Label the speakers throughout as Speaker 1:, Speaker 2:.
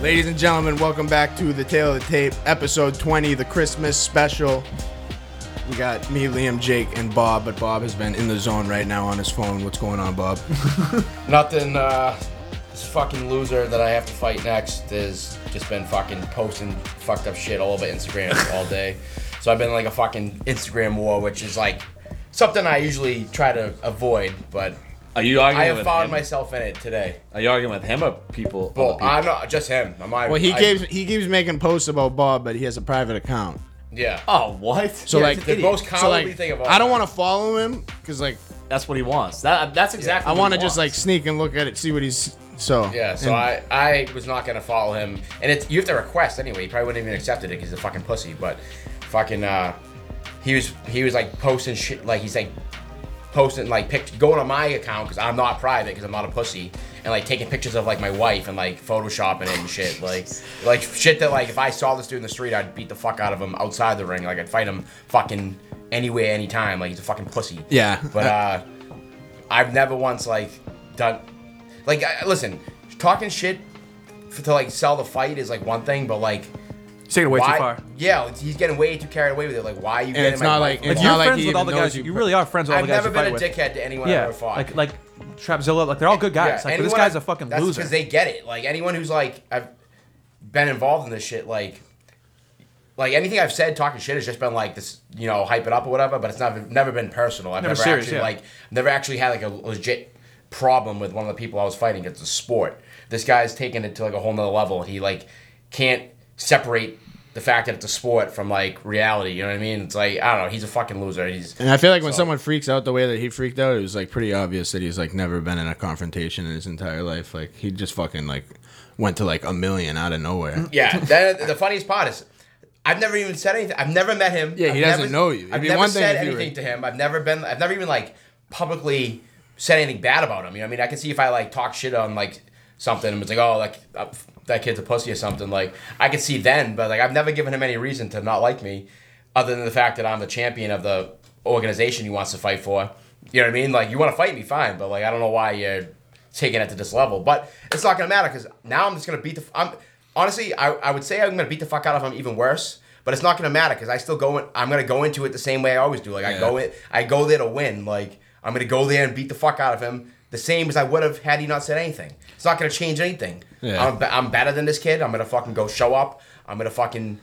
Speaker 1: Ladies and gentlemen, welcome back to the Tale of the Tape, episode 20, the Christmas special. We got me, Liam, Jake, and Bob, but Bob has been in the zone right now on his phone. What's going on, Bob?
Speaker 2: Nothing. Uh, this fucking loser that I have to fight next has just been fucking posting fucked up shit all over Instagram all day. So I've been like a fucking Instagram war, which is like something I usually try to avoid, but
Speaker 3: Are you arguing
Speaker 2: I have
Speaker 3: with
Speaker 2: found
Speaker 3: him?
Speaker 2: myself in it today.
Speaker 3: Are you arguing with him or people?
Speaker 2: Well,
Speaker 3: other people?
Speaker 2: I'm not just him. I'm I,
Speaker 1: Well, he
Speaker 2: I-
Speaker 1: keeps he keeps making posts about Bob, but he has a private account.
Speaker 2: Yeah.
Speaker 3: oh, what?
Speaker 1: So
Speaker 2: Yeah,
Speaker 1: like,
Speaker 2: it's the most
Speaker 1: so
Speaker 2: cowardly
Speaker 1: like,
Speaker 2: thing of all
Speaker 1: I don't
Speaker 2: time.
Speaker 1: want to follow him because like
Speaker 3: that's what he wants. That uh, that's exactly.
Speaker 1: I
Speaker 3: what he
Speaker 1: want to just like
Speaker 3: wants.
Speaker 1: sneak and look at it, see what he's so.
Speaker 2: Yeah, so
Speaker 1: and-
Speaker 2: I, I was not gonna follow him, and it's you have to request anyway. He probably wouldn't even accepted it because he's a fucking pussy. But fucking, uh, he was he was like posting shit like he's like posting like pictures going on my account because I'm not private because I'm not a pussy and like taking pictures of like my wife and like photoshopping it and shit like like shit that like if I saw this dude in the street I'd beat the fuck out of him outside the ring like I'd fight him fucking anywhere anytime like he's a fucking pussy
Speaker 1: Yeah.
Speaker 2: but uh, I've never once like done like I, listen talking shit f to like sell the fight is like one thing but like
Speaker 4: He's taking it way
Speaker 2: why
Speaker 4: too far.
Speaker 2: yeah he's getting way too carried away with it like why are you
Speaker 1: And
Speaker 2: getting
Speaker 1: it's
Speaker 2: my
Speaker 1: not like
Speaker 2: wife involved?
Speaker 1: it's
Speaker 4: You're
Speaker 1: not like
Speaker 4: friends
Speaker 1: he
Speaker 4: with all
Speaker 1: even
Speaker 4: the
Speaker 1: knows
Speaker 4: guys.
Speaker 1: you.
Speaker 4: You,
Speaker 1: per-
Speaker 4: really are friends with all
Speaker 2: I've
Speaker 4: the guys
Speaker 2: never
Speaker 4: you
Speaker 2: been
Speaker 4: fight
Speaker 2: a dickhead
Speaker 4: with.
Speaker 2: to anyone I
Speaker 4: yeah,
Speaker 2: ever fought.
Speaker 4: like like Trapzilla. Like they're all good guys. like but this
Speaker 2: anyone
Speaker 4: guy's
Speaker 2: I-
Speaker 4: a fucking
Speaker 2: that's
Speaker 4: loser.
Speaker 2: they get it. Like anyone who's like I've been involved in this shit, like like anything I've said talking shit has just been like this, you know, hype it up or whatever. But it's not never been personal. I've never,
Speaker 4: Never serious,
Speaker 2: actually
Speaker 4: yeah.
Speaker 2: like never actually had like a legit problem with one of the people I was fighting. It's a sport. This guy's taking it to like a whole nother level. He like can't separate. The fact that it's a sport from like reality, you know what I mean? It's like I don't know. He's a fucking loser. He's
Speaker 1: And I feel like when
Speaker 2: So-
Speaker 1: someone freaks out the way that he freaked out, it was like pretty obvious that he's like never been in a confrontation in his entire life. Like he just fucking like went to like a million out of nowhere.
Speaker 2: Yeah. That, the funniest part is, I've never even said anything. I've never met him.
Speaker 1: Yeah, he
Speaker 2: I've
Speaker 1: doesn't
Speaker 2: never-
Speaker 1: know you. It'd
Speaker 2: I've
Speaker 1: be
Speaker 2: never
Speaker 1: one thing
Speaker 2: said
Speaker 1: if you were-
Speaker 2: anything to him. I've never been. I've never even like publicly said anything bad about him. You know, what I mean, I can see if I like talk shit on like something and it's like, oh, like uh, that kid's a pussy or something. Like I could see then, but like I've never given him any reason to not like me, other than the fact that I'm the champion of the organization he wants to fight for. You know what I mean? Like you want to fight me, fine, but like I don't know why you're taking it to this level. But it's not gonna matter because now I'm just gonna beat the. f- I'm honestly, I, I would say I'm gonna beat the fuck out of him even worse. But it's not gonna matter because I still go in. I'm gonna go into it the same way I always do. Like I go in, I go there to win. Like I'm gonna go there and beat the fuck out of him the same as I would have had he not said anything. It's not gonna change anything.
Speaker 1: Yeah.
Speaker 2: I'm, be- I'm better than this kid. I'm gonna fucking go show up. I'm gonna fucking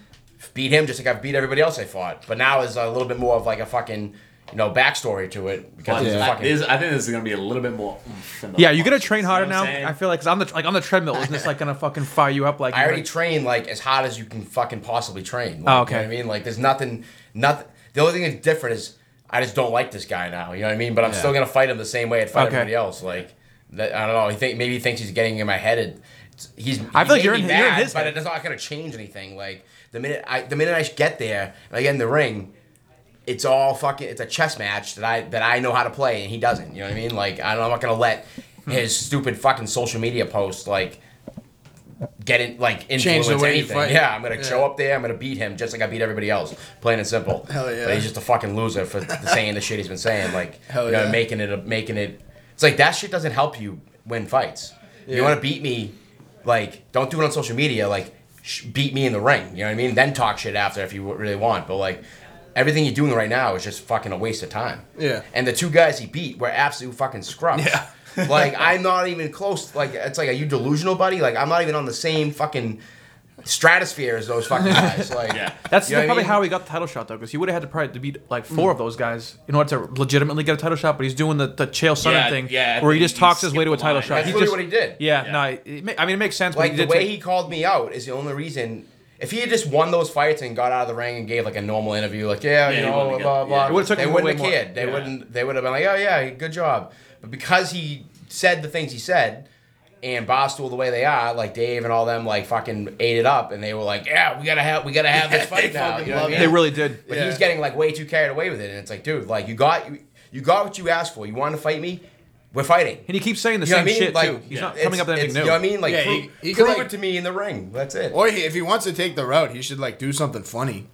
Speaker 2: beat him just like I've beat everybody else I fought. But now is a little bit more of like a fucking you know backstory to it because
Speaker 3: But
Speaker 2: it's
Speaker 3: I,
Speaker 2: fucking.
Speaker 3: this- I think this is gonna be a little bit more. oomph in the
Speaker 4: yeah, you gotta
Speaker 3: punch,
Speaker 4: train
Speaker 3: know
Speaker 4: harder
Speaker 3: what
Speaker 4: now.
Speaker 3: I'm saying?
Speaker 4: I feel like 'cause I'm the like on the treadmill. Isn't this like gonna fucking fire you up? Like
Speaker 2: I
Speaker 4: you're
Speaker 2: already
Speaker 4: like-
Speaker 2: train like as hard as you can fucking possibly train. Like,
Speaker 4: Oh, okay.
Speaker 2: You know what I mean, like there's nothing, nothing. The only thing that's different is I just don't like this guy now. You know what I mean? But I'm still gonna fight him the same way I'd fight
Speaker 4: Okay.
Speaker 2: everybody else. Like that, I don't know. He think maybe he thinks he's getting in my head. And it's- he's. he
Speaker 4: I feel like
Speaker 2: may
Speaker 4: you're
Speaker 2: be
Speaker 4: in- you're in his
Speaker 2: but
Speaker 4: head.
Speaker 2: it it's not gonna change anything. Like the minute I, the minute I get there and I get in the ring. It's all fucking. It's a chess match that I that I know how to play, and he doesn't. You know what I mean? Like I don't, I'm not gonna let
Speaker 1: Hmm.
Speaker 2: his stupid fucking social media post like get it like
Speaker 1: Change
Speaker 2: influence
Speaker 1: the way you
Speaker 2: anything.
Speaker 1: fight.
Speaker 2: Yeah, I'm gonna show up there. I'm gonna beat him just like I beat everybody else. Plain and simple.
Speaker 1: Hell yeah.
Speaker 2: But he's just a fucking loser for th- saying the shit he's been saying. Like
Speaker 1: Hell
Speaker 2: you know,
Speaker 1: yeah.
Speaker 2: making it a, making it. It's like that shit doesn't help you win fights. You want to beat me, like don't do it on social media. Like sh- beat me in the ring. You know what I mean? Then talk shit after if you w- really want. But like. Everything you're doing right now is just fucking a waste of time.
Speaker 1: Yeah.
Speaker 2: And the two guys he beat were absolute fucking scrubs.
Speaker 1: Yeah.
Speaker 2: like I'm not even close. Like it's like, are you delusional, buddy? Like I'm not even on the same fucking stratosphere as those fucking guys. Like
Speaker 3: Yeah.
Speaker 4: That's
Speaker 2: you know what I
Speaker 4: probably
Speaker 2: mean?
Speaker 4: how he got the title shot though, because he would have had to probably to beat like four of those guys in order to legitimately get a title shot. But he's doing the the Chael Sonnen
Speaker 3: Yeah,
Speaker 4: thing,
Speaker 3: yeah, I
Speaker 4: where he
Speaker 3: think
Speaker 4: just
Speaker 3: he
Speaker 4: talks his way
Speaker 3: skipped
Speaker 4: to a
Speaker 3: the
Speaker 4: title
Speaker 3: line.
Speaker 4: shot.
Speaker 2: That's
Speaker 4: He
Speaker 2: literally
Speaker 4: just-
Speaker 2: what he did.
Speaker 4: Yeah,
Speaker 3: Yeah.
Speaker 4: no, it, ma- I mean it makes sense. but
Speaker 2: Like
Speaker 4: he
Speaker 2: the
Speaker 4: did
Speaker 2: way
Speaker 4: take-
Speaker 2: he called me out is the only reason. If he had just won those fights and got out of the ring and gave like a normal interview, like yeah,
Speaker 3: he
Speaker 2: you know, blah
Speaker 3: wouldn't
Speaker 2: blah
Speaker 3: get-
Speaker 2: blah,
Speaker 3: yeah. It
Speaker 4: would've took
Speaker 2: they
Speaker 4: him
Speaker 2: wouldn't have
Speaker 4: way more.
Speaker 2: cared. They
Speaker 3: Yeah.
Speaker 2: wouldn't. They would have been like, oh yeah, good job. But because he said the things he said, and Boston the way they are, like Dave and all them, like fucking ate it up, and they were like, yeah, we gotta have, we gotta have this fight now. You know what I mean?
Speaker 4: they really did.
Speaker 2: But he's getting like way too carried away with it, and it's like, dude, like you got you, you got what you asked for. You wanted to fight me, we're fighting.
Speaker 4: And he keeps saying the
Speaker 2: You know what I
Speaker 4: same
Speaker 2: mean?
Speaker 4: shit
Speaker 2: like,
Speaker 4: too. He's not
Speaker 2: it's-
Speaker 4: coming up with
Speaker 2: it's-
Speaker 4: anything
Speaker 2: You
Speaker 4: new.
Speaker 2: know what I mean? Like,
Speaker 1: Yeah,
Speaker 2: prove,
Speaker 1: he- he could,
Speaker 2: prove
Speaker 1: like-
Speaker 2: it to me in the ring. That's it.
Speaker 1: Or he, if he wants to take the route, he should like do something funny,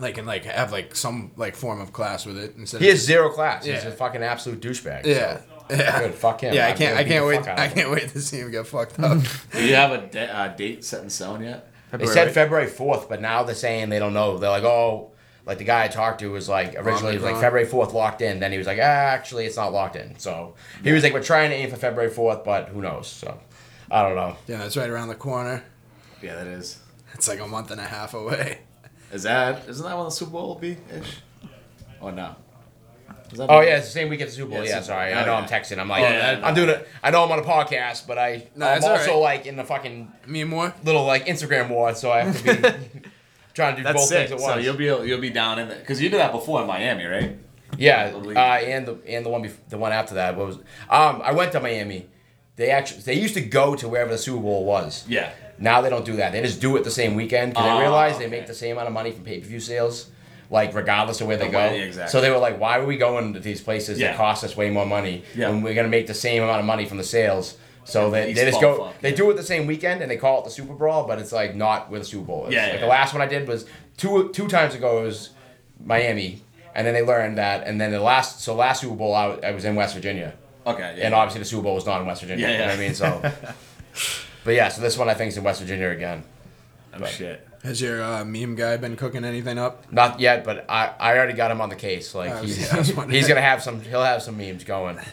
Speaker 1: like and like have like some like form of class with it instead.
Speaker 2: he
Speaker 1: of
Speaker 2: has zero class. He's
Speaker 1: Yeah.
Speaker 2: a fucking absolute douchebag.
Speaker 1: yeah.
Speaker 2: so. Good. Fuck him.
Speaker 1: Yeah, I
Speaker 2: I'm
Speaker 1: can't.
Speaker 2: gonna
Speaker 1: I
Speaker 2: beat
Speaker 1: can't
Speaker 2: the
Speaker 1: wait.
Speaker 2: fuck out of
Speaker 1: I
Speaker 2: him.
Speaker 1: can't wait to see him get fucked up.
Speaker 3: Do you have a da- uh, date set in stone yet?
Speaker 2: They
Speaker 4: February,
Speaker 2: said
Speaker 4: right?
Speaker 2: February fourth, but now they're saying they don't know. They're like, oh, like the guy I talked to was like originally it was like
Speaker 1: Omicron.
Speaker 2: February fourth locked in. Then he was like, ah, actually, it's not locked in. So he was like, we're trying to aim for February fourth, but who knows? So I don't know.
Speaker 1: yeah, it's right around the corner.
Speaker 3: Yeah, that is.
Speaker 1: It's like a month and a half away.
Speaker 3: Is that isn't that when the Super Bowl will be ish? Or no? Is that
Speaker 2: Oh yeah, it's the same week as the Super Bowl.
Speaker 3: Yeah,
Speaker 2: Yeah,
Speaker 3: Super
Speaker 2: sorry.
Speaker 3: Bowl.
Speaker 2: I know
Speaker 3: Oh,
Speaker 2: I'm
Speaker 3: yeah.
Speaker 2: texting. I'm like,
Speaker 3: Oh, yeah, yeah.
Speaker 2: I'm doing it. I know I'm on a podcast, but I
Speaker 1: No,
Speaker 2: I'm
Speaker 1: it's all
Speaker 2: also
Speaker 1: right.
Speaker 2: like in the fucking
Speaker 1: Me more.
Speaker 2: little like Instagram war, so I have to be trying to do
Speaker 3: That's
Speaker 2: both
Speaker 3: sick.
Speaker 2: things at
Speaker 3: So
Speaker 2: once.
Speaker 3: you'll be you'll be down in there because you did that before in Miami, right?
Speaker 2: Yeah,
Speaker 3: Probably.
Speaker 2: uh, and the and the one bef- the one after that what was um I went to Miami. They actually they used to go to wherever the Super Bowl was.
Speaker 3: Yeah.
Speaker 2: Now they don't do that. They just do it the same weekend because
Speaker 3: Ah,
Speaker 2: they realize they
Speaker 3: okay.
Speaker 2: make the same amount of money from pay per view sales, like regardless of where they
Speaker 3: Of
Speaker 2: go.
Speaker 3: where- yeah, exactly.
Speaker 2: So they were like, why are we going to these places
Speaker 3: Yeah.
Speaker 2: that cost us way more money
Speaker 3: Yeah.
Speaker 2: when we're gonna make the same amount of money from the sales? So they,
Speaker 3: these
Speaker 2: they just
Speaker 3: ball
Speaker 2: go.
Speaker 3: fuck,
Speaker 2: They do it the same weekend and they call it the Super Bowl, but it's like not where the Super Bowl is.
Speaker 3: Yeah,
Speaker 2: like
Speaker 3: yeah,
Speaker 2: the
Speaker 3: yeah.
Speaker 2: last one I did was two two times ago. It was Miami, and then they learned that, and then the last so last Super Bowl I wa- I was in West Virginia,
Speaker 3: Okay. Yeah. Oh,
Speaker 2: and obviously the Super Bowl was not in West Virginia.
Speaker 3: Yeah, yeah.
Speaker 2: You know what I mean, so. But yeah, so this one I think is in West Virginia again.
Speaker 3: oh shit.
Speaker 1: Has your uh, meme guy been cooking anything up?
Speaker 2: Not yet, but I, I already got him on the case. Like
Speaker 1: I was-
Speaker 2: he's,
Speaker 1: I was wondering.
Speaker 2: he's gonna have some he'll have some memes going. All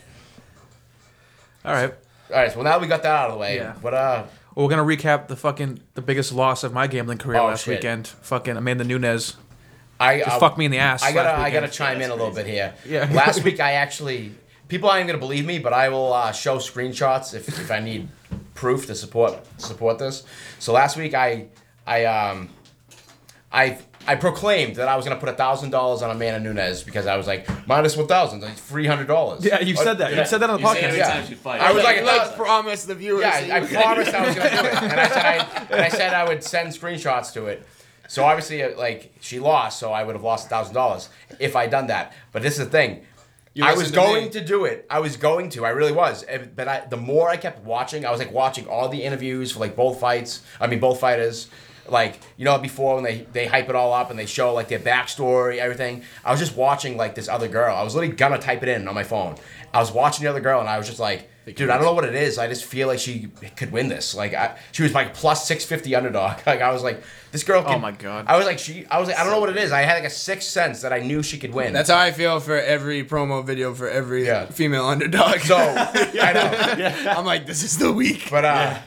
Speaker 4: All right.
Speaker 2: right, so well now we got that out of the way.
Speaker 4: Yeah.
Speaker 2: But uh,
Speaker 4: Well, we're gonna recap the fucking the biggest loss of my gambling career
Speaker 2: Oh,
Speaker 4: last
Speaker 2: shit.
Speaker 4: weekend. Fucking Amanda Nunez.
Speaker 2: I uh,
Speaker 4: Just
Speaker 2: I-
Speaker 4: fucked me in the ass
Speaker 2: I gotta
Speaker 4: last
Speaker 2: I gotta
Speaker 4: weekend.
Speaker 2: chime in a little bit here.
Speaker 4: Yeah.
Speaker 2: last week I actually people aren't gonna believe me, but I will uh, show screenshots if, if I need proof to support support this. So last week I I um I I proclaimed that I was gonna put thousand dollars on Amanda Nunes because I was like minus one thousand, like three hundred dollars.
Speaker 4: Yeah, you said that. You said that on the
Speaker 3: You say it
Speaker 4: podcast.
Speaker 3: every
Speaker 2: Yeah.
Speaker 3: time she fights.
Speaker 2: I was like, let's
Speaker 1: promise the viewers.
Speaker 2: Yeah, I, I promised I was gonna do it, and I said I, and I said I would send screenshots to it. So obviously, uh, like she lost, so I would have lost thousand dollars if I done that. But this is the thing. I was
Speaker 1: listened to
Speaker 2: going
Speaker 1: me.
Speaker 2: to do it. I was going to. I really was. And- But I, the more I kept watching, I was like watching all the interviews for like both fights. I mean, both fighters. Like you know, before when they they hype it all up and they show like their backstory, everything. I was just watching like this other girl. I was literally gonna type it in on my phone. I was watching the other girl and I was just like, dude, I don't know what it is. I just feel like she could win this. Like I, she was like plus six fifty underdog. Like I was like, this girl. Can,
Speaker 4: Oh my God.
Speaker 2: I was like she. I was like I don't know what it is. I had like a sixth sense that I knew she could win.
Speaker 1: That's how I feel for every promo video for every
Speaker 2: Yeah.
Speaker 1: female underdog.
Speaker 2: so I know.
Speaker 1: I'm like, this is the week.
Speaker 2: But uh,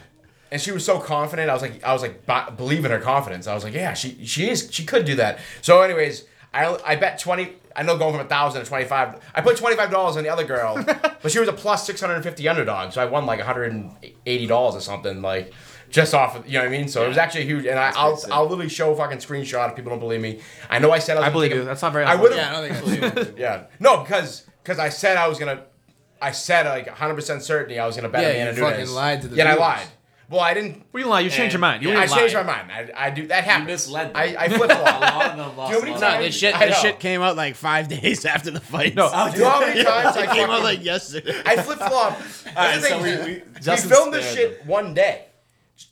Speaker 2: and she was so confident. I was like, I was like, bu- believe in her confidence. I was like, yeah, she she is she could do that. So, anyways, I I bet twenty. I know going from a thousand to twenty five. I put twenty five dollars on the other girl, but she was a plus six hundred and fifty underdog. So I won like one hundred and eighty dollars or something like. Just off, of, you know what I mean. So it was actually huge, and I, I'll I'll literally show a fucking screenshot if people don't believe me. I know I said I was.
Speaker 4: I
Speaker 2: gonna
Speaker 4: believe
Speaker 2: take a-
Speaker 4: you. That's not very.
Speaker 2: I would
Speaker 1: Yeah,
Speaker 2: have.
Speaker 1: I don't think I believe it.
Speaker 2: Yeah. No, because because I said I was gonna, I said like 100 percent certainty I was gonna bet
Speaker 1: Yeah,
Speaker 2: on Amanda
Speaker 1: you
Speaker 2: Nunes.
Speaker 1: fucking lied to the
Speaker 2: Yet I
Speaker 1: viewers.
Speaker 2: lied. Well, I didn't.
Speaker 4: Well, you lie. You changed your mind. You
Speaker 3: Yeah,
Speaker 4: really
Speaker 2: I changed my
Speaker 4: lied.
Speaker 2: mind. I, I do that happened.
Speaker 3: misled them.
Speaker 2: I, I flipped a
Speaker 3: A
Speaker 2: lot.
Speaker 3: lot of them lost.
Speaker 2: Do you know how many
Speaker 3: a lot.
Speaker 2: times-
Speaker 5: No, this shit,
Speaker 2: I
Speaker 5: this
Speaker 2: know.
Speaker 5: shit came out like five days after the fight.
Speaker 4: No.
Speaker 2: Do you know how many times I
Speaker 5: it came out
Speaker 2: fucking,
Speaker 5: like yesterday.
Speaker 2: I flip flop?
Speaker 3: right, so we- we- Justin
Speaker 2: filmed this
Speaker 3: spared
Speaker 2: shit one day.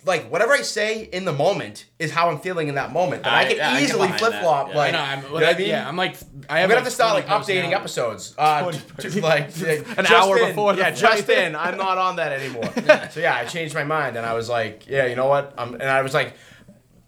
Speaker 2: Like whatever I say in the moment is how I'm feeling in that moment. But I,
Speaker 3: I-
Speaker 2: can
Speaker 3: yeah, I can
Speaker 2: easily
Speaker 3: behind
Speaker 2: flip flop.
Speaker 3: that. Yeah.
Speaker 2: Like
Speaker 1: I know. I'm,
Speaker 2: you know what I mean?
Speaker 1: yeah, I'm like, I
Speaker 2: I'm
Speaker 1: have
Speaker 2: gonna have to start like
Speaker 1: 20 posts
Speaker 2: updating
Speaker 1: now.
Speaker 2: episodes, uh, to, to, like
Speaker 4: An
Speaker 2: just
Speaker 4: hour
Speaker 2: in.
Speaker 4: before the
Speaker 2: Yeah,
Speaker 4: fight.
Speaker 2: just in. I'm not on that anymore. so yeah, I changed my mind, and I was like, yeah, you know what? i and I was like,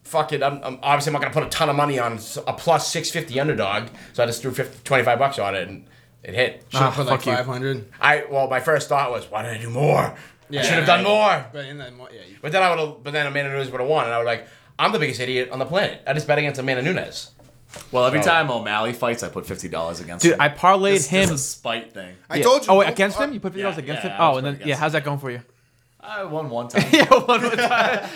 Speaker 2: fuck it. I'm, I'm obviously I'm not gonna put a ton of money on s- a plus six fifty underdog, so I just threw 50, 25 bucks on it, and it hit.
Speaker 1: Should have
Speaker 4: Ah,
Speaker 1: put like
Speaker 4: fuck you.
Speaker 1: 500.
Speaker 2: I well, my first thought was, why did I do more?
Speaker 1: Yeah,
Speaker 2: I should have
Speaker 1: yeah,
Speaker 2: done
Speaker 1: yeah.
Speaker 2: more.
Speaker 1: But in that, mo- yeah, you-
Speaker 2: But then I would have. But then Amanda Nunes would have won, and I would like, I'm the biggest idiot on the planet. I just bet against Amanda Nunes.
Speaker 3: Well, every time O'Malley fights, I put fifty dollars against
Speaker 4: Dude,
Speaker 3: him.
Speaker 4: I parlayed
Speaker 3: It's
Speaker 4: him.
Speaker 3: just a spite thing. I,
Speaker 4: Yeah.
Speaker 1: told you,
Speaker 4: Oh, wait,
Speaker 1: don't-
Speaker 4: against him? You put videos
Speaker 3: Yeah,
Speaker 4: against
Speaker 3: yeah,
Speaker 4: him?
Speaker 3: I
Speaker 4: Oh,
Speaker 3: was
Speaker 4: and
Speaker 3: put
Speaker 4: then yeah,
Speaker 3: against
Speaker 4: how's that going for you?
Speaker 3: won one time.
Speaker 4: yeah, one more time.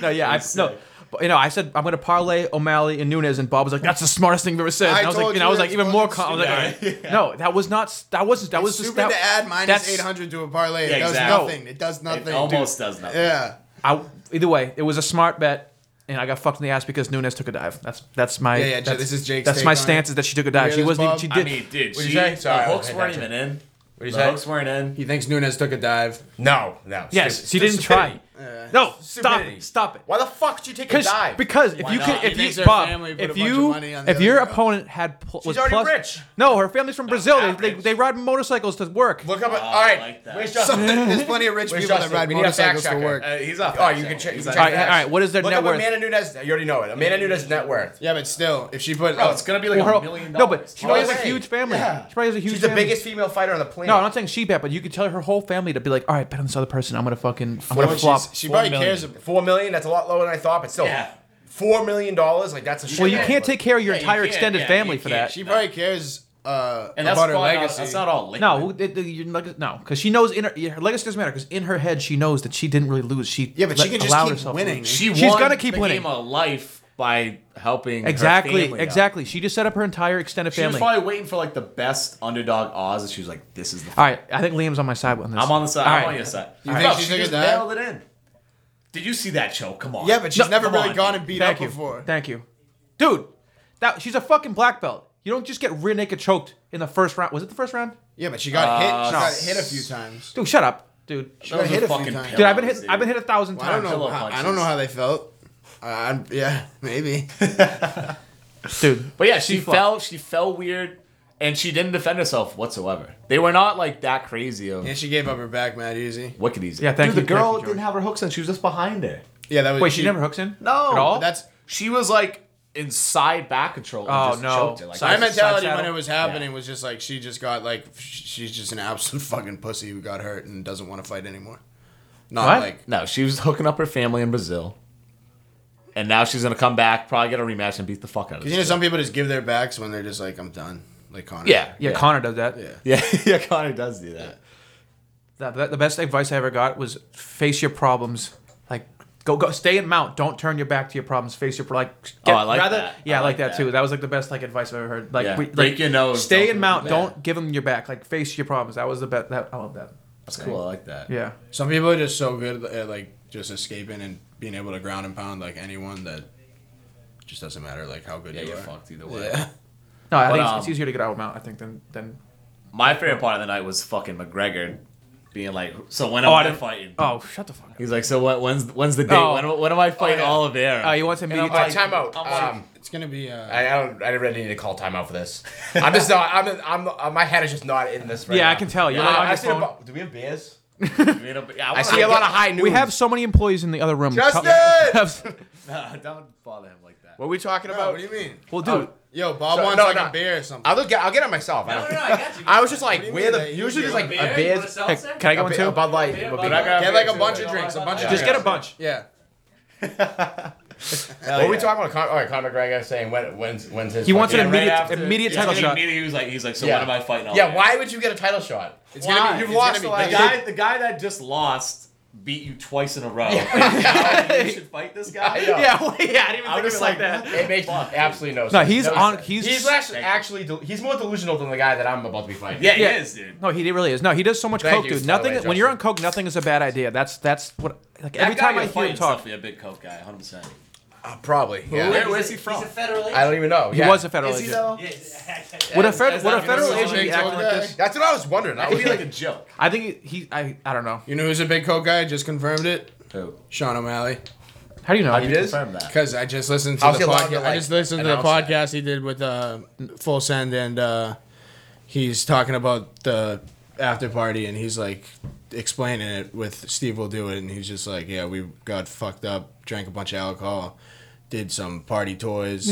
Speaker 4: no, yeah, I no.
Speaker 3: sick.
Speaker 4: But, you know, I said I'm gonna parlay O'Malley and Nunes, and Bob was like, "That's the smartest thing you've ever said." And
Speaker 1: I
Speaker 4: I, was like,
Speaker 1: told
Speaker 4: you know, I
Speaker 1: you
Speaker 4: was like
Speaker 1: it's
Speaker 4: even more
Speaker 1: fucking
Speaker 4: calm. I was like, "No, that was not. s- That was that was just
Speaker 1: Stupid
Speaker 4: that."
Speaker 1: to add minus
Speaker 4: that's-
Speaker 1: 800 to a parlay.
Speaker 3: Yeah,
Speaker 1: it does
Speaker 3: exactly.
Speaker 1: nothing. It does nothing.
Speaker 3: it almost does nothing.
Speaker 1: Yeah.
Speaker 4: I, either way, it was a smart bet, and I got fucked in the ass because Nunes took a dive. That's that's my
Speaker 1: Yeah, yeah,
Speaker 4: That's,
Speaker 1: this is Jake's
Speaker 4: That's
Speaker 1: take
Speaker 4: my
Speaker 1: on
Speaker 4: stance
Speaker 1: it.
Speaker 4: is that she took a
Speaker 1: hear
Speaker 4: dive. She
Speaker 1: this,
Speaker 4: wasn't.
Speaker 1: Bob?
Speaker 4: She
Speaker 3: I
Speaker 4: did.
Speaker 3: mean, dude,
Speaker 2: What'd
Speaker 3: she,
Speaker 2: you say? Sorry, I
Speaker 3: the hooks
Speaker 2: wasn't
Speaker 3: weren't
Speaker 2: paying
Speaker 3: even in.
Speaker 2: What do you
Speaker 3: The
Speaker 2: say?
Speaker 3: hooks weren't in.
Speaker 1: He thinks Nunes took a dive.
Speaker 2: No, no.
Speaker 4: Yes,
Speaker 2: Stu-
Speaker 4: she didn't
Speaker 2: stupidity.
Speaker 4: try. No, stop
Speaker 2: Stupidity.
Speaker 4: it. Stop it.
Speaker 2: Why the fuck did you take a
Speaker 4: Because
Speaker 2: dive?
Speaker 4: because if
Speaker 2: Why
Speaker 4: you
Speaker 2: not?
Speaker 4: could
Speaker 5: He
Speaker 4: if
Speaker 5: thinks
Speaker 4: you
Speaker 5: her
Speaker 4: Bob
Speaker 5: family put a
Speaker 4: if
Speaker 5: bunch of
Speaker 4: you
Speaker 5: money on the
Speaker 4: if
Speaker 5: other
Speaker 4: your
Speaker 5: girl.
Speaker 4: opponent had pl- was
Speaker 2: already
Speaker 4: plus
Speaker 2: rich.
Speaker 4: no her family's from Brazil they, they
Speaker 2: average.
Speaker 4: they ride motorcycles to work
Speaker 2: Look up.
Speaker 3: Oh,
Speaker 2: a all right.
Speaker 3: I like that.
Speaker 2: Where's
Speaker 1: So,
Speaker 2: Justin?
Speaker 1: there's plenty of rich
Speaker 2: Where's
Speaker 1: people
Speaker 2: Justin?
Speaker 1: that ride
Speaker 2: we need a fact
Speaker 1: motorcycles to
Speaker 2: checker.
Speaker 1: work.
Speaker 3: Uh, he's off.
Speaker 2: Oh, you can check. You can check
Speaker 4: All right,
Speaker 2: the facts.
Speaker 4: all right, what is their
Speaker 2: Look
Speaker 4: net
Speaker 2: up
Speaker 4: worth?
Speaker 2: Amanda Nunes. You already know it. Amanda Nunes' net worth.
Speaker 1: yeah, but still, if she put, oh,
Speaker 3: Bro, "Oh, it's gonna be like
Speaker 4: Well, her-
Speaker 3: a million
Speaker 4: no
Speaker 3: dollars.
Speaker 4: but she
Speaker 2: No
Speaker 4: probably has a
Speaker 2: way.
Speaker 4: huge family
Speaker 2: Yeah.
Speaker 4: she probably has a huge
Speaker 2: She's the
Speaker 4: family.
Speaker 2: biggest female fighter on the planet.
Speaker 4: no I'm not saying she bet but you could tell her whole family to be like all right bet on this other person I'm gonna fucking I'm gonna
Speaker 1: Well,
Speaker 4: flop
Speaker 1: she's- She probably
Speaker 5: Four million.
Speaker 1: cares. ab-
Speaker 2: Four million. That's a lot lower than I thought, but still.
Speaker 3: Yeah.
Speaker 2: Four million dollars. Like that's a shit.
Speaker 4: well you
Speaker 2: ton of
Speaker 4: can't
Speaker 2: money.
Speaker 4: take care of your
Speaker 3: Yeah, you
Speaker 4: entire
Speaker 3: can't,
Speaker 4: extended
Speaker 3: yeah,
Speaker 4: family
Speaker 3: you
Speaker 4: for
Speaker 3: can't.
Speaker 4: that
Speaker 1: She probably caries uh,
Speaker 3: and that's
Speaker 1: about her
Speaker 3: probably not-
Speaker 1: legacy.
Speaker 3: that's not all. Liquid.
Speaker 4: no it- it- your leg- no because she knows in her, her legacy doesn't matter because in her head she knows that she didn't really lose she
Speaker 1: yeah, but
Speaker 4: let-
Speaker 1: she can
Speaker 4: allowed
Speaker 1: just keep
Speaker 4: herself to
Speaker 1: winning.
Speaker 4: lose.
Speaker 3: she
Speaker 4: She's
Speaker 3: won
Speaker 4: gonna keep
Speaker 3: the
Speaker 4: winning.
Speaker 3: Game of life by helping her
Speaker 4: Exactly,
Speaker 3: family out.
Speaker 4: exactly. She just set up her entire extended
Speaker 3: She was
Speaker 4: family.
Speaker 3: probably waiting for like the best underdog Oz, and she was like, "This is the."
Speaker 4: All right, I think Liam's on my side on this.
Speaker 3: I'm on the side.
Speaker 4: All
Speaker 3: I'm
Speaker 4: right.
Speaker 3: on your side. You
Speaker 1: think she took a
Speaker 3: just
Speaker 1: dive?
Speaker 3: nailed it in? Did you see that show? Come on.
Speaker 1: yeah, but she's
Speaker 3: No,
Speaker 1: never
Speaker 3: come
Speaker 1: really
Speaker 3: on,
Speaker 1: gone
Speaker 3: dude.
Speaker 1: and beat
Speaker 4: Thank
Speaker 1: up
Speaker 4: you.
Speaker 1: before.
Speaker 4: Thank you, dude. That she's a fucking black belt. You don't just get rear naked choked in the first round. Was it the first round?
Speaker 1: Yeah, but she got hit. She
Speaker 3: no.
Speaker 1: got
Speaker 4: Uh,
Speaker 1: hit a few times.
Speaker 4: Dude, shut up, dude.
Speaker 1: She got
Speaker 3: was a
Speaker 1: hit a few
Speaker 3: fucking
Speaker 1: times.
Speaker 3: pill.
Speaker 4: Dude, I've been hit.
Speaker 3: Dude.
Speaker 4: I've been hit a thousand
Speaker 1: I don't
Speaker 4: times.
Speaker 1: know.
Speaker 3: Pillow
Speaker 1: How, I
Speaker 3: punches.
Speaker 1: don't know how they felt. Uh, I'm- yeah, maybe.
Speaker 4: dude.
Speaker 3: But yeah, she,
Speaker 4: She fucked.
Speaker 3: fell. She fell weird, and she didn't defend herself whatsoever. They were not like that crazy of
Speaker 1: and she gave up her back mad easy.
Speaker 3: wicked easy.
Speaker 4: Yeah, thank
Speaker 3: Dude,
Speaker 4: you,
Speaker 3: the
Speaker 4: thank you,
Speaker 3: girl
Speaker 4: George.
Speaker 3: didn't have her hooks in. She was just behind her.
Speaker 1: Yeah, that was.
Speaker 4: Wait, she never hooks in.
Speaker 3: No,
Speaker 4: at all.
Speaker 1: That's
Speaker 3: She was like inside back control. And
Speaker 4: Oh,
Speaker 3: just
Speaker 4: no.
Speaker 3: choked her. Like,
Speaker 1: my
Speaker 4: Side-
Speaker 1: mentality
Speaker 4: side
Speaker 1: when it
Speaker 4: saddle?
Speaker 1: was happening was just like she just got like sh- she's just an absolute fucking pussy who got hurt and doesn't want to fight anymore. Not
Speaker 4: What?
Speaker 1: like
Speaker 3: no, she was hooking up her family in Brazil, and now she's gonna come back, probably get a rematch, and beat the fuck out of.
Speaker 1: you
Speaker 3: this
Speaker 1: know
Speaker 3: chick.
Speaker 1: some people just give their backs when they're just like I'm done. Like Connor.
Speaker 3: Yeah,
Speaker 4: yeah, Connor does that.
Speaker 3: Yeah, yeah, Connor does do that.
Speaker 4: The, the- the best advice I ever got was face your problems. Like, go go stay in mount. Don't turn your back to your problems. Face your pro- like.
Speaker 3: Oh, I like that.
Speaker 4: Yeah, I
Speaker 3: I
Speaker 4: like,
Speaker 3: like
Speaker 4: that,
Speaker 3: that.
Speaker 4: too. That was like the best like advice I've ever heard. Like,
Speaker 3: Yeah.
Speaker 4: we,
Speaker 3: Break
Speaker 4: like,
Speaker 3: your nose,
Speaker 4: Stay
Speaker 3: don't
Speaker 4: in mount.
Speaker 3: do that.
Speaker 4: Don't give them your back. Like face your problems. That was the best. That I love that.
Speaker 3: That's cool. I like that.
Speaker 4: Yeah.
Speaker 1: Some people are just so good at like just escaping and being able to ground and pound like anyone that just doesn't matter like how good
Speaker 3: Yeah,
Speaker 1: you
Speaker 3: you're
Speaker 1: are.
Speaker 3: fucked either way.
Speaker 1: Yeah.
Speaker 4: No, I
Speaker 3: But,
Speaker 4: think it's-
Speaker 3: um,
Speaker 4: it's easier to get out of mount. I think than than.
Speaker 3: My favorite part of the night was fucking McGregor being like, "So when am
Speaker 4: I
Speaker 3: I
Speaker 4: didn't-
Speaker 3: fighting?"
Speaker 4: Oh, shut the fuck up.
Speaker 3: He's like, "So what? When's when's the date?
Speaker 4: Oh.
Speaker 3: When, when am I fighting
Speaker 2: yeah.
Speaker 3: Oliveira?"
Speaker 4: Oh, you want some media?
Speaker 2: All right, Uh, time out. Um,
Speaker 1: It's gonna be. Uh,
Speaker 2: I, I don't. I really need to call timeout for this. I'm just not. I'm. I'm. uh, My head is just not in this right
Speaker 4: Yeah,
Speaker 2: now.
Speaker 4: I can tell. You're
Speaker 2: Uh,
Speaker 4: like on
Speaker 2: I
Speaker 4: your
Speaker 2: see a
Speaker 4: phone.
Speaker 2: bu- do we have beers?
Speaker 3: Yeah,
Speaker 2: I see a lot of high news.
Speaker 4: We have so many employees in the other room.
Speaker 2: Justin!
Speaker 3: No, don't bother him like that.
Speaker 2: What are we talking
Speaker 1: No,
Speaker 2: about?
Speaker 1: what do you mean?
Speaker 4: well, dude.
Speaker 1: Yo, Bob
Speaker 2: So-
Speaker 1: wants
Speaker 2: no,
Speaker 1: like
Speaker 2: no.
Speaker 1: a beer or something.
Speaker 2: I'll get. I'll get it myself. I, don't-
Speaker 3: got you.
Speaker 2: I was just like,
Speaker 1: you
Speaker 2: where
Speaker 1: mean?
Speaker 2: the usually just like a beer.
Speaker 4: Hey, can I
Speaker 2: A,
Speaker 4: go
Speaker 2: beer- a
Speaker 4: into?
Speaker 2: Bud Light. would be-
Speaker 3: Bud Light.
Speaker 1: get like a
Speaker 3: Yeah,
Speaker 1: bunch of
Speaker 3: yeah,
Speaker 1: drinks, a
Speaker 3: yeah,
Speaker 1: bunch of
Speaker 3: yeah.
Speaker 4: Just
Speaker 1: drinks.
Speaker 4: get a bunch.
Speaker 1: Yeah.
Speaker 2: What were we talking about? Con- all right, Conor McGregor saying when, when's when's his?
Speaker 4: He wants
Speaker 2: fucking-
Speaker 4: an immediate- immediate title shot.
Speaker 3: Immediately, he was like, he's like, so
Speaker 2: Yeah.
Speaker 3: when am I fighting?
Speaker 2: Yeah,
Speaker 3: Oliveira?"
Speaker 2: why would you get a title shot? It's
Speaker 1: gonna be-
Speaker 2: You've
Speaker 1: it's
Speaker 2: lost
Speaker 1: gonna be
Speaker 2: the last
Speaker 3: The guy, the guy that just lost beat you twice in a row. you should fight this guy.
Speaker 2: I know.
Speaker 4: Yeah, well, yeah. I didn't even
Speaker 3: I
Speaker 4: think
Speaker 3: was
Speaker 4: of it like that.
Speaker 2: It makes
Speaker 3: Fuck, dude.
Speaker 2: absolutely no sense.
Speaker 4: No, he's on-
Speaker 2: sense.
Speaker 4: he's-
Speaker 2: he's actually, actually del- he's more delusional than the guy that I'm about to be fighting.
Speaker 3: Yeah, he
Speaker 4: Yeah.
Speaker 3: is, dude.
Speaker 4: No, he really is. No, he does so much
Speaker 2: Thank
Speaker 4: coke,
Speaker 2: you,
Speaker 4: dude.
Speaker 2: by the way,
Speaker 4: Nothing when you're on
Speaker 2: Justin.
Speaker 4: coke, nothing is a bad idea. That's that's what like every
Speaker 3: That guy
Speaker 4: time
Speaker 3: you're
Speaker 4: I hear him
Speaker 3: fighting's
Speaker 4: talk.
Speaker 3: definitely a big coke guy, 100. percent
Speaker 2: probably. Yeah.
Speaker 3: Where was he from?
Speaker 6: He's a federal agent.
Speaker 2: I don't even know.
Speaker 4: He was a federal
Speaker 2: Is he
Speaker 4: agent.
Speaker 2: though?
Speaker 4: Would a, fed,
Speaker 3: Is
Speaker 4: would
Speaker 3: that
Speaker 4: a
Speaker 3: because he's
Speaker 4: federal
Speaker 3: a
Speaker 4: agent be
Speaker 1: big
Speaker 4: acting
Speaker 1: coke
Speaker 4: like
Speaker 1: guy?
Speaker 4: this?
Speaker 2: That's what I was wondering. I
Speaker 3: That
Speaker 2: would
Speaker 3: would
Speaker 2: be
Speaker 3: be like a
Speaker 2: like,
Speaker 3: joke.
Speaker 4: I think he. I I don't know.
Speaker 1: You know who's a big coke guy? Just confirmed it. Sean O'Malley.
Speaker 4: How do you know?
Speaker 2: How do you do- confirm
Speaker 3: Confirm that.
Speaker 1: Because I just listened to
Speaker 2: How's
Speaker 1: the
Speaker 2: he allowed
Speaker 1: podcast.
Speaker 2: to,
Speaker 1: I
Speaker 2: like,
Speaker 1: just listened to the
Speaker 2: announce
Speaker 1: podcast he did with uh, Full Send, and uh, he's talking about the after party, and he's like explaining it with Steve will do it, and he's just like, yeah, we got fucked up, drank a bunch of alcohol. Did some party toys?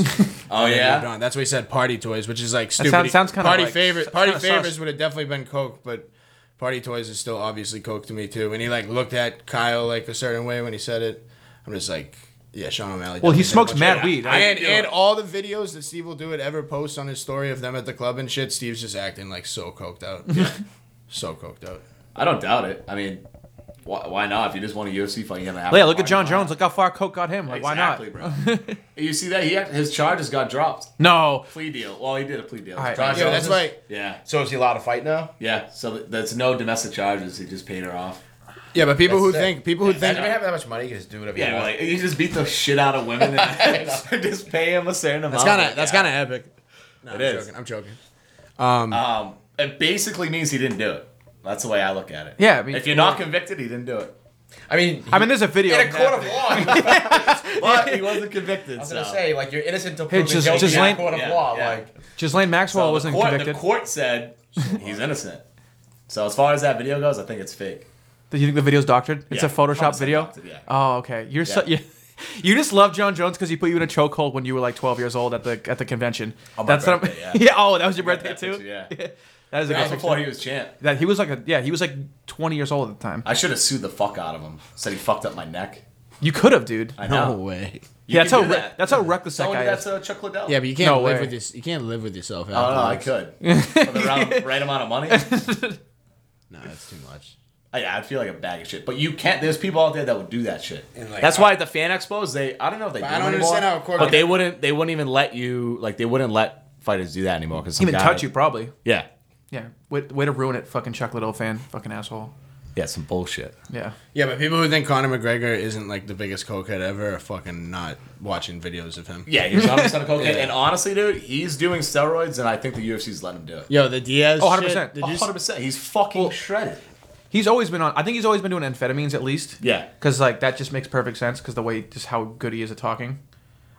Speaker 3: Oh
Speaker 1: and
Speaker 3: yeah.
Speaker 1: moved on. that's why he said party toys, which is like stupid.
Speaker 4: sounds- sounds kinda
Speaker 1: party
Speaker 4: like-
Speaker 1: favorite.
Speaker 4: s-
Speaker 1: Party
Speaker 4: kinda sus.
Speaker 1: favorites would have definitely been Coke, but party toys is still obviously Coke to me too. And he like looked at Kyle like a certain way when he said it. I'm just like, yeah, Sean O'Malley.
Speaker 4: well,
Speaker 1: definitely did
Speaker 4: he
Speaker 1: a
Speaker 4: smokes
Speaker 1: bunch of
Speaker 4: mad
Speaker 1: that.
Speaker 4: weed. I-
Speaker 1: And, and all the videos that Steve will do it ever posts on his story of them at the club and shit, Steve's just acting like so coked out. so coked out.
Speaker 3: I don't doubt it. I mean, why, why not? If you just want a UFC fight, you have to.
Speaker 4: yeah, look at John Jones. Look how far coke got him. Like,
Speaker 3: Exactly,
Speaker 4: why
Speaker 3: bro. you see that? He act- his charges got dropped.
Speaker 4: not? No.
Speaker 3: Plea deal. Well, he did a plea deal.
Speaker 4: All right.
Speaker 3: Charges-
Speaker 1: Yeah, that's why.
Speaker 3: Yeah,
Speaker 2: so is he allowed to fight now?
Speaker 3: yeah. So that's no domestic charges. He just paid her off.
Speaker 1: Yeah, but people who
Speaker 2: That's sick.
Speaker 1: think people who
Speaker 2: Does
Speaker 1: think
Speaker 2: anybody have that much money? You can just do whatever you
Speaker 3: Yeah,
Speaker 2: want.
Speaker 3: like you just beat the shit out of women and just pay him a certain amount.
Speaker 1: that's kind of that's kind of epic. No,
Speaker 3: It
Speaker 1: I'm
Speaker 3: is.
Speaker 1: joking. I'm joking.
Speaker 3: Um, it basically means he didn't do it. That's the way I look at it.
Speaker 4: Yeah, I mean-
Speaker 3: if you're not convicted, he didn't do it.
Speaker 2: I mean, he-
Speaker 4: I mean, there's a video.
Speaker 2: in a
Speaker 4: of
Speaker 2: court
Speaker 4: that.
Speaker 2: of law. I
Speaker 3: But he wasn't convicted.
Speaker 2: was gonna
Speaker 3: so.
Speaker 2: say, like, you're innocent until proven
Speaker 4: just-
Speaker 2: guilty
Speaker 4: just
Speaker 2: in a
Speaker 4: Lane-
Speaker 2: court of
Speaker 3: Yeah,
Speaker 2: law.
Speaker 3: yeah.
Speaker 2: Like,
Speaker 4: Ghislaine Maxwell
Speaker 3: So
Speaker 4: wasn't
Speaker 3: the court,
Speaker 4: convicted.
Speaker 3: The court said he's innocent. So as far as that video goes, I think it's fake.
Speaker 4: Do you think the video's doctored? It's
Speaker 3: Yeah.
Speaker 4: a Photoshop
Speaker 3: 100%
Speaker 4: video.
Speaker 3: doctored, yeah.
Speaker 4: Oh, okay. You're so
Speaker 3: Yeah.
Speaker 4: you, you just love John Jones because he put you in a chokehold when you were like 12 years old at the at the convention.
Speaker 3: On my
Speaker 4: what I'm-
Speaker 3: birthday, yeah.
Speaker 4: Oh, that was your
Speaker 3: got
Speaker 4: birthday
Speaker 3: that
Speaker 4: too.
Speaker 3: picture, yeah.
Speaker 4: that is a
Speaker 3: That was
Speaker 4: good
Speaker 3: before
Speaker 4: picture.
Speaker 3: he was champ.
Speaker 4: That he was like a yeah he was like 20 years old at the time.
Speaker 3: I should have sued the fuck out of him. Said he fucked up my neck.
Speaker 4: You could have, dude.
Speaker 3: I
Speaker 5: No
Speaker 3: know.
Speaker 5: way.
Speaker 4: yeah, that's
Speaker 3: can
Speaker 4: how
Speaker 3: do
Speaker 4: re-
Speaker 3: that.
Speaker 4: that's how reckless that
Speaker 3: Someone
Speaker 4: guy
Speaker 3: did that
Speaker 4: is.
Speaker 3: to Chuck Liddell.
Speaker 1: Yeah, but you can't
Speaker 4: No
Speaker 1: live
Speaker 4: way.
Speaker 1: with this. You can't live with yourself.
Speaker 3: I don't know. I
Speaker 1: afterwards.
Speaker 3: could. For the round, right amount of money.
Speaker 1: No, that's too much.
Speaker 3: I, I'd feel like a bag of shit. But you can't. There's people out there that would do that shit.
Speaker 1: And, like,
Speaker 3: That's why at the fan expos, they I don't know if they. Do
Speaker 1: I don't
Speaker 3: them anymore,
Speaker 1: understand how corporate-
Speaker 3: But they wouldn't. They wouldn't even let you. Like they wouldn't let fighters do that anymore. Because
Speaker 4: Even touch you probably.
Speaker 3: Yeah.
Speaker 4: Yeah. Way, way to ruin it, fucking Chuck Liddell fan, fucking asshole.
Speaker 3: Yeah. Some bullshit.
Speaker 4: Yeah.
Speaker 1: Yeah, but people who think Conor McGregor isn't like the biggest cokehead ever are fucking not watching videos of him.
Speaker 3: Yeah, he was 100 percent cocaine. And honestly, dude, he's doing steroids, and I think the UFC's letting him do it.
Speaker 1: Yo, the Diaz.
Speaker 4: Oh,
Speaker 1: shit,
Speaker 4: 100%.
Speaker 1: did you s-
Speaker 3: 100. percent He's fucking shredded.
Speaker 4: He's always been on. I think he's always been doing amphetamines at least.
Speaker 3: Yeah.
Speaker 4: Because like that just makes perfect sense. Because the way just how good he is at talking,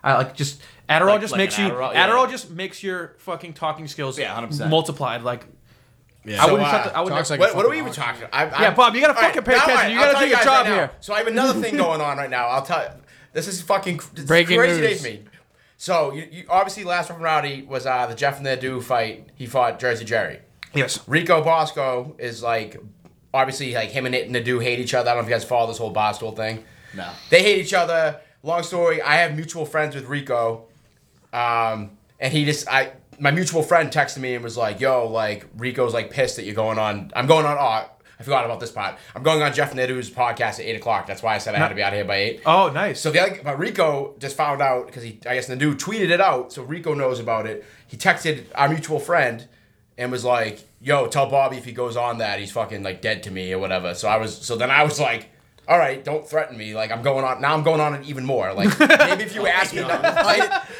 Speaker 4: I like just Adderall
Speaker 3: Like-
Speaker 4: just
Speaker 3: like
Speaker 4: makes
Speaker 3: an
Speaker 4: you
Speaker 3: Adderall,
Speaker 4: Adderall,
Speaker 3: yeah.
Speaker 4: just makes your fucking talking skills
Speaker 3: Yeah, 100%.
Speaker 4: multiplied. Like
Speaker 1: Yeah.
Speaker 4: I wouldn't.
Speaker 2: uh,
Speaker 4: shut the, I would
Speaker 1: Talks
Speaker 4: never,
Speaker 1: like
Speaker 2: what, what are we
Speaker 1: fucking
Speaker 2: even
Speaker 1: monster.
Speaker 2: talking? about? I,
Speaker 4: Yeah, Bob, you gotta
Speaker 2: all right,
Speaker 4: fucking pay
Speaker 2: now, all
Speaker 4: attention. You gotta
Speaker 2: I'll
Speaker 4: do
Speaker 2: tell
Speaker 4: your
Speaker 2: guys
Speaker 4: job
Speaker 2: right now.
Speaker 4: here.
Speaker 2: So I have another thing going on right now. I'll tell you. This is fucking cr- this is
Speaker 1: Breaking
Speaker 2: crazy
Speaker 1: news.
Speaker 2: day to me. So you, you obviously last round rowdy was uh, the Jeff and the Do fight. He fought Jersey Jerry.
Speaker 4: yes.
Speaker 2: Rico Bosco is like obviously like him and it Nadu hate each other. I don't know if you guys follow this whole Bosco thing.
Speaker 3: No.
Speaker 2: They hate each other. Long story, I have mutual friends with Rico. Um, and he just I my mutual friend texted me and was like, yo, like Rico's like pissed that you're going on I'm going on oh, I forgot about this part. I'm going on Jeff Nadu's podcast at eight o'clock. That's why I said I had to be out of here by eight.
Speaker 4: Oh, nice.
Speaker 2: So the other, but Rico just found out because he, I guess Nadu tweeted it out, so Rico knows about it. He texted our mutual friend and was like, "Yo, tell Bobby if he goes on that, he's fucking like dead to me or whatever." So I was, so then I was like. All right, don't threaten me. Like I'm going on now. I'm going on it even more. Like maybe if you ask me, like,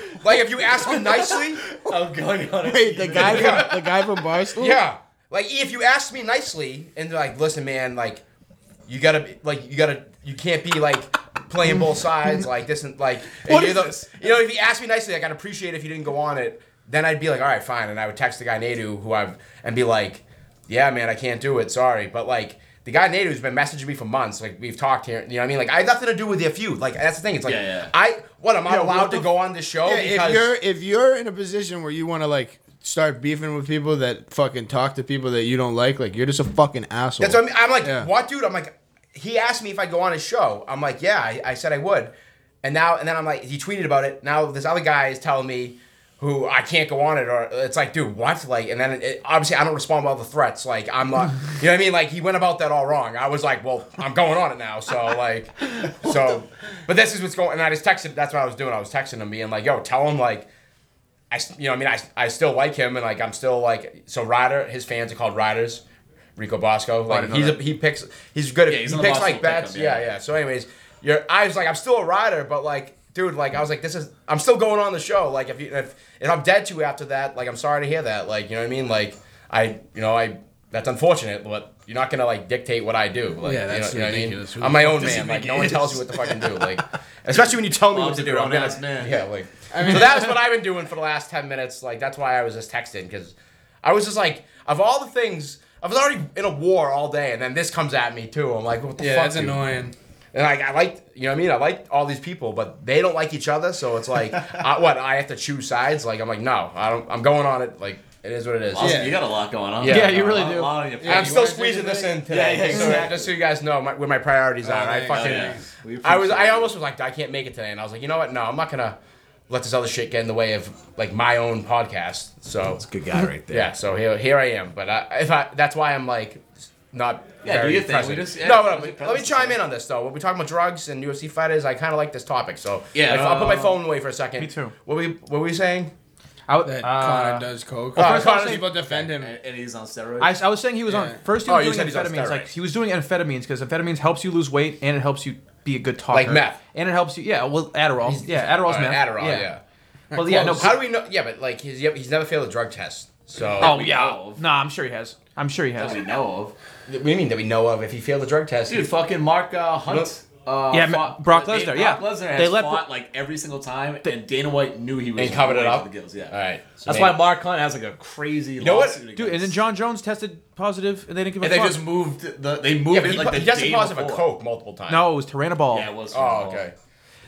Speaker 2: like if you ask me nicely,
Speaker 3: I'm going on.
Speaker 1: Wait, the guy from the guy from Barstool.
Speaker 2: yeah. Like if you ask me nicely and they're like, listen, man, like you gotta be like you gotta you can't be like playing both sides like this and like and
Speaker 4: What
Speaker 2: you're
Speaker 4: is
Speaker 2: the-
Speaker 4: this?
Speaker 2: you know if you ask me nicely, like I'd appreciate it if you didn't go on it. Then I'd be like, all right, fine, and I would text the guy Nadu who I've and be like, yeah, man, I can't do it, sorry, but like. The guy Nadu has been messaging me for months. Like we've talked here, you know what I mean? Like I have nothing to do with your feud. Like that's the thing. It's like
Speaker 3: Yeah, yeah.
Speaker 2: I what I'm not
Speaker 4: Yeah, what
Speaker 2: allowed
Speaker 4: the
Speaker 2: to go on this show
Speaker 1: Yeah,
Speaker 2: because
Speaker 1: if you're if you're in a position where you want to like start beefing with people that fucking talk to people that you don't like, like you're just a fucking asshole.
Speaker 2: That's what I mean. I'm like,
Speaker 1: Yeah.
Speaker 2: what, dude? I'm like, he asked me if I'd go on his show. I'm like, yeah, I, I said I would. And now, and then I'm like, he tweeted about it. Now this other guy is telling me who I can't go on it, or it's like, dude, what? Like, and then it- it, obviously I don't respond well to threats. Like, I'm not, you know what I mean? Like, he went about that all wrong. I was like, well, I'm going on it now. So like, so, but this is what's going. And I just texted. That's what I was doing. I was texting him, being like, yo, tell him like. I, s- you know, I mean, I, I still like him, and like I'm still like so. Ryder, his fans are called Riders. Rico Bosco,
Speaker 3: Oh,
Speaker 2: like
Speaker 4: didn't know
Speaker 2: he's a,
Speaker 4: that.
Speaker 2: he picks, he's good at
Speaker 3: Yeah, he's
Speaker 2: he
Speaker 3: on the
Speaker 2: picks
Speaker 3: Boston
Speaker 2: like bets,
Speaker 3: pickup,
Speaker 2: yeah.
Speaker 3: yeah.
Speaker 2: yeah, So, anyways, you're I was like, I'm still a Rider, but like, dude, like I was like, this is I'm still going on the show. Like, if you if if I'm dead to you after that, like I'm sorry to hear that. Like, you know what I mean? Like, I you know I that's unfortunate, but you're not gonna like dictate what I do. Like,
Speaker 1: Yeah,
Speaker 2: you
Speaker 1: that's
Speaker 2: know, you know what
Speaker 1: ridiculous.
Speaker 2: I
Speaker 1: Who
Speaker 2: mean? I'm my own
Speaker 3: does he
Speaker 2: man.
Speaker 3: think
Speaker 2: Like,
Speaker 3: he
Speaker 2: no one
Speaker 3: is?
Speaker 2: tells you what the fuck to do. Like, especially when you tell me
Speaker 3: Well,
Speaker 2: what to
Speaker 3: I'm a
Speaker 2: do. I'm
Speaker 3: grown-ass
Speaker 2: gonna,
Speaker 3: man.
Speaker 2: yeah, like. so that was what I've been doing for the last ten minutes. Like that's why I was just texting because I was just like, of all the things, I was already in a war all day, and then this comes at me too. I'm like, what the fuck? dude?
Speaker 1: annoying.
Speaker 2: And like, I like, you know what I mean? I like all these people, but they don't like each other. So it's like, I, what? I have to choose sides. Like I'm like, no, I don't. I'm going on it. Like it is what it is.
Speaker 3: You got a lot going on.
Speaker 2: Yeah, you
Speaker 3: A
Speaker 4: really
Speaker 3: lot-
Speaker 4: do.
Speaker 3: a lot on your plate.
Speaker 2: I'm still
Speaker 1: wanna do
Speaker 2: squeezing
Speaker 1: the
Speaker 2: this
Speaker 1: thing?
Speaker 2: in today.
Speaker 3: Yeah, yeah,
Speaker 2: so
Speaker 3: exactly.
Speaker 2: just so you guys know my, where my priorities are. I
Speaker 1: thanks.
Speaker 2: fucking,
Speaker 1: Oh, yeah.
Speaker 3: We
Speaker 2: I was, I
Speaker 3: appreciate
Speaker 2: almost was like, I can't make it today, and I was like, you know what? No, I'm not gonna let this other shit get in the way of like my own podcast. So
Speaker 3: Good guy right there.
Speaker 2: yeah, so here, here I am. But I, if I, that's why I'm like not.
Speaker 3: Yeah, do
Speaker 2: very
Speaker 3: your thing.
Speaker 2: present.
Speaker 3: We just- yeah,
Speaker 2: no,
Speaker 3: we
Speaker 2: no,
Speaker 3: just
Speaker 2: but
Speaker 3: press
Speaker 2: let me
Speaker 3: the
Speaker 2: chime
Speaker 3: thing.
Speaker 2: in on this though. When we're talking about drugs and UFC fighters, I kind of like this topic. So
Speaker 3: Yeah,
Speaker 2: if I'll put my
Speaker 3: uh,
Speaker 2: phone away for a second.
Speaker 4: me too.
Speaker 2: What we, what were we saying? Uh,
Speaker 4: I, would-
Speaker 1: That
Speaker 4: uh,
Speaker 1: Conor does coke.
Speaker 2: Well,
Speaker 1: Well,
Speaker 2: first of all, say-
Speaker 1: people defend him.
Speaker 3: And, and he's on steroids.
Speaker 4: I, I was saying he was on
Speaker 1: Yeah.
Speaker 4: first. He
Speaker 2: Oh,
Speaker 4: was
Speaker 2: you
Speaker 4: doing
Speaker 2: said he's on
Speaker 4: amphetamines. Like
Speaker 2: steroids.
Speaker 4: he was doing amphetamines because amphetamines helps you lose weight and it helps you be a good talker.
Speaker 2: Like meth.
Speaker 4: And it helps you. Yeah. Well, Adderall. yeah. Adderall's
Speaker 2: All right,
Speaker 4: meth.
Speaker 2: Adderall. yeah.
Speaker 4: Well, yeah. No.
Speaker 2: How do we know? Yeah, but like he's he's never failed a drug test. So
Speaker 4: Oh
Speaker 3: we
Speaker 4: yeah.
Speaker 3: know of.
Speaker 4: Nah, I'm sure he has. I'm sure he has.
Speaker 3: that we know of.
Speaker 2: What do you mean that we know of? If he failed the drug test,
Speaker 3: Dude, fucking Mark uh, Hunt. Uh,
Speaker 4: Yeah, Brock Lesnar,
Speaker 3: Dave-
Speaker 4: yeah.
Speaker 3: Brock Lesnar has
Speaker 4: They let
Speaker 3: fought like every single time, and Dana White knew he was
Speaker 2: And covered
Speaker 3: way
Speaker 2: it
Speaker 3: to
Speaker 2: up?
Speaker 3: The gills, yeah,
Speaker 2: All right. So
Speaker 3: That's
Speaker 2: maybe-
Speaker 3: why Mark Hunt has like a crazy. You
Speaker 2: know what?
Speaker 4: Dude, and then John Jones tested positive, and they didn't give a
Speaker 3: and they
Speaker 4: fuck.
Speaker 3: just moved the. They moved
Speaker 2: yeah, but
Speaker 3: it
Speaker 2: he,
Speaker 3: like
Speaker 2: pu-
Speaker 3: the
Speaker 2: he tested
Speaker 3: day
Speaker 2: positive for
Speaker 3: before.
Speaker 2: coke multiple times.
Speaker 4: no, it was Tyrannoball.
Speaker 3: Yeah, it was.
Speaker 2: Oh, okay.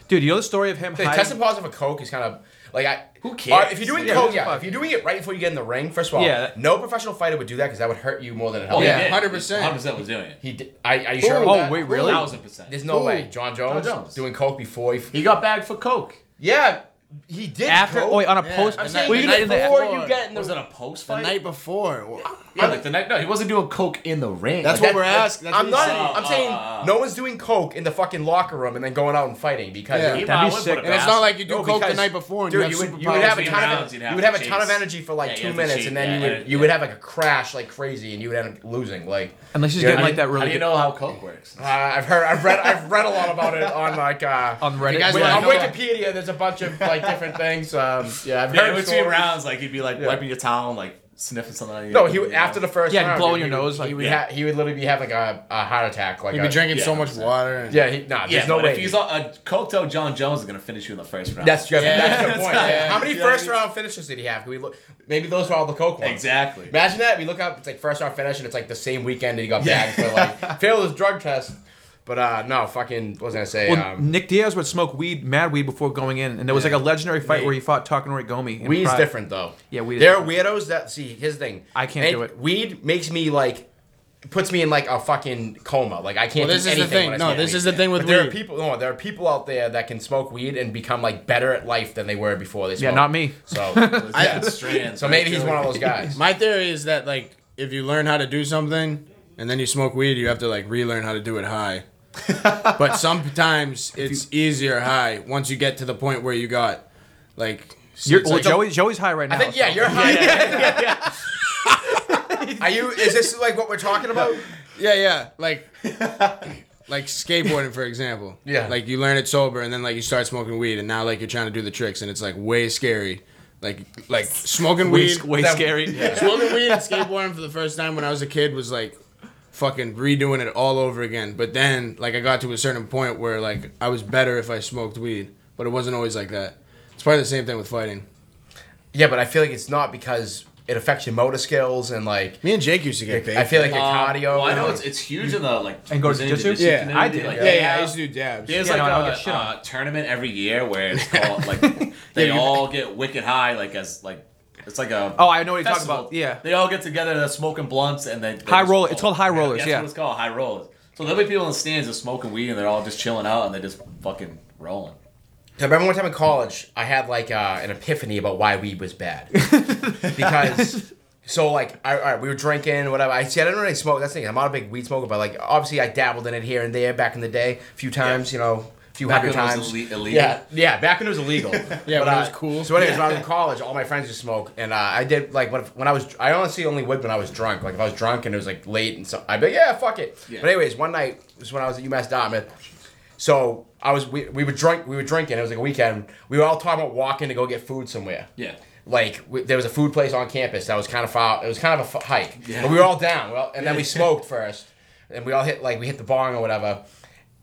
Speaker 4: Dude, you know the story of him
Speaker 2: The
Speaker 4: hiding?
Speaker 2: testing positive for coke is kind of like I.
Speaker 3: Who cares?
Speaker 2: Alright, if you're doing
Speaker 4: Yeah,
Speaker 2: coke,
Speaker 4: who
Speaker 2: yeah.
Speaker 4: fuck-
Speaker 2: If you're doing it right before you get in the ring, first of all,
Speaker 4: Yeah.
Speaker 2: no professional fighter would do that because that would hurt you more than it
Speaker 3: Oh,
Speaker 2: helped.
Speaker 1: Yeah,
Speaker 3: yeah,
Speaker 1: 100%.
Speaker 3: Hundred percent was doing it.
Speaker 2: He did. Are, are you sure?
Speaker 1: Ooh.
Speaker 2: about
Speaker 4: Oh,
Speaker 2: that?
Speaker 4: wait, really?
Speaker 3: Thousand percent.
Speaker 2: There's no
Speaker 1: Ooh.
Speaker 2: way. John Jones,
Speaker 3: Jones.
Speaker 2: doing coke before he.
Speaker 3: He got bagged for coke.
Speaker 2: yeah, he did.
Speaker 4: after,
Speaker 2: coke.
Speaker 4: oh, wait, on a
Speaker 1: Yeah,
Speaker 4: post.
Speaker 1: I'm
Speaker 4: Were
Speaker 1: saying
Speaker 4: you
Speaker 1: the
Speaker 4: gonna-
Speaker 1: night
Speaker 4: in the-
Speaker 2: before you get in the.
Speaker 3: Was it a post
Speaker 1: The
Speaker 3: fight?
Speaker 1: night before.
Speaker 3: yeah, like the night. No, he wasn't doing coke in the ring.
Speaker 1: That's
Speaker 3: like,
Speaker 1: what we're asking. That's what
Speaker 2: I'm not.
Speaker 1: he's saying.
Speaker 2: I'm
Speaker 3: Oh,
Speaker 2: saying
Speaker 3: oh, oh.
Speaker 2: no one's doing coke in the fucking locker room and then going out and fighting because
Speaker 1: Yeah.
Speaker 3: He
Speaker 4: That'd be
Speaker 3: probably
Speaker 4: sick.
Speaker 3: would've
Speaker 1: And it's
Speaker 3: asked.
Speaker 1: not like you do
Speaker 2: No,
Speaker 1: coke the
Speaker 2: because-
Speaker 1: night before and
Speaker 2: Dude,
Speaker 1: you
Speaker 2: you
Speaker 1: have
Speaker 2: would, you would have a
Speaker 3: Two
Speaker 2: ton
Speaker 3: rounds,
Speaker 2: of
Speaker 3: you'd
Speaker 2: you
Speaker 3: have
Speaker 2: would
Speaker 3: to
Speaker 2: have a ton of
Speaker 3: chase.
Speaker 2: energy for
Speaker 3: Yeah,
Speaker 2: like
Speaker 3: you
Speaker 2: two
Speaker 3: have to
Speaker 2: minutes,
Speaker 3: chase,
Speaker 2: and then
Speaker 3: yeah,
Speaker 2: you would
Speaker 3: and-
Speaker 2: you would have like a crash like crazy, and you would end up losing. Like
Speaker 4: Unless he's
Speaker 2: Yeah,
Speaker 4: getting
Speaker 2: I
Speaker 4: like that
Speaker 3: How
Speaker 4: really
Speaker 3: do you
Speaker 4: good.
Speaker 3: know how coke works?
Speaker 2: uh, I've heard, I've read, I've read a lot about it on like uh,
Speaker 4: On Reddit?
Speaker 1: guys
Speaker 2: Wait,
Speaker 1: wanna
Speaker 2: on
Speaker 1: know that?
Speaker 2: Wikipedia. There's a bunch of like different things. Um, yeah, I've
Speaker 3: Yeah,
Speaker 2: heard
Speaker 3: in between
Speaker 2: stories.
Speaker 3: rounds, like he'd be like
Speaker 2: Yeah.
Speaker 3: wiping your towel and like sniffing something. on you.
Speaker 2: No, he would- after the first
Speaker 4: Yeah,
Speaker 2: round,
Speaker 4: blowing
Speaker 2: he
Speaker 4: your
Speaker 2: would-
Speaker 4: nose, like-
Speaker 2: he would ha-
Speaker 3: Yeah.
Speaker 2: he would literally be having a, a heart attack. Like
Speaker 1: You'd be
Speaker 2: a-
Speaker 1: drinking so
Speaker 3: Yeah,
Speaker 1: much
Speaker 3: 100%.
Speaker 1: water. And,
Speaker 2: Yeah, he, nah,
Speaker 3: Yeah,
Speaker 2: there's no
Speaker 3: but
Speaker 2: way.
Speaker 3: if he's on a coked out John Jones is gonna finish you in the first round.
Speaker 2: That's just that's the point.
Speaker 1: Yeah.
Speaker 2: How many
Speaker 3: Yeah.
Speaker 2: first round finishes did he have? Can we look? Maybe those are all the coke ones.
Speaker 3: exactly.
Speaker 2: Imagine that. We look up. It's like first round finish, and it's like the same weekend that he got
Speaker 3: Yeah.
Speaker 2: bagged for like failed his drug test. But uh no, fucking what was I gonna say?
Speaker 4: Well,
Speaker 2: um,
Speaker 4: Nick Diaz would smoke weed, mad weed, before going in, and there was like a legendary fight where he fought Takanori Gomi. in
Speaker 2: weed's
Speaker 4: Pride.
Speaker 2: different though.
Speaker 4: Yeah, weed is
Speaker 2: There are weirdos that see his thing.
Speaker 4: I can't
Speaker 2: And
Speaker 4: do it.
Speaker 2: Weed makes me like puts me in like a fucking coma. Like I can't.
Speaker 1: Well, this
Speaker 2: do
Speaker 1: is the
Speaker 2: anything
Speaker 1: thing.
Speaker 2: when I
Speaker 1: No,
Speaker 2: smoke
Speaker 1: this
Speaker 2: weed.
Speaker 1: is the thing with
Speaker 2: But there are
Speaker 1: weed.
Speaker 2: people. No, there are people out there that can smoke weed and become like better at life than they were before they. Smoked.
Speaker 4: Yeah, not me.
Speaker 2: So,
Speaker 1: I-
Speaker 3: strands.
Speaker 2: so maybe he's one of those guys.
Speaker 1: My theory is that like if you learn how to do something and then you smoke weed, you have to like relearn how to do it high. but sometimes it's easier high once you get to the point where you got like. see,
Speaker 4: You're,
Speaker 1: it's
Speaker 4: well,
Speaker 1: like-
Speaker 4: Joey, Joey's high right now.
Speaker 2: I think yeah,
Speaker 4: so-
Speaker 2: you're high. Are you? Is this like what we're talking about?
Speaker 1: Yeah, yeah. Like, like skateboarding for example.
Speaker 2: Yeah.
Speaker 1: Like you learn it sober, and then like you start smoking weed, and now like you're trying to do the tricks, and it's like way scary. Like, like smoking
Speaker 4: way,
Speaker 1: weed,
Speaker 4: way
Speaker 2: that-
Speaker 4: scary.
Speaker 1: smoking weed and skateboarding for the first time when I was a kid was like fucking redoing it all over again. But then like I got to a certain point where like I was better if I smoked weed, but it wasn't always like that. It's probably the same thing with fighting.
Speaker 2: Yeah, but I feel like it's not because it affects your motor skills and like
Speaker 1: Me and Jake used to get big.
Speaker 2: I feel like your
Speaker 3: Um,
Speaker 2: cardio.
Speaker 3: well, I
Speaker 2: and,
Speaker 3: know
Speaker 2: like-
Speaker 3: it's it's huge in the like
Speaker 4: And go to
Speaker 3: Brazilian
Speaker 4: jiu-jitsu?
Speaker 1: Yeah,
Speaker 3: community,
Speaker 4: I did.
Speaker 3: like,
Speaker 1: yeah,
Speaker 3: they
Speaker 1: yeah, I
Speaker 3: have-
Speaker 1: used to do dabs.
Speaker 3: There's
Speaker 4: Yeah,
Speaker 3: like
Speaker 4: no, I don't
Speaker 3: a,
Speaker 4: get shit
Speaker 3: uh, tournament every year where it's called like they
Speaker 1: you-
Speaker 3: all get wicked high, like as like it's like a
Speaker 4: Oh, I know what you're talking
Speaker 3: festival.
Speaker 4: about. Yeah.
Speaker 3: they all get together, they're smoking blunts, and then
Speaker 4: High roll- it's called high rollers,
Speaker 3: that's
Speaker 4: yeah.
Speaker 3: what it's called high rollers. So there'll be people in the stands just smoking weed, and they're all just chilling out, and they're just fucking rolling.
Speaker 2: I remember one time in college, I had like uh, an epiphany about why weed was bad because. So like, I, all right, we were drinking, whatever. I see, I didn't really smoke. That's the thing. I'm not a big weed smoker, but like, obviously, I dabbled in it here and there back in the day, a few times, you know, a few
Speaker 3: Back
Speaker 2: hundred
Speaker 3: when it was
Speaker 2: times.
Speaker 3: ille- illegal.
Speaker 2: Yeah, yeah. Back when it was illegal.
Speaker 1: Yeah, when it
Speaker 2: uh,
Speaker 1: was cool.
Speaker 2: So anyways, when I was in college, all my friends would smoke, and uh, I did like when, when I was. I honestly only would when I was drunk. Like if I was drunk and it was like late and so, I'd be like, yeah, fuck it.
Speaker 3: Yeah.
Speaker 2: But anyways, one night was when I was at UMass Dartmouth. So I was we, we were drunk we were drinking. It was like a weekend. We were all talking about walking to go get food somewhere.
Speaker 3: Yeah.
Speaker 2: Like we, there was a food place on campus that was kind of far. It was kind of a f- hike. But we were all down. Well, and then we smoked first, and we all hit like we hit the bong or whatever.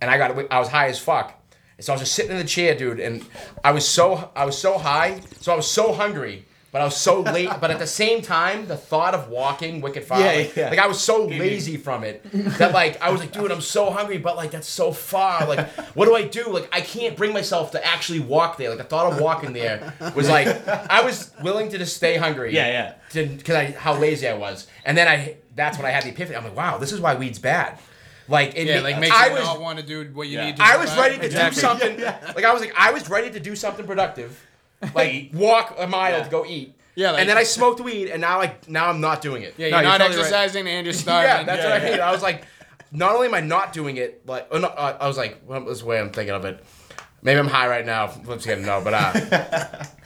Speaker 2: And I got I was high as fuck. And so I was just sitting in the chair, dude. And I was so I was so high. So I was so hungry. But I was so late. But at the same time, the thought of walking wicked far,
Speaker 3: Yeah,
Speaker 2: like,
Speaker 3: yeah.
Speaker 2: like I was so lazy from it that like I was like, dude, I'm so hungry, but like that's so far. Like, what do I do? Like, I can't bring myself to actually walk there. Like, the thought of walking there was like I was willing to just stay hungry.
Speaker 3: Yeah, yeah.
Speaker 2: Because I how lazy I was, and then I that's when I had the epiphany. I'm like, wow, this is why weed's bad. Like, it,
Speaker 1: yeah, like makes
Speaker 2: I
Speaker 1: you
Speaker 2: was
Speaker 1: not want to do what you
Speaker 3: Yeah.
Speaker 1: need to.
Speaker 2: I
Speaker 1: do
Speaker 2: was
Speaker 1: high.
Speaker 2: ready to do
Speaker 4: Exactly.
Speaker 2: something. Like I was like I was ready to do something productive, like
Speaker 3: Eat.
Speaker 2: walk a mile
Speaker 3: Yeah.
Speaker 2: to go eat.
Speaker 1: Yeah, like-
Speaker 2: and then I smoked weed, and now like now I'm not doing it.
Speaker 1: Yeah,
Speaker 4: No,
Speaker 1: you're
Speaker 4: you're
Speaker 1: not
Speaker 4: totally right.
Speaker 1: exercising and you're
Speaker 2: yeah,
Speaker 1: starving.
Speaker 2: that's what I mean. I was like, not only am I not doing it, like oh, no, uh, I was like, well, this is the way I'm thinking of it. Maybe I'm high right now. Let's get no, but uh,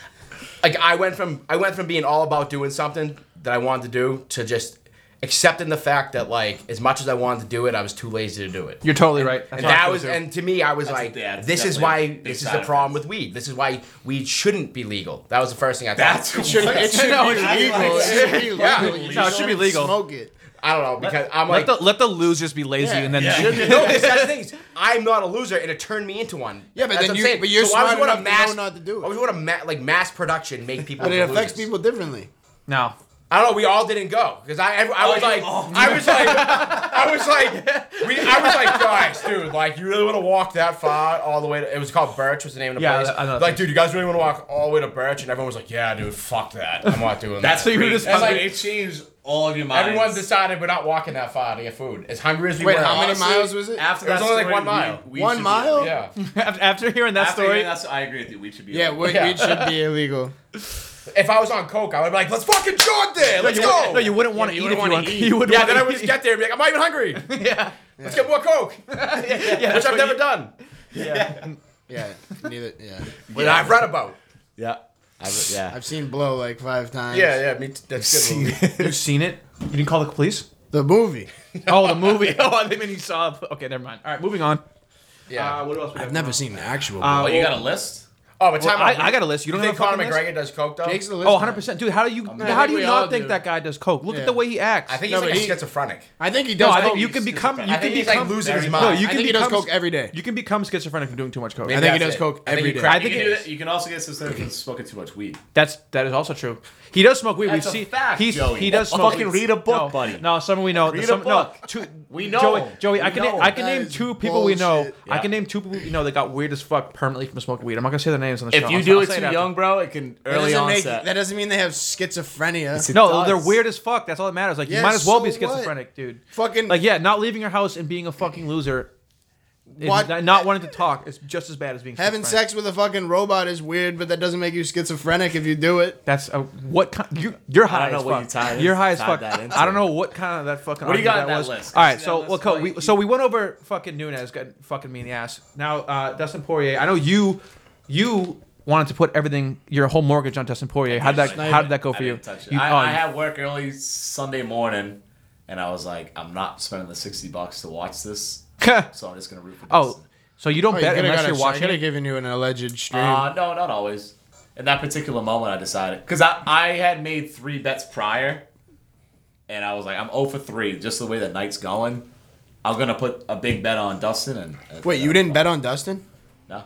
Speaker 2: like I went from I went from being all about doing something that I wanted to do to just accepting the fact that like as much as I wanted to do it, I was too lazy to do it.
Speaker 4: You're totally right. That's
Speaker 2: And
Speaker 4: how I
Speaker 2: that
Speaker 4: feel
Speaker 2: was,
Speaker 4: too.
Speaker 2: and to me, I was like,
Speaker 3: yeah, it's
Speaker 2: this is
Speaker 3: definitely
Speaker 2: why
Speaker 3: a big
Speaker 2: this is
Speaker 3: side
Speaker 2: the
Speaker 3: effect.
Speaker 2: problem with weed. This is why weed shouldn't be legal. That was the first thing I thought.
Speaker 3: That's
Speaker 1: It should, it should
Speaker 3: No,
Speaker 1: be
Speaker 3: it's-
Speaker 1: legal. It should be legal.
Speaker 2: Yeah.
Speaker 1: You
Speaker 4: No, it should be
Speaker 1: shouldn't
Speaker 4: legal.
Speaker 1: Smoke it.
Speaker 2: I don't know because I'm like
Speaker 4: Let the let the losers be lazy and then
Speaker 5: yeah.
Speaker 2: no, because that's the thing. is, I'm not a loser, and it turned me into one.
Speaker 1: Yeah, but then
Speaker 2: That's what I'm
Speaker 1: you-
Speaker 2: saying.
Speaker 1: but you're
Speaker 2: why would
Speaker 1: smart
Speaker 2: you wanna
Speaker 1: enough to know not to do it.
Speaker 2: Why would you want to ma- like mass production make people?
Speaker 1: But it
Speaker 2: into
Speaker 1: affects
Speaker 2: losers?
Speaker 1: people differently.
Speaker 4: no.
Speaker 2: I don't know. We all didn't go because I, I, I
Speaker 1: Oh,
Speaker 5: you
Speaker 2: was like,
Speaker 5: all-
Speaker 2: I was like, I was like, we, I was like, guys, dude, like, you really want to walk that far all the way? to, It was called Birch, was the name of the
Speaker 4: Yeah,
Speaker 2: place.
Speaker 4: I know.
Speaker 2: Like, dude, you guys really want to walk all the way to Birch? And everyone was like, yeah, dude, fuck that. I'm not doing
Speaker 5: That's
Speaker 2: that.
Speaker 5: what you were just
Speaker 2: And,
Speaker 5: like,
Speaker 2: like,
Speaker 5: it changed all of your minds.
Speaker 2: Everyone decided we're not walking that far to get food. As hungry as we
Speaker 1: Wait,
Speaker 2: were,
Speaker 1: how many
Speaker 2: honestly,
Speaker 1: miles was it?
Speaker 5: After
Speaker 2: It was
Speaker 5: that
Speaker 2: only, like,
Speaker 5: story,
Speaker 2: one mile.
Speaker 5: We, we
Speaker 1: One
Speaker 5: should be-
Speaker 1: mile?
Speaker 2: Yeah,
Speaker 4: After, after hearing that
Speaker 5: After
Speaker 4: story,
Speaker 5: that's, I agree with you. We should be.
Speaker 1: Yeah, well,
Speaker 2: Yeah.
Speaker 1: it should be illegal.
Speaker 2: if I was on coke, I would be like, let's fucking go up there. Let's
Speaker 4: you,
Speaker 2: go.
Speaker 4: no, you wouldn't want to
Speaker 5: you
Speaker 4: eat
Speaker 5: wouldn't
Speaker 4: if you
Speaker 5: wanna
Speaker 4: want
Speaker 5: eat.
Speaker 4: You would
Speaker 2: yeah, then I would just get there and be like, I'm not even hungry.
Speaker 4: yeah.
Speaker 2: Let's get more coke, which I've never done.
Speaker 1: Yeah, neither. Yeah,
Speaker 2: Which I've read about.
Speaker 3: Yeah. I, yeah.
Speaker 1: I've seen Blow like five times.
Speaker 2: Yeah, yeah, me t- that's a good. movie.
Speaker 4: You've seen it. You didn't call the police.
Speaker 1: the movie.
Speaker 4: Oh, the movie. Oh, I mean, you saw. Okay, never mind. All right, moving on.
Speaker 2: Yeah.
Speaker 4: what else? We
Speaker 1: I've never seen the actual.
Speaker 4: Uh,
Speaker 1: Blow.
Speaker 5: Oh, you got a list?
Speaker 2: oh, but
Speaker 4: Well,
Speaker 2: time
Speaker 4: I,
Speaker 2: out.
Speaker 4: I got a list. You
Speaker 2: You
Speaker 4: don't
Speaker 2: think
Speaker 4: have a
Speaker 2: Conor McGregor
Speaker 4: fucking list?
Speaker 2: does coke though?
Speaker 1: Jake's the
Speaker 4: Oh,
Speaker 1: listener.
Speaker 4: 100 percent, dude. How do you?
Speaker 1: I
Speaker 4: how
Speaker 1: think
Speaker 4: do you
Speaker 1: we all
Speaker 4: not think
Speaker 1: do.
Speaker 4: that guy does coke? Look
Speaker 1: Yeah.
Speaker 4: at the way he acts.
Speaker 2: I think
Speaker 1: No,
Speaker 2: he's like
Speaker 1: but he-
Speaker 2: a schizophrenic.
Speaker 1: I think he does.
Speaker 4: no, I
Speaker 1: coke.
Speaker 4: think you can
Speaker 5: he's
Speaker 4: become. You
Speaker 5: schizophrenic.
Speaker 2: I
Speaker 4: can
Speaker 2: think he's
Speaker 4: become
Speaker 2: like losing
Speaker 5: very
Speaker 2: his
Speaker 5: much.
Speaker 2: mind.
Speaker 4: No, you
Speaker 1: I
Speaker 4: can
Speaker 1: think he does
Speaker 4: become-
Speaker 1: coke every day.
Speaker 4: You can become schizophrenic from doing too much coke.
Speaker 1: I think he does
Speaker 2: That's it.
Speaker 1: coke
Speaker 2: I think
Speaker 1: every
Speaker 2: he
Speaker 1: day.
Speaker 2: cracked
Speaker 4: I think
Speaker 5: you,
Speaker 4: it
Speaker 5: can do
Speaker 4: is.
Speaker 5: that- you can also get suspended from smoking too much weed.
Speaker 4: That's that is also true. He does smoke weed.
Speaker 5: That's
Speaker 4: we
Speaker 5: a
Speaker 4: see
Speaker 5: fact,
Speaker 4: he's,
Speaker 5: Joey.
Speaker 4: he does smoke.
Speaker 3: Fucking
Speaker 4: weed.
Speaker 3: read a book,
Speaker 4: no,
Speaker 3: buddy.
Speaker 4: No, someone we know.
Speaker 3: Read a
Speaker 4: some,
Speaker 3: book.
Speaker 4: No, two,
Speaker 3: We know.
Speaker 4: Joey, Joey, I
Speaker 3: We
Speaker 4: can
Speaker 3: know.
Speaker 4: I can
Speaker 1: That
Speaker 4: name
Speaker 1: is
Speaker 4: two people we know.
Speaker 1: bullshit.
Speaker 4: I
Speaker 3: Yeah.
Speaker 4: can name two people we know that got weird as fuck permanently from smoking weed. I'm not gonna say their names on the show.
Speaker 3: If you
Speaker 4: I'll-
Speaker 3: do
Speaker 4: I'll
Speaker 3: it
Speaker 4: say
Speaker 3: too
Speaker 4: after.
Speaker 3: young, bro, it can
Speaker 1: That
Speaker 3: early
Speaker 1: doesn't, make,
Speaker 3: onset.
Speaker 1: that doesn't mean they have schizophrenia.
Speaker 4: no,
Speaker 3: does.
Speaker 4: they're weird as fuck. That's all that matters. Like you
Speaker 1: Yeah,
Speaker 4: might as well be
Speaker 1: so what?
Speaker 4: schizophrenic, dude.
Speaker 1: Fucking
Speaker 4: Like yeah, not leaving your house and being a fucking loser. is
Speaker 1: What?
Speaker 4: Not not wanting to talk is just as bad as being
Speaker 1: having
Speaker 4: schizophrenic.
Speaker 1: sex with a fucking robot is weird, but that doesn't make you schizophrenic if you do it.
Speaker 4: That's a, what kind. You, you're high
Speaker 3: know
Speaker 4: as
Speaker 3: what
Speaker 4: fuck.
Speaker 3: you tied-
Speaker 4: are high as
Speaker 3: tied
Speaker 4: fuck.
Speaker 3: that into.
Speaker 4: I don't know what kind of that fucking.
Speaker 3: What do you got
Speaker 4: argument
Speaker 3: in
Speaker 4: that
Speaker 3: that
Speaker 4: was.
Speaker 3: list?
Speaker 4: All right,
Speaker 5: See
Speaker 4: so
Speaker 5: that
Speaker 4: well,
Speaker 5: list?
Speaker 4: Cole,
Speaker 5: Like,
Speaker 4: we,
Speaker 5: you-
Speaker 4: so we went over fucking Nunes got fucking me in the ass. Now uh, Dustin Poirier, I know you, you wanted to put everything, your whole mortgage on Dustin Poirier. How did that? How did that go
Speaker 3: I
Speaker 4: for you?
Speaker 3: didn't touch it.
Speaker 4: You-
Speaker 3: I,
Speaker 4: oh,
Speaker 3: I
Speaker 4: you-
Speaker 3: had work early Sunday morning, and I was like, I'm not spending the sixty bucks to watch this, so I'm just gonna root for.
Speaker 4: oh, so you don't
Speaker 1: Oh, you
Speaker 4: bet
Speaker 1: could
Speaker 4: unless
Speaker 1: have
Speaker 4: you're watching. it?
Speaker 1: given you an alleged stream.
Speaker 3: Uh, no, not always. In that particular moment, I decided because I, I had made three bets prior, and I was like, I'm 0 for three. Just the way the night's going, I'm gonna put a big bet on Dustin. And
Speaker 1: Wait, you didn't bet on Dustin?
Speaker 3: No.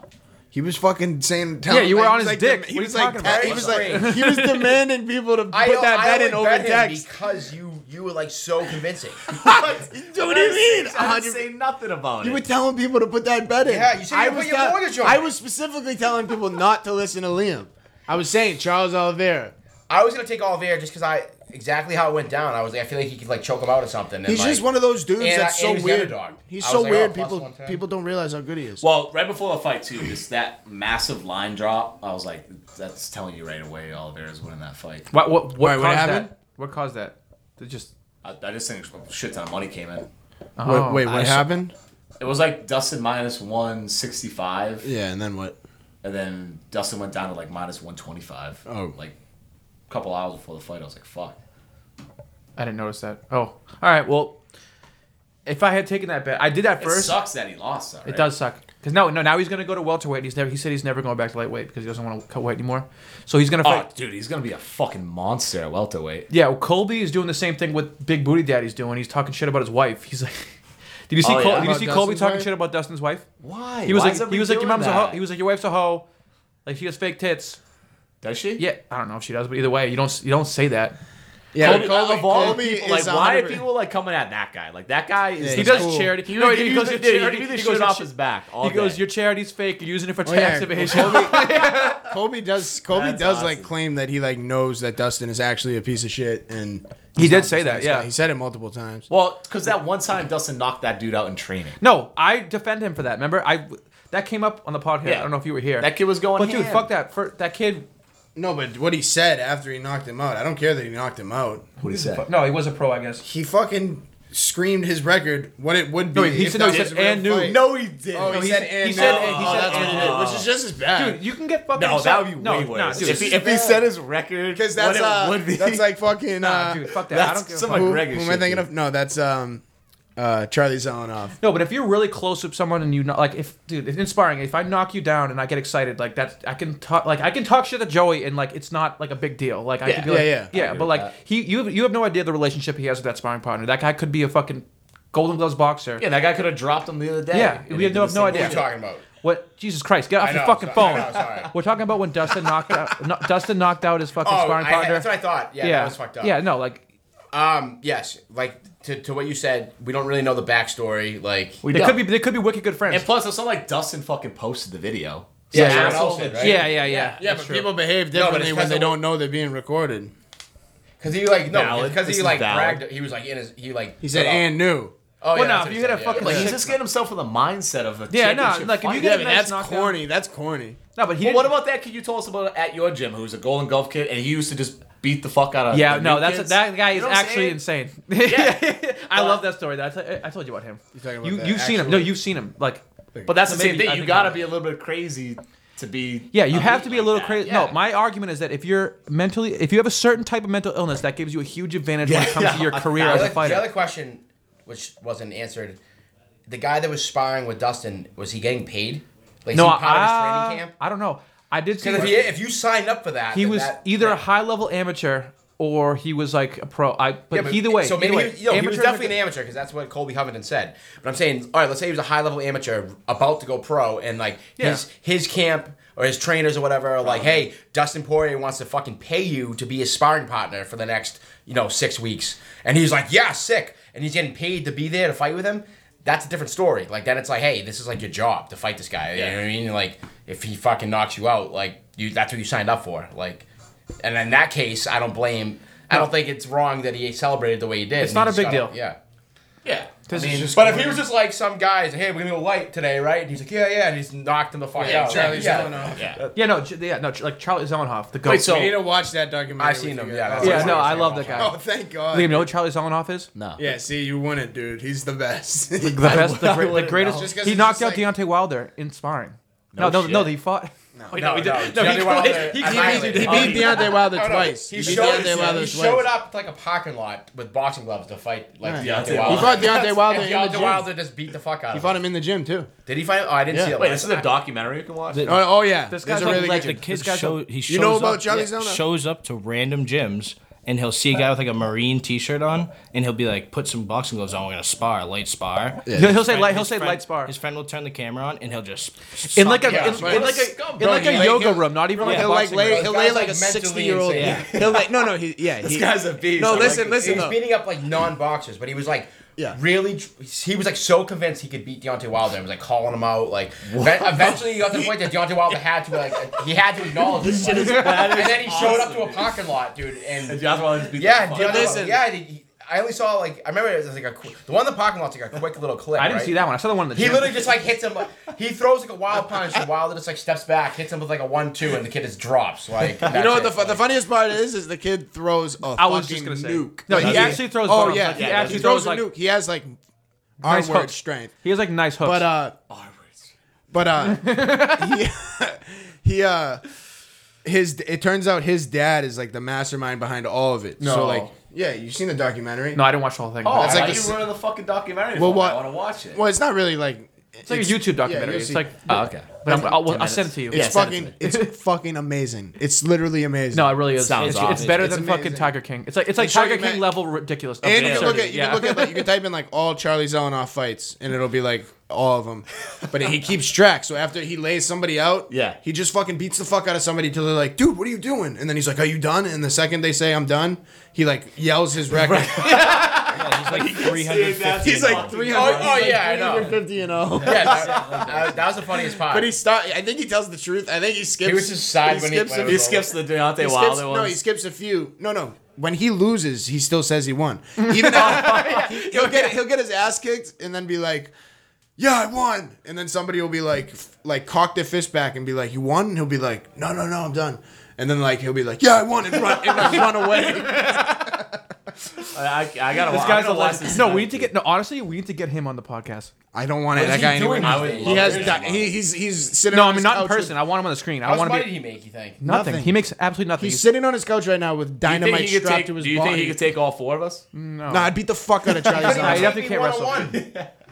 Speaker 1: He was fucking saying.
Speaker 4: Yeah, you were
Speaker 1: he
Speaker 4: on
Speaker 1: was
Speaker 4: his
Speaker 1: like
Speaker 4: dick.
Speaker 1: dem-
Speaker 4: What
Speaker 1: He
Speaker 4: are
Speaker 1: was
Speaker 4: you
Speaker 1: like,
Speaker 4: talking about?
Speaker 1: he was like,
Speaker 2: Strange.
Speaker 1: he was demanding people to put
Speaker 2: I,
Speaker 1: that
Speaker 2: I
Speaker 1: bet
Speaker 2: only
Speaker 1: in over
Speaker 2: bet him
Speaker 1: text.
Speaker 2: because you you were like so convincing.
Speaker 1: what do you mean?
Speaker 3: I didn't say nothing about
Speaker 1: You
Speaker 3: it.
Speaker 1: were telling people to put that bet in.
Speaker 2: Yeah, you said you
Speaker 1: I
Speaker 2: put
Speaker 1: was
Speaker 2: your
Speaker 1: tell-
Speaker 2: mortgage on
Speaker 1: I
Speaker 2: it.
Speaker 1: was specifically telling people not to listen to Liam. I was saying Charles Oliveira.
Speaker 2: I was gonna take Oliveira just because I exactly how it went down. I was like, I feel like he could like choke him out or something. and,
Speaker 1: He's
Speaker 2: like,
Speaker 1: just one of those dudes
Speaker 2: and I-
Speaker 1: that's
Speaker 2: and
Speaker 1: so
Speaker 2: he's the
Speaker 1: weird.
Speaker 2: underdog.
Speaker 1: He's
Speaker 2: I
Speaker 1: so
Speaker 2: was like, oh,
Speaker 1: weird.
Speaker 2: plus
Speaker 1: people
Speaker 2: 110.
Speaker 1: people don't realize how good he is.
Speaker 3: Well, right before the fight too, just that massive line drop. I was like, that's telling you right away, Oliveira's winning that fight.
Speaker 4: What what what,
Speaker 1: Wait,
Speaker 4: caused
Speaker 1: what happened?
Speaker 4: that? What caused that? It just
Speaker 3: I, I just think a shit ton of money came in.
Speaker 4: oh,
Speaker 1: wait, wait, what
Speaker 3: I saw-
Speaker 1: happened?
Speaker 3: It was like Dustin minus one sixty five.
Speaker 1: yeah, and then what?
Speaker 3: And then Dustin went down to like minus 125.
Speaker 1: Oh.
Speaker 3: Like a couple hours before the fight, I was like, fuck.
Speaker 4: I didn't notice that. Oh, all right. Well, if I had taken that bet, I did that
Speaker 3: It
Speaker 4: first.
Speaker 3: sucks that he lost, though.
Speaker 4: It does suck. Cause no, no. Now he's gonna go to welterweight. He's never. He said he's never going back to lightweight because he doesn't want to cut weight anymore. So he's gonna
Speaker 3: Oh,
Speaker 4: fight.
Speaker 3: dude, he's going to be a fucking monster at welterweight.
Speaker 4: Yeah, well, Colby is doing the same thing with Big Booty Daddy's doing. He's talking shit about his wife. He's like, did you see?
Speaker 3: Oh,
Speaker 4: Col-
Speaker 3: yeah.
Speaker 4: did you
Speaker 1: About
Speaker 4: see Colby
Speaker 1: Dustin's
Speaker 4: talking
Speaker 1: wife?
Speaker 4: shit about Dustin's wife?
Speaker 3: Why?
Speaker 4: He was
Speaker 3: Why
Speaker 4: like, he was like, your mom's a hoe. He was like, your wife's a hoe. Like she has fake tits.
Speaker 3: does she?
Speaker 4: Yeah, I don't know if she does, but either way, you don't you don't say that.
Speaker 1: Yeah,
Speaker 3: Colby, of all
Speaker 1: Colby
Speaker 3: people,
Speaker 1: is
Speaker 3: like, why are
Speaker 1: 100%
Speaker 3: people like coming at that guy? Like that guy is.
Speaker 1: Yeah,
Speaker 4: He
Speaker 1: He's
Speaker 4: does
Speaker 1: cool.
Speaker 4: charity.
Speaker 3: He
Speaker 4: no,
Speaker 3: would-
Speaker 4: he,
Speaker 3: he
Speaker 4: goes
Speaker 3: would-
Speaker 4: to
Speaker 3: dude, he'd
Speaker 4: charity.
Speaker 3: do the
Speaker 4: he goes
Speaker 3: shit
Speaker 4: to
Speaker 3: off
Speaker 4: ch-
Speaker 3: his back all
Speaker 4: He goes,
Speaker 3: day.
Speaker 4: your charity's fake. You're using it for
Speaker 1: Oh, yeah.
Speaker 4: tax evasion.
Speaker 1: Colby does. Colby
Speaker 3: That's
Speaker 1: does
Speaker 3: awesome.
Speaker 1: like claim that he like knows that Dustin is actually a piece of shit, and
Speaker 4: He did say that. Yeah.
Speaker 1: he said it multiple times.
Speaker 3: Well, because that one time Dustin knocked that dude out in training.
Speaker 4: No, I defend him for that. Remember, I that came up on the podcast. I don't know if you were here.
Speaker 3: That kid was going
Speaker 4: But dude,
Speaker 3: ham.
Speaker 4: fuck that. For that kid,
Speaker 1: No, but what he said after he knocked him out, I don't care that he knocked him out.
Speaker 3: What he said?
Speaker 4: no, he was a pro, I guess.
Speaker 1: He fucking screamed his record, what it would be.
Speaker 4: No, he
Speaker 1: if
Speaker 4: said-
Speaker 1: that
Speaker 4: no, he
Speaker 1: was
Speaker 4: said,
Speaker 1: a real
Speaker 4: and knew.
Speaker 1: fight.
Speaker 3: No, he didn't.
Speaker 1: Oh, he,
Speaker 4: he-
Speaker 1: said,
Speaker 4: he
Speaker 1: and
Speaker 4: said-
Speaker 1: knew.
Speaker 4: he
Speaker 1: Oh,
Speaker 4: said-
Speaker 1: that's what he did, which is just as bad.
Speaker 4: Dude, you can get fucking.
Speaker 3: No,
Speaker 4: upset-
Speaker 3: that would be
Speaker 4: no,
Speaker 3: way
Speaker 4: Nah,
Speaker 3: worse.
Speaker 4: dude,
Speaker 3: if he, if he said his record,
Speaker 1: Because that's
Speaker 3: what it
Speaker 1: uh,
Speaker 3: would be.
Speaker 1: that's like fucking.
Speaker 4: nah,
Speaker 1: Uh,
Speaker 4: dude, fuck that. I
Speaker 3: That's
Speaker 4: don't give a
Speaker 3: some
Speaker 4: fuck.
Speaker 1: who,
Speaker 3: McGregor
Speaker 1: who am I
Speaker 3: shit,
Speaker 1: thinking
Speaker 3: dude.
Speaker 1: of? No, that's um, uh, Charlie Zelenoff.
Speaker 4: No, but if you're really close with someone and you know, like, if dude, it's inspiring. If I knock you down and I get excited, like that's I can talk, like I can talk shit to Joey and like it's not like a big deal. Like I
Speaker 1: Yeah,
Speaker 4: could be
Speaker 1: yeah,
Speaker 4: like,
Speaker 1: yeah. I
Speaker 4: but like he, you, you have no idea the relationship he has with that sparring partner. That guy could be a fucking Golden Gloves boxer.
Speaker 3: Yeah, that guy could have dropped him the other day.
Speaker 4: Yeah,
Speaker 3: and
Speaker 4: we
Speaker 3: he
Speaker 4: have no-
Speaker 3: did the same
Speaker 4: no idea.
Speaker 2: What are you
Speaker 3: bullshit.
Speaker 2: talking about?
Speaker 4: What? Jesus Christ! Get off
Speaker 2: I
Speaker 4: your
Speaker 2: know,
Speaker 4: fucking
Speaker 2: so-
Speaker 4: phone.
Speaker 2: I know, sorry.
Speaker 4: We're talking about when Dustin knocked out no, Dustin knocked out his fucking
Speaker 2: Oh,
Speaker 4: sparring
Speaker 2: I,
Speaker 4: partner.
Speaker 2: that's what I thought. Yeah,
Speaker 4: yeah,
Speaker 2: that was fucked up.
Speaker 4: Yeah, no, like
Speaker 2: Um. Yes. Like to, to what you said, we don't really know the backstory. Like.
Speaker 4: they
Speaker 3: don't.
Speaker 4: could be they could be wicked good friends.
Speaker 3: And plus, it's not like Dustin fucking posted the video.
Speaker 2: Yeah,
Speaker 3: So
Speaker 2: yeah,
Speaker 3: asshole
Speaker 2: yeah.
Speaker 3: legit-
Speaker 2: Right?
Speaker 4: Yeah, yeah, yeah.
Speaker 1: Yeah,
Speaker 4: That's
Speaker 1: but
Speaker 4: true.
Speaker 1: people behave
Speaker 2: No, but
Speaker 1: differently
Speaker 2: it's
Speaker 1: when they
Speaker 2: 'cause-
Speaker 1: don't know they're being recorded.
Speaker 2: Cause he like no,
Speaker 3: Valid.
Speaker 2: because he
Speaker 3: This is
Speaker 2: like
Speaker 3: valid.
Speaker 2: bragged. He was like in his. He like.
Speaker 1: He said,
Speaker 2: put up-
Speaker 1: "And new."
Speaker 2: Oh yeah.
Speaker 4: Well, no,
Speaker 2: that's
Speaker 4: if
Speaker 2: what
Speaker 4: you
Speaker 2: he
Speaker 4: hit a
Speaker 2: said, yeah.
Speaker 4: fucking
Speaker 3: Like, he's
Speaker 4: Yeah.
Speaker 3: just getting himself in the mindset of a
Speaker 4: Yeah, no,
Speaker 3: championship
Speaker 4: like, if
Speaker 3: fight.
Speaker 4: you get
Speaker 1: Yeah,
Speaker 4: a
Speaker 1: but
Speaker 4: nice
Speaker 1: that's
Speaker 4: knockout.
Speaker 1: corny. That's corny.
Speaker 4: No, but he.
Speaker 3: Well, what
Speaker 4: didn't-
Speaker 3: about that kid you told us about at your gym who's a Golden Glove kid and he used to just beat the fuck out of
Speaker 4: Yeah,
Speaker 3: the
Speaker 4: no,
Speaker 3: new
Speaker 4: that's
Speaker 3: kids?
Speaker 4: that guy
Speaker 3: You
Speaker 4: is
Speaker 3: know what I'm
Speaker 4: actually
Speaker 3: saying?
Speaker 4: insane.
Speaker 3: Yeah.
Speaker 4: I
Speaker 3: But-
Speaker 4: love that story. That I, I told you about him.
Speaker 1: talking about
Speaker 4: you
Speaker 1: that
Speaker 4: you've seen him.
Speaker 1: actual-
Speaker 4: No, you've seen him. Like,
Speaker 3: But that's the
Speaker 4: Maybe-
Speaker 3: same
Speaker 4: I
Speaker 3: thing. You
Speaker 4: think
Speaker 3: gotta
Speaker 4: I'm-
Speaker 3: be a little bit crazy to be.
Speaker 4: yeah, you have
Speaker 3: elite
Speaker 4: to be a
Speaker 3: like
Speaker 4: little
Speaker 3: that.
Speaker 4: crazy.
Speaker 3: Yeah.
Speaker 4: No, my argument is that if you're mentally, if you have a certain type of mental illness, that gives you a huge advantage when it comes to your career
Speaker 2: The
Speaker 4: as a
Speaker 2: other, the
Speaker 4: fighter.
Speaker 2: other question, which wasn't answered, the guy that was sparring with Dustin was he getting paid? Like,
Speaker 4: No,
Speaker 2: is he part of
Speaker 4: I,
Speaker 2: his training camp?
Speaker 4: I don't know. I did see.
Speaker 2: Because if,
Speaker 4: what-
Speaker 2: he- if you signed up for that,
Speaker 4: he
Speaker 2: then
Speaker 4: was
Speaker 2: that-
Speaker 4: either a
Speaker 2: that-
Speaker 4: high level amateur or he was like a pro. I but,
Speaker 2: Yeah, but-
Speaker 4: either way,
Speaker 2: So maybe
Speaker 4: either
Speaker 2: he,
Speaker 4: way,
Speaker 2: was, yo, he was
Speaker 4: amateur-
Speaker 2: definitely an amateur because that's what Colby Covington said. But I'm saying, all right, let's say he was a high level amateur about to go pro, and like
Speaker 4: Yeah. Uh-huh.
Speaker 2: his his camp or his trainers or whatever are like, hey, Dustin Poirier wants to fucking pay you to be his sparring partner for the next you know six weeks, and he's like, yeah, sick, and he's getting paid to be there to fight with him. That's a different story. Like then it's like, hey, this is like your job to fight this guy. You know what I mean? Like if he fucking knocks you out, like you that's what you signed up for. Like and in that case, I don't blame. I don't think it's wrong that he celebrated the way he did.
Speaker 4: It's not
Speaker 2: He
Speaker 4: a
Speaker 2: just
Speaker 4: big
Speaker 2: got
Speaker 4: deal.
Speaker 2: up- Yeah.
Speaker 3: Yeah.
Speaker 4: This
Speaker 3: I
Speaker 4: is
Speaker 3: mean,
Speaker 4: just-
Speaker 2: But if he was just like some guys, hey, we're gonna go light today, right? And he's like, yeah, yeah, and he's knocked him the fuck out.
Speaker 1: Charlie
Speaker 2: yeah.
Speaker 1: Zelenoff.
Speaker 3: yeah.
Speaker 4: Yeah, no, J- yeah, no, Ch- like Charlie Zelenoff, the goat.
Speaker 3: Wait, so-
Speaker 1: We need to watch that documentary.
Speaker 2: I've seen
Speaker 1: with
Speaker 2: him,
Speaker 1: you
Speaker 2: yeah,
Speaker 1: guys.
Speaker 2: that's-
Speaker 4: yeah, no, I love that
Speaker 1: Oh,
Speaker 4: guay.
Speaker 1: thank God.
Speaker 4: Liam, you know what Charlie Zelenoff is?
Speaker 3: No.
Speaker 1: Yeah, see, you won it, dude. He's the best.
Speaker 4: The best, the, great, the
Speaker 3: wouldn't
Speaker 4: greatest.
Speaker 3: know.
Speaker 1: Just 'cause
Speaker 4: He
Speaker 1: it's
Speaker 4: knocked out
Speaker 1: just like-
Speaker 4: Deontay Wilder in sparring. No, no, no,
Speaker 3: shit.
Speaker 4: he fought.
Speaker 3: Wait,
Speaker 2: No,
Speaker 3: no, he
Speaker 2: no,
Speaker 3: did-
Speaker 2: Johnny
Speaker 3: no, he
Speaker 2: Wilder-
Speaker 3: did-
Speaker 2: I
Speaker 3: he
Speaker 2: violated it.
Speaker 3: did- he
Speaker 1: He beat
Speaker 3: did-
Speaker 1: Deontay Wilder
Speaker 2: Oh, no,
Speaker 1: twice.
Speaker 2: He,
Speaker 1: He beat
Speaker 2: showed,
Speaker 1: Deontay Wilder
Speaker 2: he
Speaker 1: twice.
Speaker 2: showed up like a parking lot with boxing gloves to fight like
Speaker 3: Yeah,
Speaker 2: Deontay
Speaker 3: Deontay
Speaker 1: He
Speaker 2: Wilder.
Speaker 1: fought Deontay Wilder
Speaker 2: And
Speaker 1: in the
Speaker 2: Deontay
Speaker 1: gym.
Speaker 2: Wilder just beat the fuck out
Speaker 1: He
Speaker 2: of
Speaker 1: fought
Speaker 2: him.
Speaker 1: him in the gym too.
Speaker 2: Did he fight? him? Oh, I didn't
Speaker 1: Yeah.
Speaker 2: see it.
Speaker 3: Wait, this is a documentary you can watch?
Speaker 6: The-
Speaker 1: Oh, oh yeah,
Speaker 4: This
Speaker 1: this
Speaker 4: guy's
Speaker 1: guy's a
Speaker 4: like
Speaker 1: really
Speaker 6: like
Speaker 1: good.
Speaker 6: the
Speaker 1: gym.
Speaker 6: kid
Speaker 4: This guy's
Speaker 6: show,
Speaker 4: like-
Speaker 6: he shows
Speaker 1: You know about
Speaker 6: up,
Speaker 1: Charlie
Speaker 6: yeah,
Speaker 1: Zelenoff?
Speaker 6: shows up to random gyms and he'll see a guy with like a marine t-shirt on and he'll be like put some boxing gloves on we're gonna spar light spar
Speaker 4: He'll, he'll say
Speaker 6: Friend-
Speaker 4: light. He'll
Speaker 6: his
Speaker 4: say
Speaker 6: friend-
Speaker 4: light spar.
Speaker 6: his friend will turn the camera on and he'll just
Speaker 4: In like a
Speaker 2: Yeah,
Speaker 4: in,
Speaker 2: right.
Speaker 4: in like a in
Speaker 1: Bro,
Speaker 4: like
Speaker 1: he
Speaker 4: a
Speaker 1: like-
Speaker 4: yoga
Speaker 1: he'll-
Speaker 4: room, not even like a
Speaker 1: He'll like
Speaker 4: boxing
Speaker 1: lay.
Speaker 4: room.
Speaker 1: He'll
Speaker 2: This
Speaker 1: lay
Speaker 2: guy's,
Speaker 1: like a
Speaker 2: like, mentally
Speaker 1: sixty year old.
Speaker 2: insane.
Speaker 1: He'll lay. No, no. He yeah.
Speaker 3: This
Speaker 1: he-
Speaker 3: guy's a beast.
Speaker 1: No,
Speaker 3: I'm
Speaker 1: listen,
Speaker 3: like-
Speaker 1: listen
Speaker 2: He was
Speaker 1: though.
Speaker 2: beating up like non-boxers, but he was like
Speaker 1: Yeah.
Speaker 2: really. He was like so convinced he could beat Deontay Wilder. He was like calling him out. Like ev- eventually, he got to the point that Deontay Wilder had to like he had to acknowledge this shit. and then he showed up to a parking lot, dude.
Speaker 3: And
Speaker 2: And
Speaker 3: Josh Wilder beat the
Speaker 2: yeah,
Speaker 3: fuck
Speaker 2: Deontay,
Speaker 3: out of him.
Speaker 1: listen.
Speaker 2: yeah. he- he- I only saw like I remember it was like a qu- the one in the parking lot's like a quick little clip.
Speaker 4: I didn't
Speaker 2: right?
Speaker 4: see that one. I saw the one in the
Speaker 2: He
Speaker 4: gym.
Speaker 2: literally just like hits him. Like, he throws like a wild punch, and Wilder just like steps back, hits him with like a one-two, and the kid just drops. Like
Speaker 1: You know what the, fu- the funniest part is? Is the kid throws a
Speaker 4: I
Speaker 1: fucking
Speaker 4: was just gonna say.
Speaker 1: nuke.
Speaker 4: No, he
Speaker 1: Like,
Speaker 4: actually throws
Speaker 1: Oh
Speaker 4: bombs.
Speaker 1: yeah,
Speaker 4: Like,
Speaker 1: he actually
Speaker 4: throws
Speaker 1: throws a
Speaker 4: like-
Speaker 1: nuke. He has like R
Speaker 4: Nice
Speaker 1: word
Speaker 4: hooks.
Speaker 1: strength.
Speaker 4: He has like nice hooks.
Speaker 1: But uh, but uh, he, he uh, his it turns out his dad is like the mastermind behind all of it.
Speaker 4: No.
Speaker 1: So like, yeah, you've seen the documentary.
Speaker 4: no, I didn't watch the whole thing.
Speaker 3: Oh,
Speaker 1: That's
Speaker 3: why
Speaker 1: like
Speaker 3: you
Speaker 1: the s-
Speaker 3: running the fucking documentary?
Speaker 1: Well,
Speaker 3: for me?
Speaker 1: what-
Speaker 3: Oh, I want to watch it.
Speaker 1: Well, it's not really like
Speaker 4: it's like a YouTube documentary.
Speaker 1: you'll
Speaker 4: it's
Speaker 1: see.
Speaker 4: like,
Speaker 3: Oh, okay.
Speaker 4: but I'm, I'll, I'll
Speaker 3: minutes.
Speaker 4: send it to you.
Speaker 1: It's
Speaker 3: Yeah, send it to
Speaker 1: fucking it's fucking amazing. It's literally amazing.
Speaker 4: No, it really is.
Speaker 3: Sounds
Speaker 4: it's,
Speaker 3: awesome.
Speaker 4: it's better
Speaker 1: It's
Speaker 4: than
Speaker 1: amazing.
Speaker 4: fucking Tiger King. It's like it's like
Speaker 1: sure
Speaker 4: Tiger
Speaker 1: you
Speaker 4: King
Speaker 1: may-
Speaker 4: level ridiculous.
Speaker 1: And you
Speaker 4: absurdity.
Speaker 1: can look at you
Speaker 4: Yeah.
Speaker 1: can look at like you can type in like all Charlie Zelenoff fights, and it'll be like all of them. But he keeps track. So after he lays somebody out,
Speaker 3: Yeah.
Speaker 1: he just fucking beats the fuck out of somebody till they're like, "Dude, what are you doing?" And then he's like, "Are you done?" And the second they say, "I'm done," he like yells his record.
Speaker 6: yeah, he's like 350
Speaker 1: He's like three
Speaker 2: Oh,
Speaker 1: hundred.
Speaker 2: oh, yeah, I know.
Speaker 1: fifty and all.
Speaker 2: Yeah, that, that- that was the funniest part.
Speaker 1: But he start. I think he tells the truth. I think he skips.
Speaker 2: He was just side when he-
Speaker 1: skips
Speaker 2: when
Speaker 1: a-
Speaker 2: it
Speaker 3: He
Speaker 2: was
Speaker 3: skips the Deontay
Speaker 1: he
Speaker 3: Wilder
Speaker 1: skips-
Speaker 3: ones.
Speaker 1: no, he skips a few. No, no. When he loses, he still says he won. Even after, he, will get he'll get his ass kicked and then be like, "Yeah, I won." And then somebody will be like, f- like cock their fist back and be like, "You won?" And he'll be like, "No, no, no, I'm done." And then like he'll be like, "Yeah, I won," and run and like, run away.
Speaker 3: I, I, I gotta.
Speaker 4: This
Speaker 3: wa- I'm
Speaker 4: guy's
Speaker 3: gonna
Speaker 4: a
Speaker 3: watch
Speaker 4: legend.
Speaker 3: this
Speaker 4: No,
Speaker 3: tonight,
Speaker 4: we need to
Speaker 3: dude.
Speaker 4: get. No, honestly, we need to get him on the podcast.
Speaker 1: I don't want it, that
Speaker 2: he
Speaker 1: guy
Speaker 2: doing?
Speaker 1: anywhere.
Speaker 3: I would.
Speaker 1: He has.
Speaker 3: Love
Speaker 1: Di- he, he's he's sitting.
Speaker 4: No,
Speaker 1: on
Speaker 4: I mean
Speaker 1: his
Speaker 4: not in
Speaker 1: couch with-
Speaker 4: person. I want him on the screen.
Speaker 2: How
Speaker 4: I
Speaker 2: much
Speaker 4: want
Speaker 2: money
Speaker 4: to
Speaker 2: did
Speaker 4: be
Speaker 2: he make? You think?
Speaker 4: nothing.
Speaker 1: Nothing.
Speaker 4: He makes absolutely nothing.
Speaker 1: He's
Speaker 4: He's-
Speaker 1: sitting on his couch right now with
Speaker 3: Do you think
Speaker 1: dynamite
Speaker 3: he could
Speaker 1: strapped
Speaker 3: take?
Speaker 1: to his
Speaker 3: Do you
Speaker 1: body.
Speaker 3: think he could take all four of us?
Speaker 4: no.
Speaker 1: Nah, I'd beat the fuck out of Charlie's
Speaker 4: Nah,
Speaker 1: eyes.
Speaker 4: you have to can't wrestle.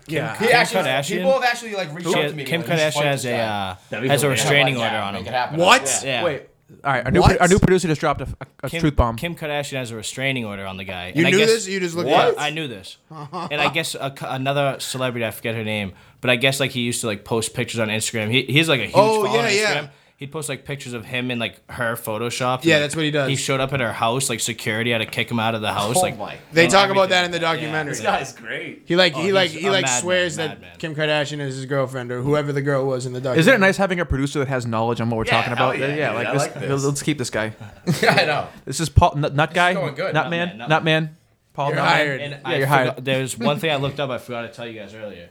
Speaker 1: Yeah.
Speaker 2: He actually,
Speaker 6: Kardashian?
Speaker 2: People have actually like reached
Speaker 6: She
Speaker 2: out
Speaker 6: has-
Speaker 2: to me.
Speaker 6: Kim
Speaker 2: like, "He's
Speaker 6: Kardashian
Speaker 2: fucked
Speaker 6: has
Speaker 2: this
Speaker 6: a
Speaker 2: guy."
Speaker 6: uh,
Speaker 3: That'd be
Speaker 6: has a
Speaker 3: hilarious.
Speaker 6: restraining
Speaker 2: Yeah,
Speaker 6: order on
Speaker 2: make it
Speaker 6: him.
Speaker 2: happen.
Speaker 1: What?
Speaker 6: Yeah.
Speaker 4: Wait. All right. Our new,
Speaker 1: What?
Speaker 4: our new producer just dropped a, a, a
Speaker 6: Kim,
Speaker 4: truth bomb.
Speaker 6: Kim Kardashian has a restraining order on the guy.
Speaker 1: You
Speaker 6: and
Speaker 1: knew
Speaker 6: I guess,
Speaker 1: this? You just looked it
Speaker 6: Yeah,
Speaker 1: up?
Speaker 6: I knew this. And I guess a, co- another celebrity, I forget her name, but I guess like he used to like post pictures on Instagram. He, he's like a huge
Speaker 1: Oh,
Speaker 6: follower
Speaker 1: yeah,
Speaker 6: on Instagram.
Speaker 1: yeah.
Speaker 6: He'd post like pictures of him and like her Photoshop.
Speaker 1: Yeah,
Speaker 6: Like,
Speaker 1: that's what he does.
Speaker 6: He showed up at her house, like security had to kick him out of the house.
Speaker 3: Oh
Speaker 6: like
Speaker 3: my.
Speaker 1: They
Speaker 6: on
Speaker 1: talk about
Speaker 6: everything.
Speaker 1: that in the documentary.
Speaker 5: This guy's great.
Speaker 1: He like
Speaker 6: Oh,
Speaker 1: he like
Speaker 6: he's
Speaker 1: he
Speaker 6: a
Speaker 1: like
Speaker 6: madman,
Speaker 1: swears that
Speaker 6: madman.
Speaker 1: Kim Kardashian is his girlfriend or whoever the girl was in the documentary.
Speaker 4: Isn't it nice having a producer that has knowledge on what we're talking
Speaker 5: hell
Speaker 4: about?
Speaker 5: yeah, dude,
Speaker 4: like,
Speaker 5: I
Speaker 4: this,
Speaker 5: like this.
Speaker 4: let's- let's keep this guy.
Speaker 2: I know.
Speaker 4: This is Paul Nut, nut Guy.
Speaker 2: going good.
Speaker 4: Nut
Speaker 2: Nut
Speaker 4: Man.
Speaker 6: man, nut
Speaker 4: Nut Man. Paul
Speaker 1: You're
Speaker 4: Nut
Speaker 1: hired.
Speaker 4: Man.
Speaker 6: And
Speaker 4: Yeah,
Speaker 6: I
Speaker 4: you're hired.
Speaker 6: forgot- There's one thing I looked up. I forgot to tell you guys earlier.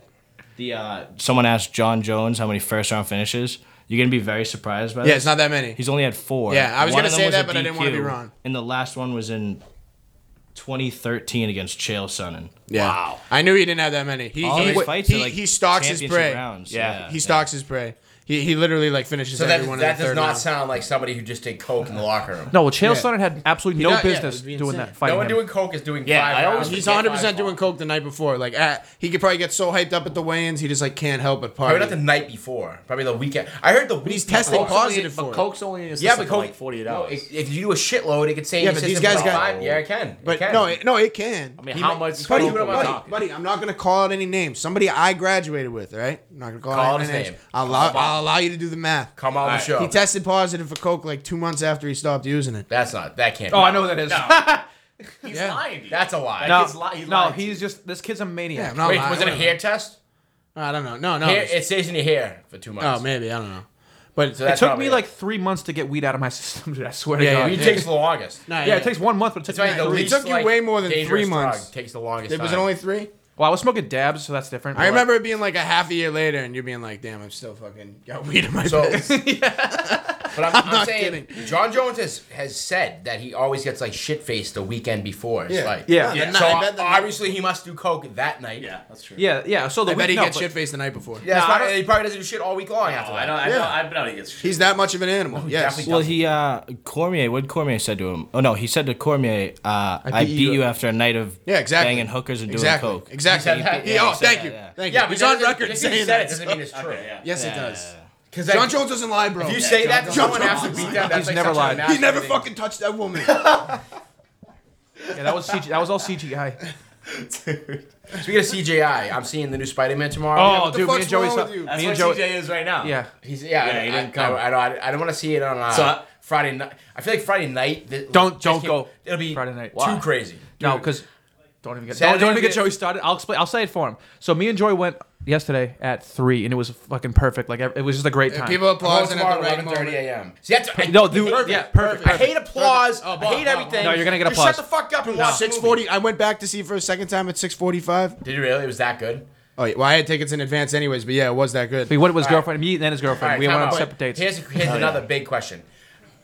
Speaker 6: The uh, someone asked John Jones how many first round finishes. You're gonna be very surprised by this.
Speaker 1: Yeah, it's not that many.
Speaker 6: He's only had four.
Speaker 1: Yeah, I was
Speaker 6: One
Speaker 1: gonna
Speaker 6: of them
Speaker 1: say
Speaker 6: was a
Speaker 1: that, but I didn't wanna be
Speaker 6: DQ,
Speaker 1: wrong.
Speaker 6: And the last one was in 2013 against Chael Sonnen.
Speaker 1: yeah.
Speaker 3: Wow.
Speaker 1: I knew he didn't have that many. He
Speaker 6: All
Speaker 1: he,
Speaker 6: his fights
Speaker 1: he,
Speaker 6: are like
Speaker 1: he stalks his
Speaker 6: championship
Speaker 1: prey.
Speaker 6: rounds.
Speaker 1: Yeah.
Speaker 6: Yeah,
Speaker 1: he
Speaker 6: yeah.
Speaker 1: stalks his prey. He, he literally like finishes
Speaker 2: So
Speaker 1: every
Speaker 2: that,
Speaker 1: one
Speaker 2: that
Speaker 1: of the
Speaker 2: does
Speaker 1: third
Speaker 2: not
Speaker 1: round.
Speaker 2: sound like somebody who just did coke in the locker room.
Speaker 4: No, well, Chael
Speaker 1: Yeah.
Speaker 4: Sonnen had
Speaker 1: He
Speaker 4: absolutely no
Speaker 1: does- yeah,
Speaker 4: business
Speaker 1: it'd be
Speaker 4: doing
Speaker 1: insane.
Speaker 4: that.
Speaker 2: No
Speaker 4: Fighting
Speaker 2: one
Speaker 4: him.
Speaker 2: doing coke is doing
Speaker 3: Yeah,
Speaker 2: five.
Speaker 3: I always
Speaker 2: rounds.
Speaker 1: He's
Speaker 2: Get
Speaker 1: 100 percent
Speaker 2: five
Speaker 1: doing
Speaker 2: rounds.
Speaker 1: coke the night before. Like at, he could probably get so hyped up at the weigh-ins, he just like can't help but party.
Speaker 2: Probably not the night before. Probably the weekend. I heard the week
Speaker 1: he's testing
Speaker 2: before.
Speaker 1: positive. for
Speaker 3: but
Speaker 1: it.
Speaker 3: Coke's only in your
Speaker 2: Yeah,
Speaker 3: system
Speaker 2: but
Speaker 3: for
Speaker 2: coke.
Speaker 3: like 48
Speaker 2: no,
Speaker 3: hours.
Speaker 2: if, if you do a shitload, it could save.
Speaker 1: Yeah,
Speaker 2: your
Speaker 1: but these
Speaker 2: system
Speaker 1: guys
Speaker 2: for
Speaker 1: got-
Speaker 2: five- Yeah, it can.
Speaker 1: But
Speaker 2: it can.
Speaker 1: no, it, no, it can.
Speaker 3: I mean,
Speaker 1: He
Speaker 3: how
Speaker 1: might-
Speaker 3: much
Speaker 1: buddy,
Speaker 3: coke are we
Speaker 1: buddy,
Speaker 3: talking?
Speaker 1: buddy, I'm not gonna call out any names. Somebody I graduated with, right? I'm not gonna call,
Speaker 2: Call
Speaker 1: out
Speaker 2: his
Speaker 1: any names.
Speaker 2: name.
Speaker 1: I'll allow, I'll allow you to do the math.
Speaker 2: come on the
Speaker 3: Alright,
Speaker 2: show.
Speaker 1: He tested positive for coke like two months after he stopped using it.
Speaker 2: That's not. That can't.
Speaker 4: Oh,
Speaker 2: be.
Speaker 4: I know who that is.
Speaker 5: He's
Speaker 1: Yeah.
Speaker 5: lying. Dude.
Speaker 2: That's a lie.
Speaker 5: That
Speaker 4: No,
Speaker 5: kid's li- he
Speaker 4: no,
Speaker 5: lied.
Speaker 4: he's just this kid's a
Speaker 1: Yeah,
Speaker 4: maniac.
Speaker 1: I'm not
Speaker 2: Wait,
Speaker 1: lying.
Speaker 2: was it a hair test?
Speaker 1: I don't know. No, no.
Speaker 2: Hair,
Speaker 1: it's-
Speaker 2: it stays in your hair for two
Speaker 1: oh,
Speaker 2: months.
Speaker 1: maybe I don't know. But uh,
Speaker 2: So
Speaker 4: it
Speaker 2: that's
Speaker 4: took
Speaker 2: probably
Speaker 4: me like three months to get weed out of my system, dude. I swear
Speaker 1: Yeah,
Speaker 4: to God.
Speaker 2: Weed takes the longest.
Speaker 1: Nah,
Speaker 4: Yeah, it takes one month, but it took
Speaker 2: That's why
Speaker 4: me
Speaker 2: the
Speaker 4: three.
Speaker 1: It took
Speaker 2: least,
Speaker 1: you
Speaker 2: like,
Speaker 1: way more than
Speaker 2: dangerous
Speaker 1: three
Speaker 2: drug
Speaker 1: months.
Speaker 2: Takes the longest.
Speaker 1: It was it
Speaker 2: time.
Speaker 1: only three.
Speaker 4: Well, I was smoking dabs, so that's different.
Speaker 1: I remember it being like a half a year later, and you being like, "Damn, I'm still fucking got weed in my
Speaker 2: So,
Speaker 1: piss."
Speaker 2: but I'm, I'm,
Speaker 1: not
Speaker 2: saying John Jones has, has said that he always gets like shit faced the weekend before. It's
Speaker 1: Yeah.
Speaker 2: like
Speaker 4: Yeah.
Speaker 1: Yeah,
Speaker 2: So
Speaker 1: no, I bet the-
Speaker 2: obviously he must do coke that night.
Speaker 5: yeah, that's true.
Speaker 4: Yeah, yeah. So the
Speaker 1: I bet
Speaker 4: weed-
Speaker 1: he
Speaker 4: no,
Speaker 1: gets
Speaker 4: but-
Speaker 1: shit faced the night before.
Speaker 2: Yeah, that's
Speaker 4: No, I
Speaker 2: why-
Speaker 4: don't-
Speaker 2: he probably doesn't do shit all week long after
Speaker 5: Oh,
Speaker 2: that.
Speaker 5: I don't. I
Speaker 1: Yeah.
Speaker 5: don't. I doubt he gets. shit.
Speaker 1: He's that much of an animal. yes.
Speaker 2: definitely
Speaker 6: Well, he uh, Cormier. What Cormier said to him? Oh no, he said to Cormier, uh, "I beat you after a night of
Speaker 1: Yeah, exactly.
Speaker 6: banging hookers and doing
Speaker 1: exactly.
Speaker 6: coke."
Speaker 1: Exactly.
Speaker 2: He said
Speaker 1: He-
Speaker 2: that.
Speaker 1: oh,
Speaker 2: Yeah, he
Speaker 1: thank
Speaker 6: said
Speaker 1: you.
Speaker 6: that, yeah.
Speaker 1: Thank
Speaker 2: Yeah,
Speaker 1: you.
Speaker 2: but
Speaker 1: He's
Speaker 2: that
Speaker 1: on
Speaker 2: doesn't-
Speaker 1: record
Speaker 2: just 'cause
Speaker 1: saying
Speaker 2: he said
Speaker 1: that.
Speaker 2: it doesn't mean it's true.
Speaker 5: Okay, yeah.
Speaker 1: Yes, it
Speaker 6: Yeah.
Speaker 1: does.
Speaker 2: Because
Speaker 1: John Jones doesn't lie, bro.
Speaker 2: If you say that to
Speaker 1: John
Speaker 2: someone
Speaker 1: Jones
Speaker 2: after
Speaker 1: does
Speaker 2: beat
Speaker 1: lie.
Speaker 2: them, that's like
Speaker 4: never
Speaker 2: such a
Speaker 4: lied. He
Speaker 1: He
Speaker 2: massive
Speaker 1: never
Speaker 2: thing.
Speaker 1: fucking touched that woman.
Speaker 4: Yeah, that was CG. That was all CGI.
Speaker 2: Speaking of CGI, I'm seeing the new Spider-Man tomorrow.
Speaker 4: Oh,
Speaker 1: the
Speaker 4: dude, me
Speaker 1: fuck's
Speaker 4: and Joey.
Speaker 1: wrong
Speaker 4: Saw,
Speaker 1: with you?
Speaker 4: me
Speaker 5: That's
Speaker 4: and
Speaker 5: what
Speaker 4: Joey.
Speaker 5: TJ is right now.
Speaker 4: Yeah.
Speaker 2: He's yeah.
Speaker 5: Yeah,
Speaker 2: I,
Speaker 5: he
Speaker 2: I,
Speaker 5: didn't come.
Speaker 2: I, I don't. I don't want to see it on uh,
Speaker 5: So I-
Speaker 2: Friday night. I feel like Friday night. th-
Speaker 4: Don't-
Speaker 2: just
Speaker 4: don't
Speaker 2: came-
Speaker 4: go
Speaker 2: It'll be
Speaker 4: Friday night.
Speaker 2: Too
Speaker 4: Why?
Speaker 2: crazy.
Speaker 4: No, because don't even get don't,
Speaker 2: Saturday
Speaker 4: don't even
Speaker 2: we
Speaker 4: get
Speaker 2: get-
Speaker 4: Joey started. I'll explain. I'll say it for him. So me and Joey went yesterday at three, and it was fucking perfect. Like it was just a great time.
Speaker 1: People
Speaker 2: Tomorrow
Speaker 1: applauding at the right
Speaker 2: 11:30
Speaker 1: moment.
Speaker 2: a.m. See, that's I,
Speaker 4: no, dude, yeah, perfect,
Speaker 2: I hate applause.
Speaker 1: Perfect.
Speaker 2: I hate
Speaker 1: Oh,
Speaker 2: everything.
Speaker 4: no, you're gonna get
Speaker 2: Just
Speaker 4: applause.
Speaker 2: Shut the fuck up and watch the
Speaker 1: Six forty. I went back to see for a second time at six forty-five.
Speaker 2: movie. Did you really? It was that good.
Speaker 1: Oh, yeah, well, I had tickets in advance, anyways. But yeah, it was that good.
Speaker 4: We went with his girlfriend, me and then his girlfriend.
Speaker 2: All right,
Speaker 4: we
Speaker 2: time
Speaker 4: went on
Speaker 2: out.
Speaker 4: separate dates.
Speaker 2: Here's, here's another big question.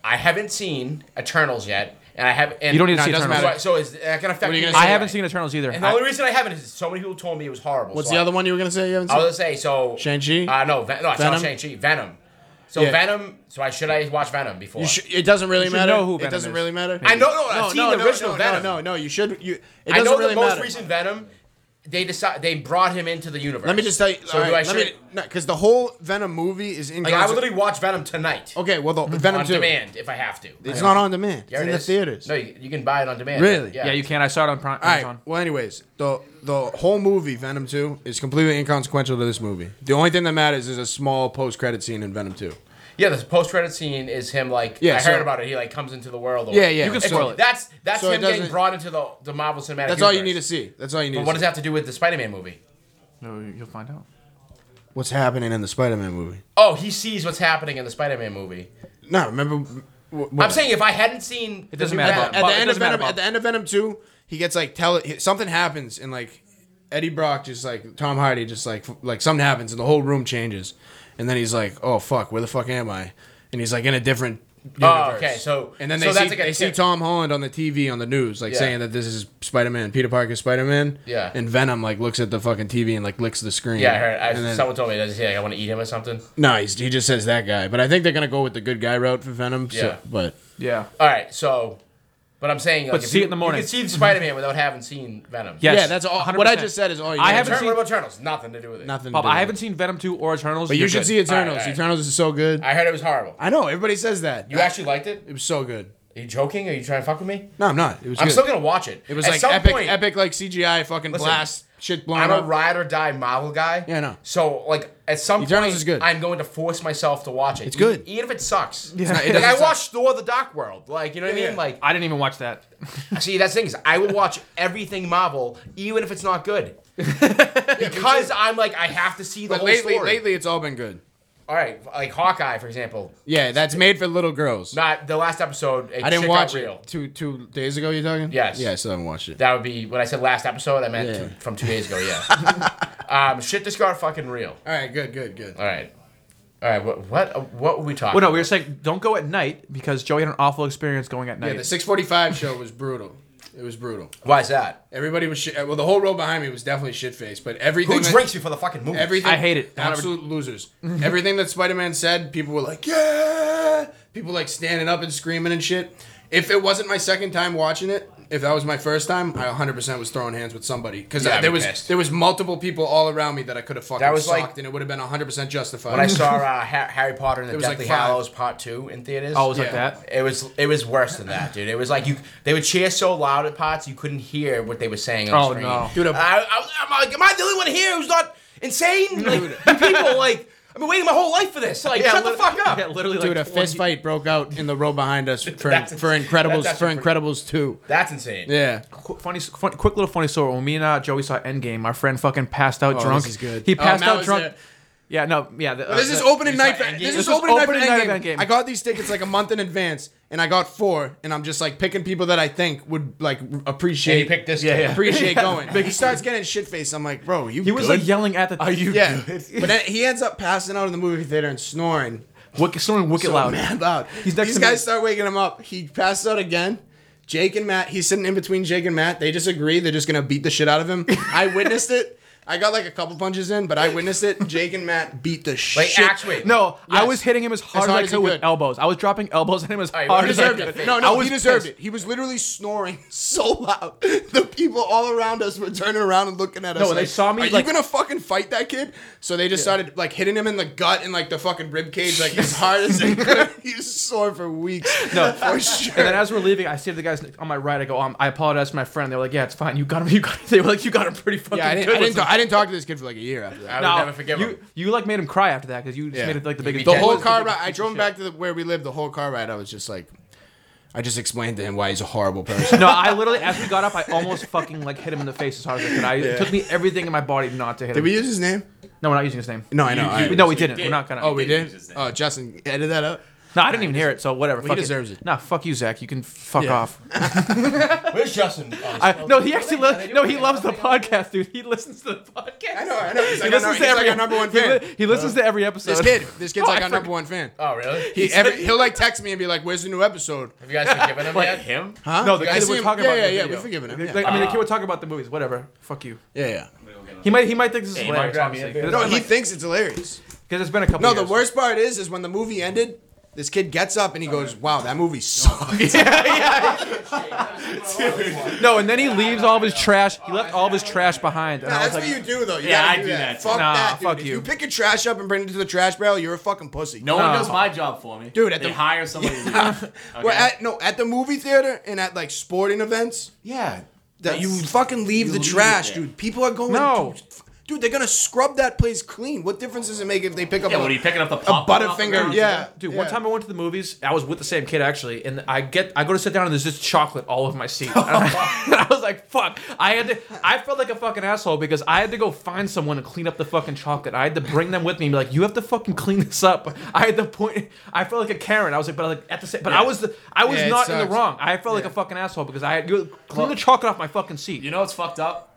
Speaker 2: I haven't seen Eternals yet, and I have. And
Speaker 4: You don't need to
Speaker 2: Nah,
Speaker 4: see
Speaker 2: it doesn't
Speaker 4: Eternals.
Speaker 2: matter. So is that gonna affect
Speaker 1: are you
Speaker 2: me?
Speaker 1: gonna
Speaker 2: in
Speaker 1: say?
Speaker 4: I
Speaker 2: any
Speaker 4: haven't
Speaker 2: way?
Speaker 4: seen Eternals either.
Speaker 2: And the only reason I haven't is so many people told me it was horrible.
Speaker 1: What's
Speaker 2: so
Speaker 1: the
Speaker 2: I-
Speaker 1: other one you were gonna say? You haven't
Speaker 2: I
Speaker 1: seen?
Speaker 2: was gonna say so.
Speaker 1: Shang-Chi?
Speaker 2: Uh, no, Ven- no, I saw
Speaker 1: Venom?
Speaker 2: Shang Chi. Venom. So
Speaker 1: Yeah.
Speaker 2: Venom. So I should I watch Venom before?
Speaker 1: You should- it doesn't really
Speaker 4: should
Speaker 1: matter.
Speaker 4: know who
Speaker 1: it
Speaker 4: Venom
Speaker 1: doesn't
Speaker 4: is.
Speaker 1: really matter.
Speaker 2: I know. No, I've seen the original
Speaker 1: no,
Speaker 2: Venom.
Speaker 1: No, no, no, you should. You, it
Speaker 2: I
Speaker 1: doesn't
Speaker 2: know
Speaker 1: really
Speaker 2: the most
Speaker 1: matter.
Speaker 2: recent Venom. They decide they brought him into the universe.
Speaker 1: Let me just tell you.
Speaker 2: So
Speaker 1: all
Speaker 2: do I
Speaker 1: right,
Speaker 2: should?
Speaker 1: let me, because the whole Venom movie is in.
Speaker 2: like I would literally watch Venom tonight
Speaker 1: okay, well, the Oh, Venom
Speaker 2: on
Speaker 1: two.
Speaker 2: demand if I have to.
Speaker 1: It's not on demand. It's
Speaker 2: Yeah,
Speaker 1: in
Speaker 2: it
Speaker 1: the
Speaker 2: is.
Speaker 1: theaters.
Speaker 2: No, you, you can buy it on demand.
Speaker 1: Really?
Speaker 4: yeah, you can. I saw it on Prime.
Speaker 1: All
Speaker 4: Amazon.
Speaker 1: right. Well, anyways, the the whole movie Venom Two is completely inconsequential to this movie. The only thing that matters is a small post credit scene in Venom Two.
Speaker 2: Yeah, the post credit scene is him like
Speaker 1: Yeah,
Speaker 2: I
Speaker 1: so-
Speaker 2: heard about it. He like comes into the world. Or,
Speaker 1: Yeah, yeah. You
Speaker 4: can
Speaker 2: It's-
Speaker 4: spoil it.
Speaker 2: That's that's
Speaker 1: So it
Speaker 2: him getting
Speaker 1: doesn't-
Speaker 2: brought into the the Marvel Cinematic.
Speaker 1: That's all you need to
Speaker 2: Universe.
Speaker 1: see. That's all you need.
Speaker 2: But
Speaker 1: to
Speaker 2: what
Speaker 1: see.
Speaker 2: does that have to do with the Spider-Man movie?
Speaker 4: No, you'll find out.
Speaker 1: What's happening in the Spider Man movie?
Speaker 2: Oh, he sees what's happening in the Spider-Man movie.
Speaker 1: No, remember. wh- wh-
Speaker 2: I'm saying if I hadn't seen, it
Speaker 4: doesn't
Speaker 1: at,
Speaker 4: matter.
Speaker 1: at
Speaker 4: Bob,
Speaker 1: the
Speaker 4: it
Speaker 1: end of
Speaker 4: doesn't matter,
Speaker 1: Venom, at
Speaker 4: Bob.
Speaker 1: the end of Venom Two, he gets like tele. he- Something happens and like Eddie Brock just like Tom Hardy just like f- like something happens and the whole room changes, and then he's like, oh fuck, where the fuck am I? And he's like in a different
Speaker 2: Oh,
Speaker 1: universe.
Speaker 2: okay, so-
Speaker 1: and then
Speaker 2: so
Speaker 1: they
Speaker 2: that's
Speaker 1: see
Speaker 2: like a
Speaker 1: they see
Speaker 2: tip.
Speaker 1: Tom Holland on the TV on the news, like
Speaker 2: Yeah.
Speaker 1: saying that this is Spider Man, Peter Parker, Spider Man.
Speaker 2: Yeah.
Speaker 1: And Venom like looks at the fucking TV and like licks the screen.
Speaker 2: Yeah, I heard. I,
Speaker 1: And then-
Speaker 2: someone told me that. Like, I want to eat him or something.
Speaker 1: no, he's, he just says that guy. But I think they're gonna go with the good guy route for Venom. so-
Speaker 2: Yeah.
Speaker 1: but
Speaker 4: Yeah.
Speaker 2: All right, so, but I'm saying, like,
Speaker 4: But
Speaker 2: if
Speaker 4: see
Speaker 2: you,
Speaker 4: it in the morning.
Speaker 2: You can see Spider Man without having seen Venom.
Speaker 4: Yes.
Speaker 1: yeah, that's all. What I
Speaker 4: 100%.
Speaker 1: just said is all. You
Speaker 4: I
Speaker 1: gotta do.
Speaker 4: haven't
Speaker 2: Turn,
Speaker 4: seen-
Speaker 2: what about Eternals? Nothing to do with it.
Speaker 1: nothing.
Speaker 4: Pop,
Speaker 1: to do
Speaker 4: I
Speaker 1: with
Speaker 4: haven't
Speaker 1: it.
Speaker 4: seen Venom 2 or Eternals.
Speaker 1: But you
Speaker 4: You're
Speaker 1: should
Speaker 4: good.
Speaker 1: see Eternals.
Speaker 2: All right, all right.
Speaker 1: Eternals is so good. I,
Speaker 2: I heard it was horrible.
Speaker 1: know everybody says that.
Speaker 2: You actually liked it?
Speaker 1: it was so good.
Speaker 2: Are you joking? Are you trying to fuck with me?
Speaker 1: No, I'm not. It was.
Speaker 2: I'm
Speaker 1: good.
Speaker 2: still gonna watch it.
Speaker 1: It was
Speaker 2: At
Speaker 1: like
Speaker 2: some
Speaker 1: epic,
Speaker 2: point,
Speaker 1: epic like CGI fucking
Speaker 2: Listen,
Speaker 1: blast shit blown
Speaker 2: I'm
Speaker 1: up.
Speaker 2: a ride or die Marvel guy.
Speaker 1: Yeah, I know.
Speaker 2: So like at some
Speaker 1: Eternals
Speaker 2: point,
Speaker 1: is good.
Speaker 2: I'm going to force myself to watch it.
Speaker 1: It's good.
Speaker 2: e- even if it sucks. Yeah.
Speaker 1: not- it
Speaker 2: like
Speaker 1: doesn't
Speaker 2: I
Speaker 1: suck.
Speaker 2: watched Thor: The Dark World. Like you know what I mean?
Speaker 1: yeah.
Speaker 2: Like
Speaker 4: I didn't even watch that.
Speaker 2: see, that's the thing is I will watch everything Marvel, even if it's not good, because I'm like I have to see the
Speaker 1: But
Speaker 2: whole
Speaker 1: lately,
Speaker 2: story.
Speaker 1: lately, it's all been good.
Speaker 2: All right, like Hawkeye for example.
Speaker 1: Yeah, that's made for little girls.
Speaker 2: Not the last episode.
Speaker 1: I didn't watch
Speaker 2: real.
Speaker 1: it two two days ago. You talking?
Speaker 2: Yes.
Speaker 1: Yeah, I still haven't watched it.
Speaker 2: That would be when I said last episode. I meant
Speaker 1: Yeah.
Speaker 2: two, from two days ago. Yeah. um, shit just got fucking real.
Speaker 1: all right, good, good, good.
Speaker 2: All right. All right. What what what were we talking?
Speaker 4: Well, no,
Speaker 2: about?
Speaker 4: we were saying don't go at night because Joey had an awful experience going at night.
Speaker 1: Yeah, the 6:45 show was brutal. It was brutal.
Speaker 2: Why is that?
Speaker 1: Everybody was shit. Well, the whole row behind me was definitely shit faced. But everything
Speaker 2: Who
Speaker 1: that-
Speaker 2: drinks before the fucking movie?
Speaker 1: Everything
Speaker 4: I hate it. Mm-hmm. Don't ever-
Speaker 1: Absolute losers. everything that Spider Man said, people were like, yeah. People like standing up and screaming and shit. If it wasn't my second time watching it, if that was my first time, I 100% was throwing hands with somebody because
Speaker 2: Yeah, I'd
Speaker 1: there
Speaker 2: be
Speaker 1: was
Speaker 2: pissed.
Speaker 1: there was multiple people all around me that I could have fucking
Speaker 2: That was
Speaker 1: socked
Speaker 2: like-
Speaker 1: and it would have been 100% justified.
Speaker 2: when I saw uh, Ha- Harry Potter and the
Speaker 1: It was like
Speaker 2: Deathly
Speaker 1: five.
Speaker 2: Hallows Part Two in theaters.
Speaker 4: Oh, it was like
Speaker 1: Yeah.
Speaker 4: that.
Speaker 2: It was it was worse than that, dude. It was like you they would cheer so loud at parts you couldn't hear what they were saying. On
Speaker 4: Oh,
Speaker 2: the screen.
Speaker 4: no.
Speaker 1: Dude,
Speaker 2: dude!
Speaker 1: a-
Speaker 2: I, I, I'm like, am I the only one here who's not insane? Like, people like I've been waiting my whole life for this. Like, shut the
Speaker 4: lit-
Speaker 2: fuck up.
Speaker 4: yeah, literally,
Speaker 1: Dude, a
Speaker 4: like,
Speaker 1: fist fight broke out in the row behind us for,
Speaker 2: That's-
Speaker 1: for Incredibles
Speaker 2: that's
Speaker 1: for
Speaker 2: actually
Speaker 1: Incredibles 2.
Speaker 2: That's insane.
Speaker 1: Yeah.
Speaker 4: Qu- funny, fun, quick little funny story. When me and uh, Joey saw Endgame, my friend fucking passed out
Speaker 1: Oh,
Speaker 4: drunk.
Speaker 1: this is good.
Speaker 4: He
Speaker 1: Oh,
Speaker 4: passed
Speaker 1: Matt
Speaker 4: out
Speaker 1: was
Speaker 4: drunk.
Speaker 1: there.
Speaker 4: Yeah, no, yeah. The, uh,
Speaker 1: This is
Speaker 4: the-
Speaker 1: opening night for
Speaker 2: Endgame?
Speaker 1: this
Speaker 4: This
Speaker 1: is
Speaker 4: was
Speaker 1: opening night for
Speaker 4: opening night of
Speaker 1: Endgame.
Speaker 4: Endgame.
Speaker 1: I got these tickets like a month in advance, and I got four, and I'm just like picking people that I think would like appreciate.
Speaker 2: And you picked this
Speaker 1: yeah,
Speaker 2: kid.
Speaker 1: yeah. appreciate going. But he starts getting shit faced. I'm like, bro, you.
Speaker 4: He was like yelling at the. Are you?
Speaker 1: yeah. but then he ends up passing out in the movie theater and snoring.
Speaker 4: Wicked, snoring wicked
Speaker 1: So
Speaker 4: loud.
Speaker 1: mad loud.
Speaker 4: He's next
Speaker 1: these
Speaker 4: to me.
Speaker 1: guys start waking him up. He passes out again. Jake and Matt. He's sitting in between Jake and Matt. They just agree they're just gonna beat the shit out of him. I witnessed it. I got like a couple punches in, but I witnessed it. Jake and Matt beat the
Speaker 2: Like,
Speaker 1: shit.
Speaker 2: act wait.
Speaker 4: No, I
Speaker 1: Yes.
Speaker 4: was hitting him as hard as,
Speaker 1: hard
Speaker 4: I
Speaker 1: as
Speaker 4: could
Speaker 1: he
Speaker 4: with
Speaker 1: could.
Speaker 4: elbows. I was dropping elbows at him as
Speaker 2: right,
Speaker 4: hard
Speaker 2: well,
Speaker 4: as I
Speaker 1: deserved
Speaker 4: could.
Speaker 1: it. No, no,
Speaker 4: I was
Speaker 1: he deserved
Speaker 4: pissed.
Speaker 1: it. He was literally snoring so loud. The people all around us were turning around and looking at us.
Speaker 4: No, they
Speaker 1: like,
Speaker 4: saw me,
Speaker 1: Are
Speaker 4: like-
Speaker 1: you gonna fucking fight that kid? So they just started like hitting him in the gut and like the fucking rib cage, like as hard as they could. He was sore for weeks. No, for sure.
Speaker 4: And then as we're leaving, I see the guys on my right. I go, um, I apologize to my friend. They were like, Yeah, it's fine. You got him. You got him. They were like, You got him pretty fucking
Speaker 1: yeah, I didn't,
Speaker 4: good.
Speaker 1: I didn't, talk, I didn't talk to this kid for like a year after that.
Speaker 2: I
Speaker 4: No,
Speaker 2: would never forgive
Speaker 4: you,
Speaker 2: him.
Speaker 4: You like made him cry after that because you just
Speaker 1: Yeah.
Speaker 4: made it like the biggest.
Speaker 1: The
Speaker 2: Yeah,
Speaker 1: whole
Speaker 2: was
Speaker 1: car ride, I drove him back to the, where we lived. The whole car ride, I was just like, I just explained to him why he's a horrible person.
Speaker 4: No, I literally as we got up, I almost fucking like hit him in the face as hard as I could. I, It took me everything in my body not to hit
Speaker 1: Did
Speaker 4: him.
Speaker 1: we use his name?
Speaker 4: no, we're not using his name.
Speaker 1: No, I know. I-
Speaker 4: no, we didn't. We're not gonna.
Speaker 1: oh, we
Speaker 5: did
Speaker 1: did.
Speaker 5: use his name.
Speaker 1: Oh, Justin, edit that up.
Speaker 4: no, I didn't even hear it. So whatever.
Speaker 1: he
Speaker 4: fuck
Speaker 1: deserves it.
Speaker 4: Nah, fuck you, Zach. You can fuck
Speaker 1: Yeah.
Speaker 4: off.
Speaker 2: Where's Justin? Oh,
Speaker 4: I, no, he actually.
Speaker 2: What are they- what are
Speaker 4: Li-
Speaker 2: they
Speaker 4: no,
Speaker 2: doing?
Speaker 4: he loves the podcast, dude. He listens to the podcast.
Speaker 1: I know. I know. He's
Speaker 4: He
Speaker 1: like, our,
Speaker 4: listens
Speaker 1: he's
Speaker 4: to every.
Speaker 1: like our number one
Speaker 4: he li-
Speaker 1: fan.
Speaker 4: He, listens to every episode.
Speaker 1: This kid, this kid's
Speaker 4: Oh,
Speaker 1: like
Speaker 4: I
Speaker 1: our number one fan.
Speaker 2: Oh, really?
Speaker 1: He every, he'll like text me and be like, "Where's the new episode?"
Speaker 2: Have you guys forgiven him yet?
Speaker 5: Him?
Speaker 1: Huh?
Speaker 4: No, the
Speaker 1: I
Speaker 4: kid
Speaker 1: see
Speaker 4: we're
Speaker 1: him-
Speaker 4: talking
Speaker 1: yeah,
Speaker 4: about. in the
Speaker 1: Yeah, yeah,
Speaker 4: video.
Speaker 1: we're forgiving him.
Speaker 4: Like,
Speaker 1: Yeah,
Speaker 4: I mean, the kid we're talking about the movies. Whatever. Fuck you.
Speaker 1: yeah. yeah.
Speaker 4: He might. He might think this is
Speaker 5: he might
Speaker 4: hilarious.
Speaker 5: grab
Speaker 4: Honestly,
Speaker 5: me
Speaker 4: because
Speaker 1: No,
Speaker 4: it's been,
Speaker 1: he
Speaker 4: like-
Speaker 1: thinks it's hilarious.
Speaker 4: 'cause it's been a couple.
Speaker 1: No, the
Speaker 4: years.
Speaker 1: worst part is, is when the movie ended. This kid gets up and he goes, "Wow, that movie sucked."
Speaker 4: No, and then he leaves all of his trash. He left all of his trash behind. And I was
Speaker 1: That's
Speaker 4: like,
Speaker 1: what you do though. You
Speaker 5: Yeah,
Speaker 1: gotta
Speaker 5: I do that.
Speaker 1: Fuck
Speaker 4: Nah,
Speaker 1: that, dude.
Speaker 4: fuck
Speaker 1: If
Speaker 4: you.
Speaker 1: you pick your trash up and bring it to the trash barrel, you're a fucking pussy.
Speaker 5: No one
Speaker 4: No.
Speaker 5: does my job for me.
Speaker 1: Dude, at
Speaker 5: they
Speaker 1: the-
Speaker 5: hire somebody. to do it.
Speaker 1: Well, at no at the movie theater and at like sporting events,
Speaker 5: Yeah.
Speaker 1: that you fucking leave the
Speaker 5: leave it
Speaker 1: trash,
Speaker 5: there.
Speaker 1: dude. People are going.
Speaker 4: No.
Speaker 1: Dude, they're gonna scrub that place clean. What difference does it make if they pick up
Speaker 5: Yeah,
Speaker 1: a,
Speaker 5: what are you picking up the
Speaker 1: a
Speaker 5: pop?
Speaker 1: butterfinger? Yeah,
Speaker 4: Dude,
Speaker 1: yeah.
Speaker 4: one time I went to the movies. I was with the same kid actually, and I get I go to sit down and there's just chocolate all over my seat. and I was like, "Fuck!" I had to. I felt like a fucking asshole because I had to go find someone to clean up the fucking chocolate. I had to bring them with me and be like, "You have to fucking clean this up." I had to point. I felt like a Karen. I was like, but like at the same, but I was the I was
Speaker 1: Yeah, it
Speaker 4: not in the
Speaker 1: sucks.
Speaker 4: wrong. I felt like a fucking asshole because I had to clean the chocolate off my fucking seat.
Speaker 5: You know what's fucked up?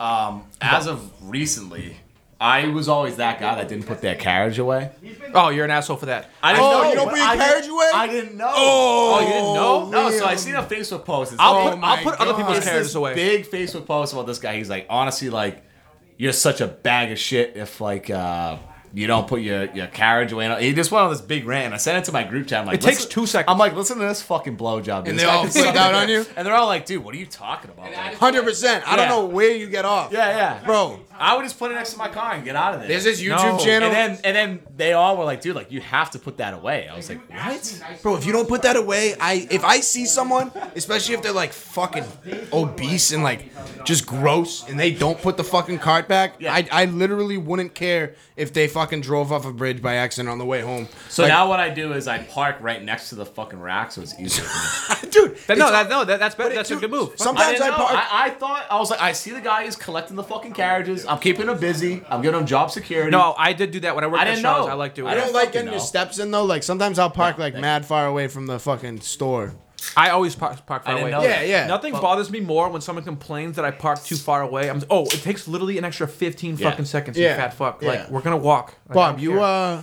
Speaker 5: Um, as of recently,
Speaker 3: I was always that guy that didn't put their carriage away.
Speaker 4: Oh, you're an asshole for that.
Speaker 3: I didn't
Speaker 1: Oh,
Speaker 3: know
Speaker 1: you don't
Speaker 3: but
Speaker 1: bring
Speaker 3: I didn't-
Speaker 1: carriage away?
Speaker 3: I didn't know. Oh,
Speaker 4: Oh, you didn't know?
Speaker 3: no, so I seen a Facebook post. It's
Speaker 4: I'll
Speaker 3: like- oh
Speaker 4: put, I'll put other people's
Speaker 3: It's this
Speaker 4: carriages away.
Speaker 3: Big Facebook post about this guy. He's like, honestly, like, you're such a bag of shit if like uh you don't put your, your carriage away. And He just went on this big rant. I sent it to my group chat. I'm like,
Speaker 4: It takes
Speaker 3: listen-
Speaker 4: two seconds.
Speaker 3: I'm like, listen to this fucking blowjob. dude.
Speaker 1: And
Speaker 3: This
Speaker 1: they
Speaker 3: guy
Speaker 1: all
Speaker 3: can suck
Speaker 1: freaked out
Speaker 3: dick.
Speaker 1: on you?
Speaker 3: And they're all like, dude, what are you talking about? Like,
Speaker 1: Hundred percent. I don't
Speaker 3: Yeah.
Speaker 1: know where you get off.
Speaker 3: yeah, yeah,
Speaker 1: bro.
Speaker 3: I would just put it next to my car and get out of there. Oh.
Speaker 1: There's this
Speaker 4: No.
Speaker 1: YouTube
Speaker 4: And
Speaker 1: channel.
Speaker 3: and then and then they all were like, dude, like you have to put that away. I was like, what?
Speaker 1: Bro, if you don't put that away, I if I see someone, especially if they're like fucking obese and like just gross, and they don't put the fucking cart back, I I literally wouldn't care if they fucking drove off a bridge by accident on the way home.
Speaker 3: So
Speaker 1: Like,
Speaker 3: now what I do is I park right next to the fucking rack, so it's easier. For me.
Speaker 1: dude,
Speaker 4: That-
Speaker 1: it's-
Speaker 4: no, that, no, that, that's better.
Speaker 1: it-
Speaker 4: That's
Speaker 1: dude,
Speaker 4: a good move.
Speaker 3: I,
Speaker 1: Sometimes
Speaker 3: didn't
Speaker 1: I,
Speaker 3: know.
Speaker 1: park.
Speaker 3: I, I thought I was like, I see the guy is collecting the fucking carriages. I'm keeping him busy. I'm giving him job security.
Speaker 4: No, I did do that when I worked
Speaker 3: I
Speaker 4: at
Speaker 3: didn't
Speaker 4: Shaw's.
Speaker 3: know.
Speaker 4: I like doing
Speaker 1: I
Speaker 3: I
Speaker 4: it.
Speaker 1: don't like
Speaker 3: fucking
Speaker 1: getting your
Speaker 3: know.
Speaker 1: steps in though. Like sometimes I'll park like mad far away from the fucking store.
Speaker 4: I always park, park far
Speaker 3: I didn't
Speaker 4: away.
Speaker 3: know
Speaker 1: Yeah,
Speaker 3: that.
Speaker 1: yeah.
Speaker 4: Nothing bothers me more when someone complains that I park too far away. I'm oh, it takes literally an extra 15
Speaker 3: Yeah.
Speaker 4: fucking seconds.
Speaker 1: Yeah.
Speaker 4: You fat fuck.
Speaker 1: Yeah.
Speaker 4: Like we're gonna walk. Like, I
Speaker 1: Bob,
Speaker 4: don't
Speaker 1: you
Speaker 4: care.
Speaker 1: uh,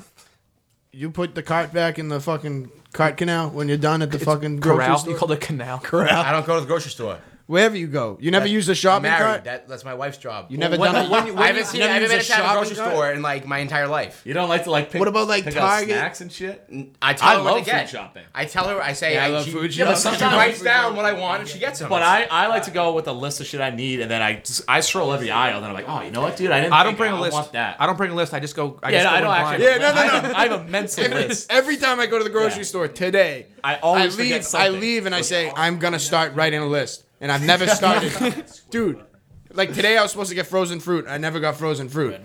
Speaker 1: you put the cart back in the fucking cart canal when you're done at the fucking grocery
Speaker 4: corral.
Speaker 1: store.
Speaker 4: You called it canal.
Speaker 2: I don't go to the grocery store.
Speaker 1: Wherever you go, you never use the
Speaker 2: I'm
Speaker 1: shopping
Speaker 2: married.
Speaker 1: cart.
Speaker 2: That, that's my wife's job.
Speaker 1: you never
Speaker 4: When-
Speaker 1: done it.
Speaker 4: when you- when
Speaker 2: I
Speaker 4: you-
Speaker 2: haven't seen.
Speaker 1: never
Speaker 2: I haven't been
Speaker 1: use a
Speaker 2: inside a
Speaker 1: shopping
Speaker 2: grocery
Speaker 1: cart?
Speaker 2: store in like my entire life.
Speaker 3: You don't like to like pick.
Speaker 1: What about, like,
Speaker 3: pick up
Speaker 1: Target?
Speaker 3: snacks and shit?
Speaker 2: I tell
Speaker 3: I
Speaker 2: her what
Speaker 3: love
Speaker 2: to get.
Speaker 3: food shopping.
Speaker 2: I tell her. I say.
Speaker 1: Yeah, I
Speaker 2: I,
Speaker 1: love
Speaker 2: she,
Speaker 1: food
Speaker 2: Yeah, but
Speaker 1: shopping.
Speaker 2: sometimes she writes down what I want and she gets them.
Speaker 3: But I, I like to go with a list of shit I need, and then I just, I stroll every aisle. Then I'm like, oh, you know what, dude? I didn't.
Speaker 4: I don't
Speaker 3: think-
Speaker 4: bring a
Speaker 3: I
Speaker 4: list.
Speaker 3: Want that?
Speaker 4: I don't bring a list. I just go. I
Speaker 3: Yeah,
Speaker 4: just
Speaker 3: no,
Speaker 4: go
Speaker 3: I don't
Speaker 4: in
Speaker 3: actually.
Speaker 4: blind.
Speaker 1: Yeah, no, no,
Speaker 3: I have a- I have a mental list.
Speaker 1: Every time I go to the grocery store today,
Speaker 3: I always
Speaker 1: I leave.
Speaker 3: forget
Speaker 1: I
Speaker 3: something.
Speaker 1: leave and I say I'm gonna start writing a list, and I've never started, dude. Like today, I was supposed to get frozen fruit. I never got frozen fruit.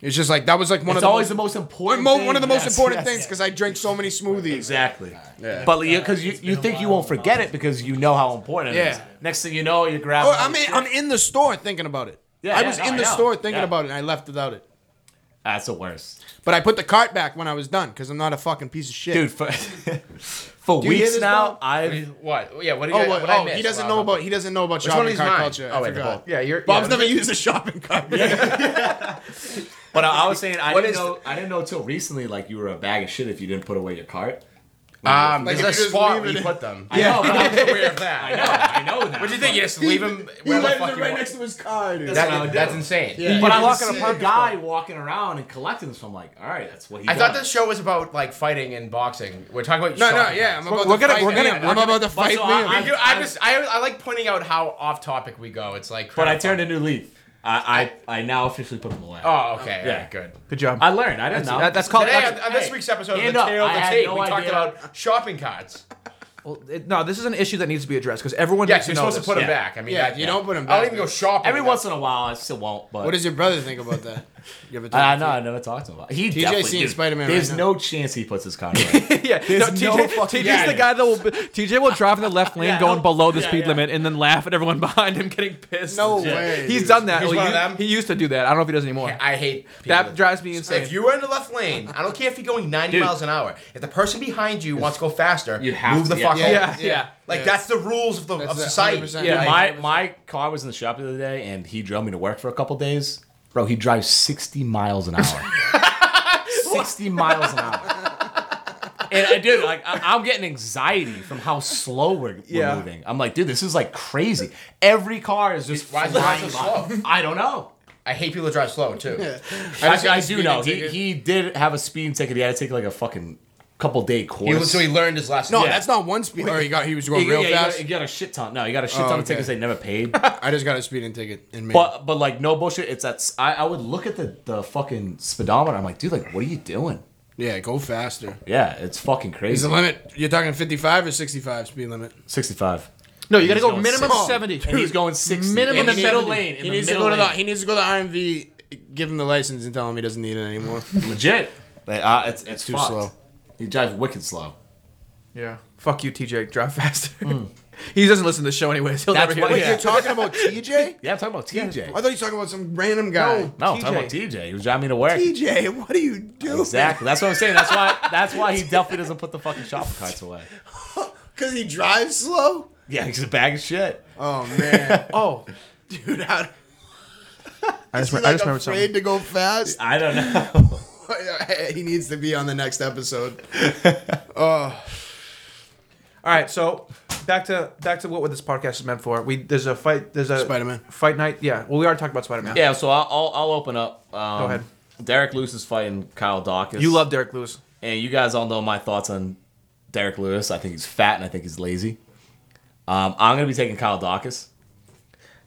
Speaker 1: It's just like that was like one of
Speaker 3: It's
Speaker 1: the
Speaker 3: always
Speaker 1: most,
Speaker 3: the most important.
Speaker 1: mo-
Speaker 3: thing.
Speaker 1: one of the most
Speaker 3: Yes,
Speaker 1: important
Speaker 3: yes.
Speaker 1: things because I drink so many smoothies.
Speaker 3: Exactly. But because you, you think you won't forget it because you know how important it is.
Speaker 1: Yeah.
Speaker 3: Next thing you know, you're grabbing.
Speaker 1: Oh, I'm in, I'm in the store thinking about it.
Speaker 3: Yeah,
Speaker 1: I
Speaker 3: yeah,
Speaker 1: was
Speaker 3: no,
Speaker 1: in
Speaker 3: I
Speaker 1: the
Speaker 3: know.
Speaker 1: store thinking
Speaker 3: Yeah.
Speaker 1: about it, and I left without it.
Speaker 3: That's the worst,
Speaker 1: But I put the cart back when I was done because I'm not a fucking piece of shit.
Speaker 3: dude. For, for
Speaker 1: you hear
Speaker 3: weeks
Speaker 1: this,
Speaker 3: now,
Speaker 1: Bob?
Speaker 3: I've
Speaker 2: What? Yeah. What did
Speaker 1: Oh,
Speaker 2: you?
Speaker 1: what,
Speaker 2: what I
Speaker 1: oh
Speaker 2: missed,
Speaker 1: he doesn't
Speaker 2: Rob?
Speaker 1: know about he doesn't know about
Speaker 2: Which one
Speaker 1: shopping
Speaker 2: is
Speaker 1: cart
Speaker 2: mine?
Speaker 1: culture. I
Speaker 2: Oh, wait, the
Speaker 1: forgot.
Speaker 2: whole- yeah, you're-
Speaker 1: Bob's
Speaker 2: yeah.
Speaker 1: never used a shopping cart.
Speaker 3: But I, I was saying I
Speaker 2: What
Speaker 3: didn't
Speaker 2: is-
Speaker 3: know I didn't know till recently like you were a bag of shit if you didn't put away your cart.
Speaker 2: Um,
Speaker 1: Like, if
Speaker 2: there's a
Speaker 1: you just
Speaker 2: spot
Speaker 1: leave
Speaker 2: where
Speaker 1: it
Speaker 2: you
Speaker 1: in-
Speaker 2: put them.
Speaker 3: I know, but I'm
Speaker 2: aware of that.
Speaker 3: I know, I know that.
Speaker 2: What do you think? You just leave them where the fuck you want.
Speaker 1: to his car, dude.
Speaker 2: That-
Speaker 3: what I would
Speaker 2: that's
Speaker 3: do.
Speaker 2: insane.
Speaker 3: But I
Speaker 4: You're
Speaker 3: walk
Speaker 4: walking
Speaker 3: in
Speaker 4: a
Speaker 3: a
Speaker 4: parking
Speaker 3: guy walking around and collecting this. I'm like, all right, that's what he.
Speaker 2: I thought
Speaker 3: does.
Speaker 2: this show was about like fighting and boxing. We're talking about
Speaker 1: No, no,
Speaker 2: shopping.
Speaker 1: yeah. I'm about
Speaker 4: we're
Speaker 1: to
Speaker 4: gonna-
Speaker 1: fight
Speaker 4: we're gonna-
Speaker 1: him.
Speaker 4: we're
Speaker 1: I'm about to fight
Speaker 3: so
Speaker 1: him.
Speaker 3: I-
Speaker 2: I, do- I just I, I like pointing out how off topic we go. It's like,
Speaker 3: But I turned a new leaf. I I, I now officially put them away.
Speaker 2: Oh, okay.
Speaker 3: Yeah.
Speaker 2: Yeah, good.
Speaker 4: Good job.
Speaker 3: I learned. I didn't know.
Speaker 4: That- that's called.
Speaker 2: Today
Speaker 4: that's-
Speaker 2: on, on this
Speaker 3: hey,
Speaker 2: week's episode of the
Speaker 3: hand up.
Speaker 2: Tale of
Speaker 3: I
Speaker 2: the
Speaker 3: had
Speaker 2: Tape,
Speaker 3: no
Speaker 2: we talked
Speaker 3: idea.
Speaker 2: about shopping cards.
Speaker 4: Well, it- no, this is an issue that needs to be addressed because everyone
Speaker 2: Yeah,
Speaker 4: needs
Speaker 2: 'cause
Speaker 4: to
Speaker 2: you're
Speaker 4: know
Speaker 2: supposed
Speaker 4: this.
Speaker 2: to put them
Speaker 3: Yeah.
Speaker 2: back. I mean,
Speaker 1: Yeah,
Speaker 2: I,
Speaker 1: you don't put 'em
Speaker 2: I don't
Speaker 1: back.
Speaker 2: even go shopping.
Speaker 3: Every once in a while, I still won't. But
Speaker 1: What does your brother think about that? You ever
Speaker 3: I
Speaker 1: talk
Speaker 3: know.
Speaker 1: to
Speaker 3: I
Speaker 1: him?
Speaker 3: never talked to him. about it. He
Speaker 1: TJ
Speaker 3: definitely
Speaker 1: seeing
Speaker 3: dude,
Speaker 1: Spider-Man
Speaker 3: There's
Speaker 1: right now.
Speaker 3: no chance he puts his car away.
Speaker 4: yeah, no,
Speaker 3: There's
Speaker 4: TJ,
Speaker 3: no fucking
Speaker 4: TJ's the
Speaker 3: way.
Speaker 4: guy that will. TJ will drive in the left lane,
Speaker 3: Yeah,
Speaker 4: going
Speaker 3: no-
Speaker 4: below the
Speaker 3: yeah,
Speaker 4: speed
Speaker 3: yeah.
Speaker 4: limit, and then laugh at everyone behind him getting pissed.
Speaker 1: No
Speaker 4: and shit.
Speaker 1: way,
Speaker 4: He's
Speaker 1: dude.
Speaker 4: done that.
Speaker 2: He's
Speaker 4: Well,
Speaker 2: one
Speaker 4: you-
Speaker 2: of them?
Speaker 4: he used to do that. I don't know if he does anymore.
Speaker 2: I hate people
Speaker 4: that drives me insane.
Speaker 2: If you are in the left lane, I don't care if you're going 90 miles an hour. If the person behind you wants to go faster,
Speaker 3: You have
Speaker 2: move
Speaker 3: to
Speaker 2: the
Speaker 3: get-
Speaker 2: fuck
Speaker 4: yeah,
Speaker 2: over.
Speaker 4: yeah,
Speaker 1: yeah.
Speaker 2: Like
Speaker 1: Yeah.
Speaker 2: that's the rules of the
Speaker 1: That's
Speaker 2: of
Speaker 1: the
Speaker 2: society.
Speaker 1: 100%.
Speaker 4: Yeah.
Speaker 2: Like,
Speaker 3: my my car was in the shop the other day, and he drove me to work for a couple days. Bro, he drives sixty miles an hour. sixty miles an hour. And I dude, like I, I'm getting anxiety from how slow we're, we're
Speaker 4: Yeah.
Speaker 3: moving. I'm like, dude, this is like crazy. Every car is just
Speaker 2: Why is it
Speaker 3: flying
Speaker 2: so
Speaker 3: by.
Speaker 2: slow?
Speaker 3: I don't know.
Speaker 2: I hate people that drive slow too.
Speaker 3: Actually, I,
Speaker 1: got a
Speaker 3: do
Speaker 1: speeding
Speaker 3: know. He,
Speaker 1: ticket.
Speaker 3: he did have a speeding ticket. He had to take like a fucking couple day course.
Speaker 2: He, so he learned his lesson.
Speaker 1: No,
Speaker 2: Yeah.
Speaker 1: that's not one speed. Or he got he was going
Speaker 3: He-
Speaker 1: real
Speaker 3: yeah, he got-
Speaker 1: fast.
Speaker 3: He got, a shit ton. No, he got a shit
Speaker 1: Oh,
Speaker 3: ton of
Speaker 1: okay.
Speaker 3: tickets they never paid.
Speaker 1: I just got a speeding ticket in Maine.
Speaker 3: But but like no bullshit. It's that s- I, I would look at the the fucking speedometer. I'm like, dude, like what are you doing?
Speaker 1: yeah, go faster.
Speaker 3: Yeah, it's fucking
Speaker 1: Is
Speaker 3: crazy.
Speaker 1: the limit? You're talking 55 or 65 speed limit?
Speaker 3: 65.
Speaker 4: no, you gotta go
Speaker 3: going
Speaker 4: minimum
Speaker 1: 60.
Speaker 4: seventy.
Speaker 3: And he's going 60.
Speaker 4: Minimum
Speaker 3: in the middle
Speaker 4: 70.
Speaker 3: lane. In
Speaker 1: He
Speaker 3: the
Speaker 1: needs to
Speaker 3: middle
Speaker 1: go to the
Speaker 3: lane.
Speaker 1: he needs to go to RMV, give him the license, and tell him he doesn't need it anymore.
Speaker 3: Legit. Like, uh, it's, it's
Speaker 1: Too
Speaker 3: fucked.
Speaker 1: slow.
Speaker 3: He drives wicked slow.
Speaker 4: Yeah. Hmm. Fuck you, TJ. Drive faster. he doesn't listen to the show anyways. He'll
Speaker 3: That's
Speaker 4: never
Speaker 3: what-
Speaker 4: hear
Speaker 1: Wait,
Speaker 4: it.
Speaker 1: you're talking about TJ?
Speaker 3: Yeah, I'm talking about TJ.
Speaker 1: I thought you were talking about some random guy.
Speaker 3: no, I'm talking about TJ. He was driving me to work.
Speaker 1: TJ, what are you doing?
Speaker 3: Exactly. That's what I'm saying. That's why. That's why he definitely doesn't put the fucking shopping carts away.
Speaker 1: Because he drives slow?
Speaker 3: Yeah, he's a bag of shit.
Speaker 1: Oh, man.
Speaker 4: Oh,
Speaker 1: Dude, how,
Speaker 4: I just,
Speaker 1: Is he,
Speaker 4: I just
Speaker 1: like,
Speaker 4: remembered
Speaker 1: afraid
Speaker 4: something.
Speaker 1: to go fast.
Speaker 3: I don't know.
Speaker 1: he needs to be on the next episode.
Speaker 4: All right, so back to back to what this podcast is meant for. We there's a fight. There's a
Speaker 1: Spider-Man.
Speaker 4: fight night. Yeah. Well, we already talked about Spider Man.
Speaker 3: yeah, so I'll, I'll, I'll open up. Um,
Speaker 4: Go ahead.
Speaker 3: Derek Lewis is fighting Kyle Dawkins.
Speaker 4: You love Derek Lewis.
Speaker 3: and you guys all know my thoughts on Derek Lewis. I think he's fat and I think he's lazy. Um, I'm gonna be taking Kyle Dawkins.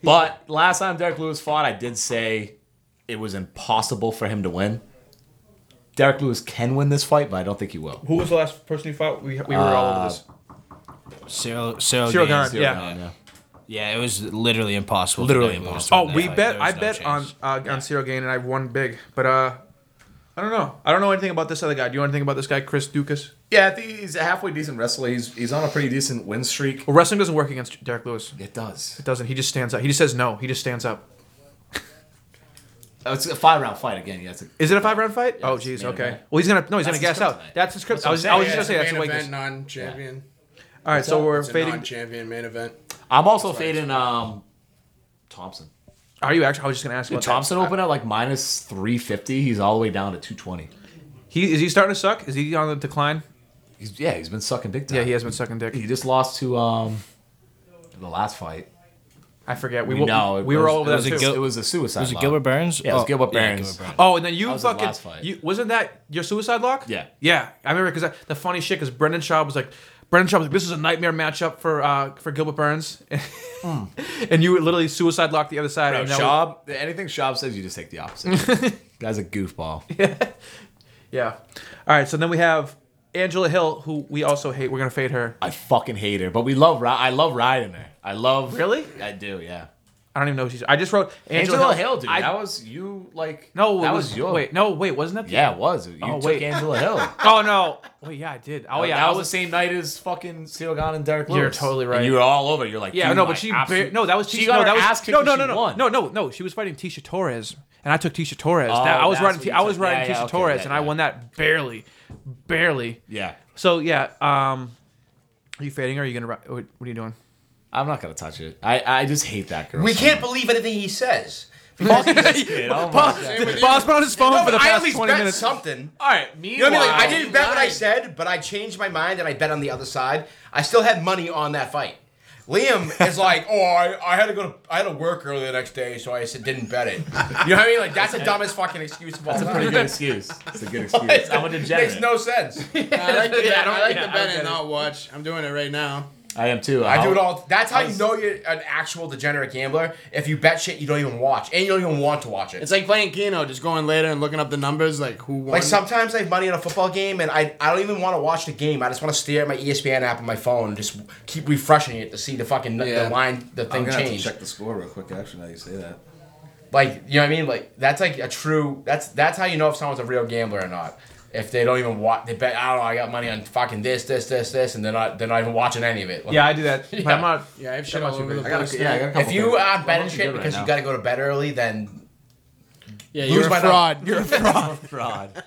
Speaker 3: But last time Derek Lewis fought, I did say it was impossible for him to win. Derek Lewis can win this fight, but I don't think he will.
Speaker 4: Who was the last person you fought? We, we were all over this.
Speaker 6: Cyril, Cyril,
Speaker 4: Uh, Cyril
Speaker 6: Gaines,
Speaker 4: Gaines, yeah.
Speaker 6: Yeah, it was literally impossible. Literally impossible.
Speaker 4: Oh, we bet. I bet on uh, on Cyril Gain, and I won big. But uh, I don't know. I don't know anything about this other guy. Do you know anything about this guy, Chris Dukas?
Speaker 3: Yeah, I think he's a halfway decent wrestler. He's he's on a pretty decent win streak.
Speaker 4: Well, wrestling doesn't work against Derek Lewis. It
Speaker 3: It does.
Speaker 4: doesn't. He just stands up. He just says no. He just stands up.
Speaker 3: Oh, It's a five round fight again. Yeah, it's a,
Speaker 4: Is it a five round fight? oh,
Speaker 3: it's
Speaker 4: jeez.
Speaker 3: main
Speaker 4: Okay.
Speaker 3: event.
Speaker 4: Well, he's gonna no. He's
Speaker 3: That's
Speaker 4: gonna
Speaker 3: his
Speaker 4: gas out.
Speaker 3: kryptonite.
Speaker 4: That's his script.
Speaker 3: what
Speaker 4: I
Speaker 3: I'm
Speaker 4: was. I
Speaker 3: saying.
Speaker 4: was
Speaker 3: Yeah,
Speaker 4: just gonna say that's a weakness.
Speaker 1: non-champion.
Speaker 4: All right. So
Speaker 3: up?
Speaker 4: we're
Speaker 1: It's a
Speaker 4: fading.
Speaker 1: non-champion main event.
Speaker 3: I'm also fading um, Thompson.
Speaker 4: Are you actually? I was just gonna ask about that.
Speaker 3: Thompson opened at like minus three fifty. He's all the way down to two twenty.
Speaker 4: He is he starting to suck? Is he on the decline?
Speaker 3: He's, yeah, he's been sucking dick. Time.
Speaker 4: Yeah, he has been sucking dick.
Speaker 3: He just lost to um the last fight.
Speaker 4: I forget. We,
Speaker 3: We
Speaker 4: we,
Speaker 3: know,
Speaker 4: we,
Speaker 3: it
Speaker 4: were
Speaker 3: was-
Speaker 4: all over
Speaker 6: it
Speaker 4: that
Speaker 6: was a
Speaker 4: too.
Speaker 6: Gil-
Speaker 3: It was a suicide.
Speaker 6: Was it
Speaker 3: lock.
Speaker 6: Gilbert Burns?
Speaker 3: Yeah, it was
Speaker 6: Oh,
Speaker 3: Gilbert
Speaker 6: yeah,
Speaker 3: Burns.
Speaker 6: Gilbert
Speaker 4: Oh, and then you
Speaker 3: That was his
Speaker 4: fucking
Speaker 3: last fight.
Speaker 4: you, wasn't that your suicide lock?
Speaker 3: Yeah.
Speaker 4: yeah. I remember because the funny shit because Brendan Schaub was like, Brendan Schaub was like, this is a nightmare matchup for uh for Gilbert Burns, and you would literally suicide lock the other side.
Speaker 3: No,
Speaker 4: and that was-
Speaker 3: Hmm. Schaub, anything Shab says, you just take the opposite. Guy's a goofball.
Speaker 4: yeah. All right, so then we have Angela Hill, who we also hate. We're gonna fade her.
Speaker 3: I fucking hate her, but we love. Ri- I love riding her. I love.
Speaker 4: Really?
Speaker 3: I do. Yeah.
Speaker 4: I don't even know who she's. I just wrote Angela,
Speaker 3: Angela, Hill, dude.
Speaker 4: I,
Speaker 3: that was you. Like
Speaker 4: no,
Speaker 3: that
Speaker 4: it was,
Speaker 3: your
Speaker 4: wait, no, wait, wasn't that? the-
Speaker 3: Yeah, it was. You
Speaker 4: Oh,
Speaker 3: took
Speaker 4: wait.
Speaker 3: Angela Hill.
Speaker 4: Oh no. Wait, yeah, I did. Oh yeah,
Speaker 3: that
Speaker 4: I
Speaker 3: was the same night as fucking Cyril Gahn and Derek Lewis.
Speaker 4: You're totally right.
Speaker 3: And you were all over. You're like,
Speaker 4: Yeah,
Speaker 3: dude,
Speaker 4: no,
Speaker 3: my
Speaker 4: but she
Speaker 3: absolute-
Speaker 4: bar- no, that was
Speaker 3: she
Speaker 4: Tisha-
Speaker 3: got
Speaker 4: no,
Speaker 3: her
Speaker 4: that was
Speaker 3: ass kicked.
Speaker 4: no,
Speaker 3: and
Speaker 4: no,
Speaker 3: she
Speaker 4: no, no,
Speaker 3: won.
Speaker 4: no, no, no. She was fighting Tisha Torres, and I took Tisha Torres.
Speaker 3: Oh,
Speaker 4: that, I was
Speaker 3: that's
Speaker 4: riding.
Speaker 3: what
Speaker 4: T-
Speaker 3: you
Speaker 4: I was
Speaker 3: took.
Speaker 4: riding
Speaker 3: Yeah,
Speaker 4: Tisha
Speaker 3: yeah, okay,
Speaker 4: Torres,
Speaker 3: yeah,
Speaker 4: and I
Speaker 3: yeah.
Speaker 4: won that barely, barely.
Speaker 3: Yeah,
Speaker 4: So yeah, um, are you fading? or Are you gonna? ri- What what are you doing?
Speaker 3: I'm not gonna touch it. I, I just hate that girl.
Speaker 2: We
Speaker 3: so
Speaker 2: can't believe anything he says.
Speaker 3: much. Oh my God.
Speaker 4: Boss been on his phone for the
Speaker 2: but I at
Speaker 4: past
Speaker 2: least
Speaker 4: twenty
Speaker 2: bet
Speaker 4: minutes.
Speaker 2: something.
Speaker 3: All right, me.
Speaker 2: You know what I mean? Like, I didn't bet what I said, but I changed my mind and I bet on the other side. I still had money on that fight. Liam is like, oh, I, I had to go to I had to work early the next day, so I said didn't bet it. You know what I mean? Like that's the dumbest fucking excuse of all
Speaker 3: That's a
Speaker 2: time.
Speaker 3: pretty good excuse. It's a good excuse. I'm a degenerate.
Speaker 2: Makes no sense.
Speaker 1: I like the,
Speaker 4: Yeah, I don't-
Speaker 1: I like
Speaker 4: yeah,
Speaker 1: the bet and
Speaker 4: I don't get it.
Speaker 1: not watch. I'm doing it right now.
Speaker 3: I am too.
Speaker 2: I do it all. That's how
Speaker 3: I
Speaker 2: you
Speaker 3: was-
Speaker 2: know you're an actual degenerate gambler. If you bet shit you don't even watch, and you don't even want to watch it.
Speaker 1: It's like playing Keno, just going later and looking up the numbers, like who won.
Speaker 2: Like sometimes I have money on a football game and I, I don't even want to watch the game. I just want to stare at my E ESPN app on my phone and just keep refreshing it to see the fucking
Speaker 1: Yeah.
Speaker 2: the line the thing change.
Speaker 5: the score real quick. Actually, now you say that.
Speaker 2: Like you know what I mean? Like that's like a true that's that's how you know if someone's a real gambler or not. If they don't even watch, they bet. I don't know. I got money on fucking this, this, this, this, and they're not they're not even watching any of it. Like,
Speaker 4: Yeah, I do that. But I'm not.
Speaker 1: yeah, I have shit all
Speaker 4: must be
Speaker 1: over the
Speaker 4: great.
Speaker 1: place.
Speaker 5: yeah, I got a couple
Speaker 2: If you are betting
Speaker 3: much you
Speaker 2: shit
Speaker 3: good right
Speaker 2: because
Speaker 3: now?
Speaker 2: you got to go to bed early, then
Speaker 1: yeah,
Speaker 2: lose
Speaker 1: you're a
Speaker 2: my
Speaker 1: fraud. You're a
Speaker 3: fraud.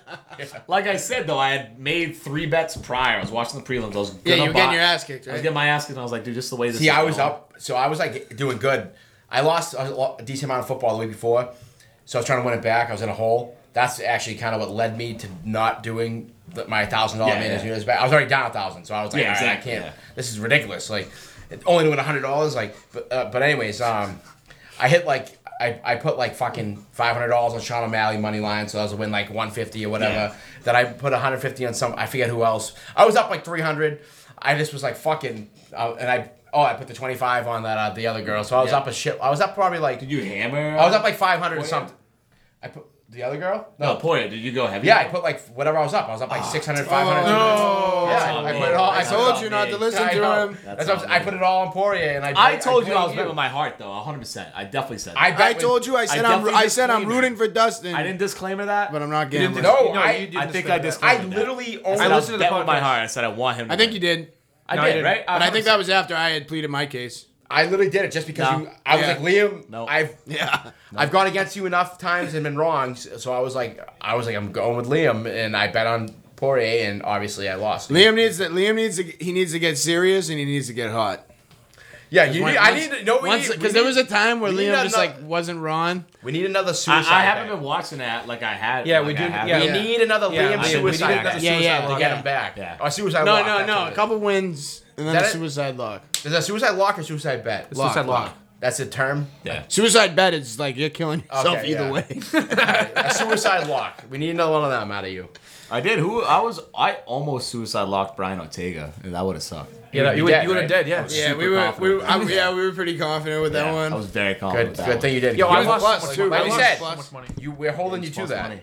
Speaker 3: Like I said though, I had made three bets prior. I was watching the prelims. I was
Speaker 1: yeah,
Speaker 3: gonna
Speaker 1: you're getting
Speaker 3: buy-
Speaker 1: your ass kicked,
Speaker 3: I was
Speaker 1: right?
Speaker 3: getting my ass kicked, and I was like, dude, just the way this.
Speaker 2: See,
Speaker 3: is
Speaker 2: I was
Speaker 3: going.
Speaker 2: up, so I was like doing good. I lost a, lo- a decent amount of football the week before, so I was trying to win it back. I was in a hole. That's actually kind of what led me to not doing the, my thousand dollar
Speaker 3: Yeah,
Speaker 2: managed
Speaker 3: yeah.
Speaker 2: units back. I was already down a thousand, so I was like,
Speaker 3: Yeah,
Speaker 2: "All right,
Speaker 3: exactly,
Speaker 2: I can't.
Speaker 3: yeah.
Speaker 2: This is ridiculous. Like, it- only to win hundred dollars. Like, but, uh, but anyways, um, I hit like I, I put like fucking five hundred dollars on Sean O'Malley money line, so I was a win like one fifty or whatever.
Speaker 3: Yeah.
Speaker 2: Then I put one hundred fifty on some. I forget who else. I was up like three hundred. I just was like fucking, uh, and I oh I put the twenty five on that uh, the other girl, so I was
Speaker 3: Yeah.
Speaker 2: up a shit. I was up probably like
Speaker 3: Did you hammer?
Speaker 2: I was up like five hundred or
Speaker 3: Poirier?
Speaker 2: something. I put the other girl.
Speaker 3: No, Oh, Poya, did you go heavy?
Speaker 2: Yeah, I put like whatever I was up. I was up like 600, 500.
Speaker 1: No.
Speaker 2: Yeah,
Speaker 3: on
Speaker 2: I
Speaker 3: me.
Speaker 2: put it all. I
Speaker 3: That's
Speaker 1: I
Speaker 2: put it all-
Speaker 1: told you not to listen
Speaker 2: I
Speaker 1: to
Speaker 2: know.
Speaker 1: him.
Speaker 2: That's what I'm saying. I put it all on Poirier, and I.
Speaker 3: I told you I was
Speaker 2: blamed
Speaker 3: betting with my heart though, 100. percent I definitely said. That.
Speaker 2: I
Speaker 1: I
Speaker 2: bet. with-
Speaker 1: told you. I said I am
Speaker 3: definitely
Speaker 1: I said I'm
Speaker 3: disclaimed it.
Speaker 1: rooting for Dustin,
Speaker 3: I didn't disclaimer that,
Speaker 1: but I'm not gambling.
Speaker 2: No,
Speaker 4: No,
Speaker 2: I.
Speaker 4: you didn't
Speaker 3: I think
Speaker 4: disclaimer
Speaker 3: I
Speaker 4: that.
Speaker 2: I
Speaker 3: disclaimed.
Speaker 2: literally only.
Speaker 3: I,
Speaker 4: said I
Speaker 3: listened
Speaker 4: listened
Speaker 3: to
Speaker 4: to the
Speaker 3: with my
Speaker 4: podcast.
Speaker 3: heart. I said I want him. To
Speaker 1: I think
Speaker 3: win.
Speaker 1: you did,
Speaker 3: I
Speaker 4: I
Speaker 3: did,
Speaker 4: didn't.
Speaker 3: right?
Speaker 1: but I think that was after I had pleaded my case.
Speaker 2: I literally did it just because
Speaker 3: No.
Speaker 2: you. I was
Speaker 1: Yeah.
Speaker 2: like Liam.
Speaker 3: No.
Speaker 2: I've
Speaker 1: Yeah,
Speaker 2: I've gone against you enough times and been wrong, so I was like, I was like, I'm going with Liam, and I bet on Poirier, and obviously I lost.
Speaker 1: Liam needs that. Liam needs to. He needs to get serious and he needs to get hot.
Speaker 2: Yeah, you
Speaker 1: When-
Speaker 2: need, I
Speaker 1: once-
Speaker 2: need to know
Speaker 1: once because there was a time where
Speaker 2: we need
Speaker 1: Liam just
Speaker 2: another-
Speaker 1: like wasn't Ron.
Speaker 2: we need another suicide.
Speaker 3: I, I haven't
Speaker 2: guy.
Speaker 3: been watching that like I had.
Speaker 4: Yeah,
Speaker 3: like
Speaker 4: we
Speaker 3: I
Speaker 4: do-
Speaker 3: have
Speaker 4: yeah.
Speaker 2: We
Speaker 3: been.
Speaker 2: need another
Speaker 4: Yeah,
Speaker 2: Liam
Speaker 4: I
Speaker 2: suicide.
Speaker 4: mean, we need
Speaker 2: guy.
Speaker 4: another
Speaker 2: Yeah,
Speaker 1: suicide
Speaker 2: yeah,
Speaker 1: lock.
Speaker 2: to get him back.
Speaker 3: Yeah.
Speaker 2: A suicide.
Speaker 1: No,
Speaker 2: lock,
Speaker 1: no,
Speaker 2: that's
Speaker 1: no.
Speaker 2: what
Speaker 1: A
Speaker 2: it
Speaker 1: couple wins and then
Speaker 2: That
Speaker 1: a
Speaker 2: it?
Speaker 1: suicide lock.
Speaker 2: is. Is that suicide lock or suicide bet?
Speaker 4: suicide lock.
Speaker 2: That's the term.
Speaker 3: Yeah.
Speaker 1: Suicide bet is like you're killing yourself
Speaker 2: Okay,
Speaker 1: either
Speaker 2: yeah.
Speaker 1: way.
Speaker 2: A suicide lock. We need another one of them out of you.
Speaker 3: I did. Who I was? I almost suicide locked Brian Ortega. and That would have sucked.
Speaker 4: You, know,
Speaker 2: You'd be
Speaker 4: you, would,
Speaker 2: dead,
Speaker 4: you would
Speaker 2: right?
Speaker 4: have dead, yeah.
Speaker 1: yeah,
Speaker 3: super
Speaker 1: we were,
Speaker 3: confident.
Speaker 1: we were I, yeah, we were pretty confident with that
Speaker 3: Yeah,
Speaker 1: one.
Speaker 3: I was very
Speaker 2: Good,
Speaker 3: confident. with that
Speaker 2: good
Speaker 3: one.
Speaker 2: thing you did.
Speaker 4: Yo,
Speaker 2: You
Speaker 4: I
Speaker 2: was
Speaker 4: lost
Speaker 2: plus, like
Speaker 4: so much money.
Speaker 2: we
Speaker 4: I lost
Speaker 2: said,
Speaker 4: so much money.
Speaker 2: You, we're holding you to
Speaker 3: Plus
Speaker 2: that.
Speaker 3: money.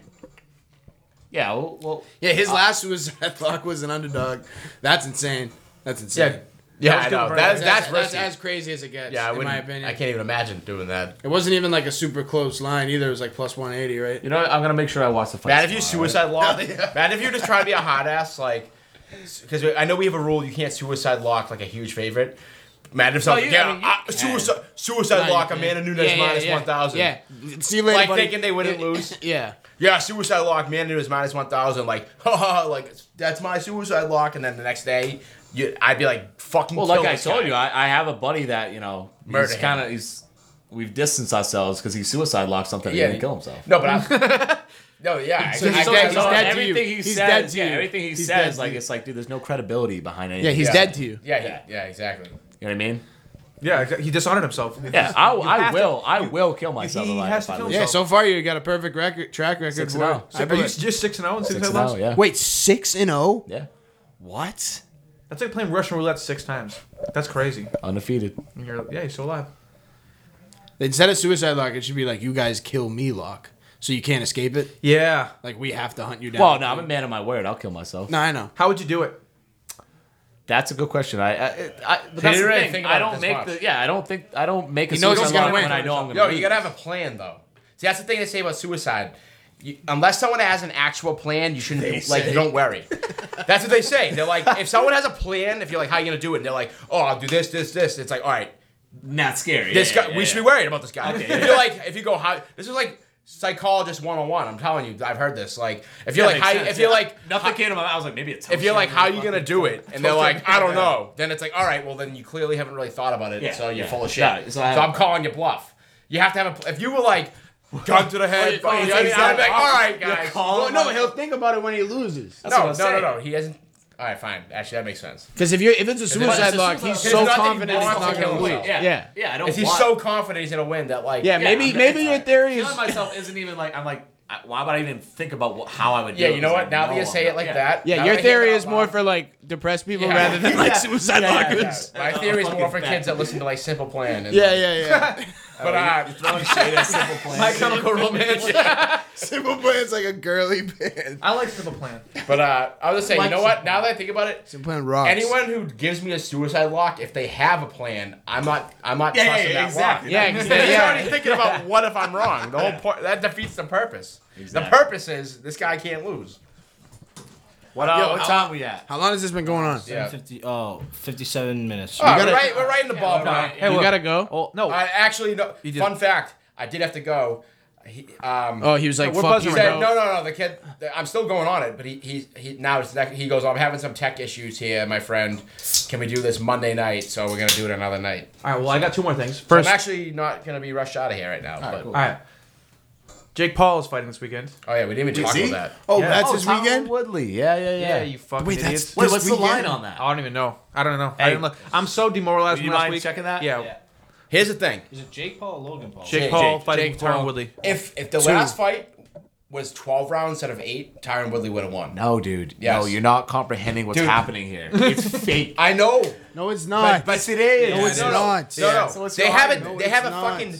Speaker 3: Yeah. Well, well
Speaker 1: yeah, his last suicide lock was an underdog. That's insane. That's insane.
Speaker 2: Yeah, yeah, I
Speaker 4: good
Speaker 2: know.
Speaker 4: for
Speaker 2: That's
Speaker 4: him.
Speaker 2: that's,
Speaker 1: that's
Speaker 2: risky.
Speaker 1: as crazy as it gets.
Speaker 2: yeah, I
Speaker 1: in
Speaker 2: wouldn't.
Speaker 1: my opinion.
Speaker 2: I can't even imagine doing that.
Speaker 1: It wasn't even like a super close line either. It was like plus 180, right?
Speaker 3: you know, what? I'm gonna make sure I watch the fight.
Speaker 2: Bad if you
Speaker 3: tomorrow, right?
Speaker 2: suicide lock. Bad if you're just trying to be a hot ass, like, because I know we have a rule you can't suicide lock like a huge favorite. Mad if something,
Speaker 3: you- I
Speaker 2: yeah,
Speaker 3: mean, you
Speaker 2: I- suicide, suicide lock Amanda Nunes minus
Speaker 1: yeah,
Speaker 2: one thousand.
Speaker 1: Yeah. See you later,
Speaker 2: Like
Speaker 1: buddy.
Speaker 2: thinking they wouldn't lose.
Speaker 1: Yeah.
Speaker 2: Yeah, suicide lock. Amanda Nunes minus one thousand. Like, ha ha, ha, like that's my suicide lock. And then the next day, you, I'd be like, fucking.
Speaker 3: Well,
Speaker 2: kill
Speaker 3: like I
Speaker 2: this
Speaker 3: told
Speaker 2: guy.
Speaker 3: you, I, I have a buddy that you know
Speaker 2: Murder
Speaker 3: he's
Speaker 2: him.
Speaker 3: kind of he's we've distanced ourselves because he suicide locked something
Speaker 2: Yeah,
Speaker 3: and he
Speaker 2: he-
Speaker 3: didn't kill himself.
Speaker 2: No, but I. no, yeah, I,
Speaker 1: So
Speaker 2: I,
Speaker 1: he's
Speaker 2: I,
Speaker 1: so-
Speaker 2: I-
Speaker 1: he's dead to you.
Speaker 3: everything he
Speaker 1: He's
Speaker 3: says,
Speaker 1: dead to
Speaker 3: yeah,
Speaker 1: you.
Speaker 3: everything he
Speaker 1: He's dead
Speaker 3: says,
Speaker 1: to
Speaker 3: like
Speaker 1: you.
Speaker 3: it's like, dude, there's no credibility behind anything.
Speaker 1: Yeah, he's
Speaker 2: Yeah.
Speaker 1: dead to you.
Speaker 2: yeah, yeah, yeah, exactly.
Speaker 3: you know what I mean.
Speaker 4: Yeah, exa- he dishonored himself.
Speaker 3: Yeah, I, I
Speaker 4: have to-
Speaker 3: will, I will kill myself.
Speaker 4: he
Speaker 3: alive
Speaker 4: has
Speaker 3: if
Speaker 4: to
Speaker 3: I
Speaker 4: kill
Speaker 3: lose.
Speaker 4: himself.
Speaker 1: Yeah, so far you got a perfect record, track record.
Speaker 3: Six
Speaker 1: for
Speaker 3: and
Speaker 1: it.
Speaker 3: oh.
Speaker 1: I
Speaker 4: Are you
Speaker 1: believe-
Speaker 4: just 6 and 0 in
Speaker 3: Six
Speaker 4: suicide
Speaker 3: and oh,
Speaker 4: locks?
Speaker 3: yeah.
Speaker 1: Wait, 6 and oh? 0?
Speaker 3: yeah. What?
Speaker 4: That's like playing Russian roulette six times. That's crazy.
Speaker 3: Undefeated.
Speaker 4: And you're, yeah, you're still alive.
Speaker 1: Instead of suicide lock, it should be like you guys kill me lock. So you can't escape it.
Speaker 4: Yeah.
Speaker 1: Like we have to hunt you down.
Speaker 3: Well, no, I'm a man of my word. I'll kill myself.
Speaker 1: No, I know.
Speaker 4: How would you do it?
Speaker 3: That's a good question. I, I, I but that's the
Speaker 2: really
Speaker 3: thing.
Speaker 2: think about
Speaker 3: I
Speaker 2: it
Speaker 3: don't
Speaker 2: this
Speaker 3: make
Speaker 2: much.
Speaker 3: the. Yeah, I don't think. I don't make a
Speaker 1: He knows he's
Speaker 3: suicide
Speaker 1: gonna
Speaker 3: lock
Speaker 1: win.
Speaker 3: when I know I'm gonna.
Speaker 2: Yo,
Speaker 3: lose.
Speaker 2: you gotta have a plan though. See, that's the thing they say about suicide. You, unless someone has an actual plan, you shouldn't be, like. You don't worry. that's what they say. They're like, if someone has a plan, if you're like, how you gonna do it? And they're like, oh, I'll do this, this, this. It's like, all right,
Speaker 3: not scary.
Speaker 2: this
Speaker 3: Yeah,
Speaker 2: guy.
Speaker 3: yeah,
Speaker 2: we
Speaker 3: yeah.
Speaker 2: should be worried about this guy.
Speaker 3: Okay,
Speaker 2: if you're like, if you go how this is like psychologist one on one. I'm telling you, I've heard this. Like, if you're like,
Speaker 3: That makes
Speaker 2: how,
Speaker 3: sense,
Speaker 2: if you're
Speaker 3: yeah.
Speaker 2: like,
Speaker 3: nothing came to my. mind. I was like, maybe it's.
Speaker 2: if you're like, how you gonna do it? And they're like, I don't know. Then it's like, all right, well then you clearly haven't really thought about it,
Speaker 3: Yeah,
Speaker 2: so you're
Speaker 3: yeah.
Speaker 2: full of shit.
Speaker 3: No, it's
Speaker 2: so
Speaker 3: not-
Speaker 2: I'm calling you bluff. You have to have a. pl- If you were like, gun to the head,
Speaker 3: Oh,
Speaker 2: fucking- I mean,
Speaker 3: you- you
Speaker 2: I'd be
Speaker 3: said-
Speaker 2: like, all right,
Speaker 3: you're
Speaker 2: guys.
Speaker 3: calling
Speaker 2: Well,
Speaker 3: my-
Speaker 2: no,
Speaker 1: he'll think about it when he loses.
Speaker 3: That's what I'm
Speaker 2: no, no, no,
Speaker 3: saying.
Speaker 2: no. He hasn't. All right, fine. Actually, that makes sense.
Speaker 1: Because if you if it's a
Speaker 2: it's
Speaker 1: suicide
Speaker 2: a
Speaker 1: lock,
Speaker 3: suicide
Speaker 1: he's
Speaker 3: lock.
Speaker 2: It's
Speaker 1: so
Speaker 2: not that he
Speaker 1: confident he's
Speaker 2: wants
Speaker 1: not
Speaker 2: to
Speaker 1: going
Speaker 2: kill
Speaker 1: to win.
Speaker 2: himself.
Speaker 3: Yeah,
Speaker 1: Yeah.
Speaker 3: yeah. I don't.
Speaker 2: If he's
Speaker 3: want-
Speaker 2: so confident he's gonna win that, like,
Speaker 1: Yeah,
Speaker 3: Yeah,
Speaker 1: maybe
Speaker 3: I'm-
Speaker 1: maybe
Speaker 3: it's
Speaker 1: your
Speaker 3: alright.
Speaker 1: theory is
Speaker 3: killing myself isn't even like I'm like. I- Why would I even think about wh- how I would? do
Speaker 2: yeah,
Speaker 3: it?
Speaker 2: you know
Speaker 3: It's
Speaker 2: what?
Speaker 3: like,
Speaker 2: Now that
Speaker 3: no,
Speaker 2: you
Speaker 3: I'm
Speaker 2: say it
Speaker 3: not-
Speaker 2: like
Speaker 3: yeah.
Speaker 2: that,
Speaker 1: Yeah,
Speaker 2: now
Speaker 1: your
Speaker 2: that I hear
Speaker 1: theory
Speaker 2: that out
Speaker 1: is more
Speaker 2: loud-
Speaker 1: for like depressed people
Speaker 2: Yeah.
Speaker 1: rather than like suicide
Speaker 2: Yeah, yeah,
Speaker 1: lockers.
Speaker 2: yeah. My theory is more for
Speaker 3: Fucking
Speaker 2: kids that listen to like Simple Plan. And,
Speaker 1: Yeah, yeah, yeah.
Speaker 2: but uh,
Speaker 3: Throwing shade at simple plans.
Speaker 4: My chemical romance.
Speaker 1: Simple Plan's like a girly band.
Speaker 4: I like simple plan.
Speaker 2: but uh, I was just saying, you
Speaker 1: Like
Speaker 2: know what? Now that I think about it,
Speaker 1: Simple Plan rocks.
Speaker 2: Anyone who gives me a suicide lock, if they have a plan, I'm not. I'm not
Speaker 3: Yeah,
Speaker 2: trusting
Speaker 3: yeah,
Speaker 2: that
Speaker 3: exactly.
Speaker 2: lock.
Speaker 1: Yeah, because
Speaker 2: They're
Speaker 1: they- yeah.
Speaker 2: already thinking about what if I'm wrong. The whole point that defeats the purpose.
Speaker 3: Exactly.
Speaker 2: The purpose is this guy can't lose.
Speaker 3: What, uh,
Speaker 2: Yo,
Speaker 3: what
Speaker 2: how-
Speaker 3: time we at?
Speaker 1: How long has this been going on?
Speaker 2: Yeah.
Speaker 6: 50, oh, 57 minutes.
Speaker 2: All right,
Speaker 1: gotta-
Speaker 2: we're right. We're right in the ballpark.
Speaker 4: Hey,
Speaker 1: you
Speaker 4: look.
Speaker 1: gotta go.
Speaker 4: Oh, no.
Speaker 2: I actually no,
Speaker 4: did.
Speaker 2: fun fact. I did have to go. He, um,
Speaker 1: Oh, he was like,
Speaker 4: we're
Speaker 1: "Fuck
Speaker 4: buzzing
Speaker 1: you."
Speaker 4: right
Speaker 2: said,
Speaker 1: bro.
Speaker 2: no, no, no. The kid, the, I'm still going on it, but he, he, he now it's next, he goes, I'm having some tech issues here, my friend. Can we do this Monday night? So we're gonna do it another night.
Speaker 4: All right, well, I got two more things. First,
Speaker 2: I'm actually not gonna be rushed out of here right now. but,
Speaker 4: all right. Jake Paul is fighting this weekend.
Speaker 2: Oh yeah, we didn't even talk about that.
Speaker 1: Oh,
Speaker 4: Yeah.
Speaker 1: that's
Speaker 3: Oh,
Speaker 1: his
Speaker 3: Tyler
Speaker 1: weekend.
Speaker 3: Woodley. Yeah, yeah, yeah.
Speaker 4: you fucking
Speaker 1: Wait,
Speaker 4: idiots.
Speaker 1: that's-
Speaker 3: Wait, what's the
Speaker 1: this
Speaker 3: line
Speaker 1: weekend?
Speaker 3: on that?
Speaker 4: I don't even know. I don't know. I didn't look. I'm so demoralized
Speaker 3: Do
Speaker 4: from
Speaker 3: you
Speaker 4: last
Speaker 3: mind
Speaker 4: week.
Speaker 3: checking that?
Speaker 4: Yeah.
Speaker 6: Yeah.
Speaker 2: Here's the thing.
Speaker 6: Is it Jake Paul or Logan Paul?
Speaker 4: Jake
Speaker 2: Jake-
Speaker 4: Paul
Speaker 2: Jake-
Speaker 4: fighting
Speaker 1: Jake
Speaker 4: Tyron
Speaker 1: Paul.
Speaker 4: Woodley.
Speaker 2: If if the last fight was 12 rounds instead of eight, Tyron Woodley would have won.
Speaker 3: No, dude.
Speaker 2: Yes.
Speaker 3: No, you're not comprehending what's
Speaker 2: Dude.
Speaker 3: happening here. It's fake.
Speaker 2: I know.
Speaker 1: No, it's not.
Speaker 3: but it is.
Speaker 1: No, it's
Speaker 2: no,
Speaker 1: not.
Speaker 2: No, no.
Speaker 1: Yeah,
Speaker 3: so it's
Speaker 2: they
Speaker 3: not.
Speaker 2: haven't.
Speaker 1: No,
Speaker 2: they
Speaker 1: it's
Speaker 2: have a
Speaker 1: not.
Speaker 2: fucking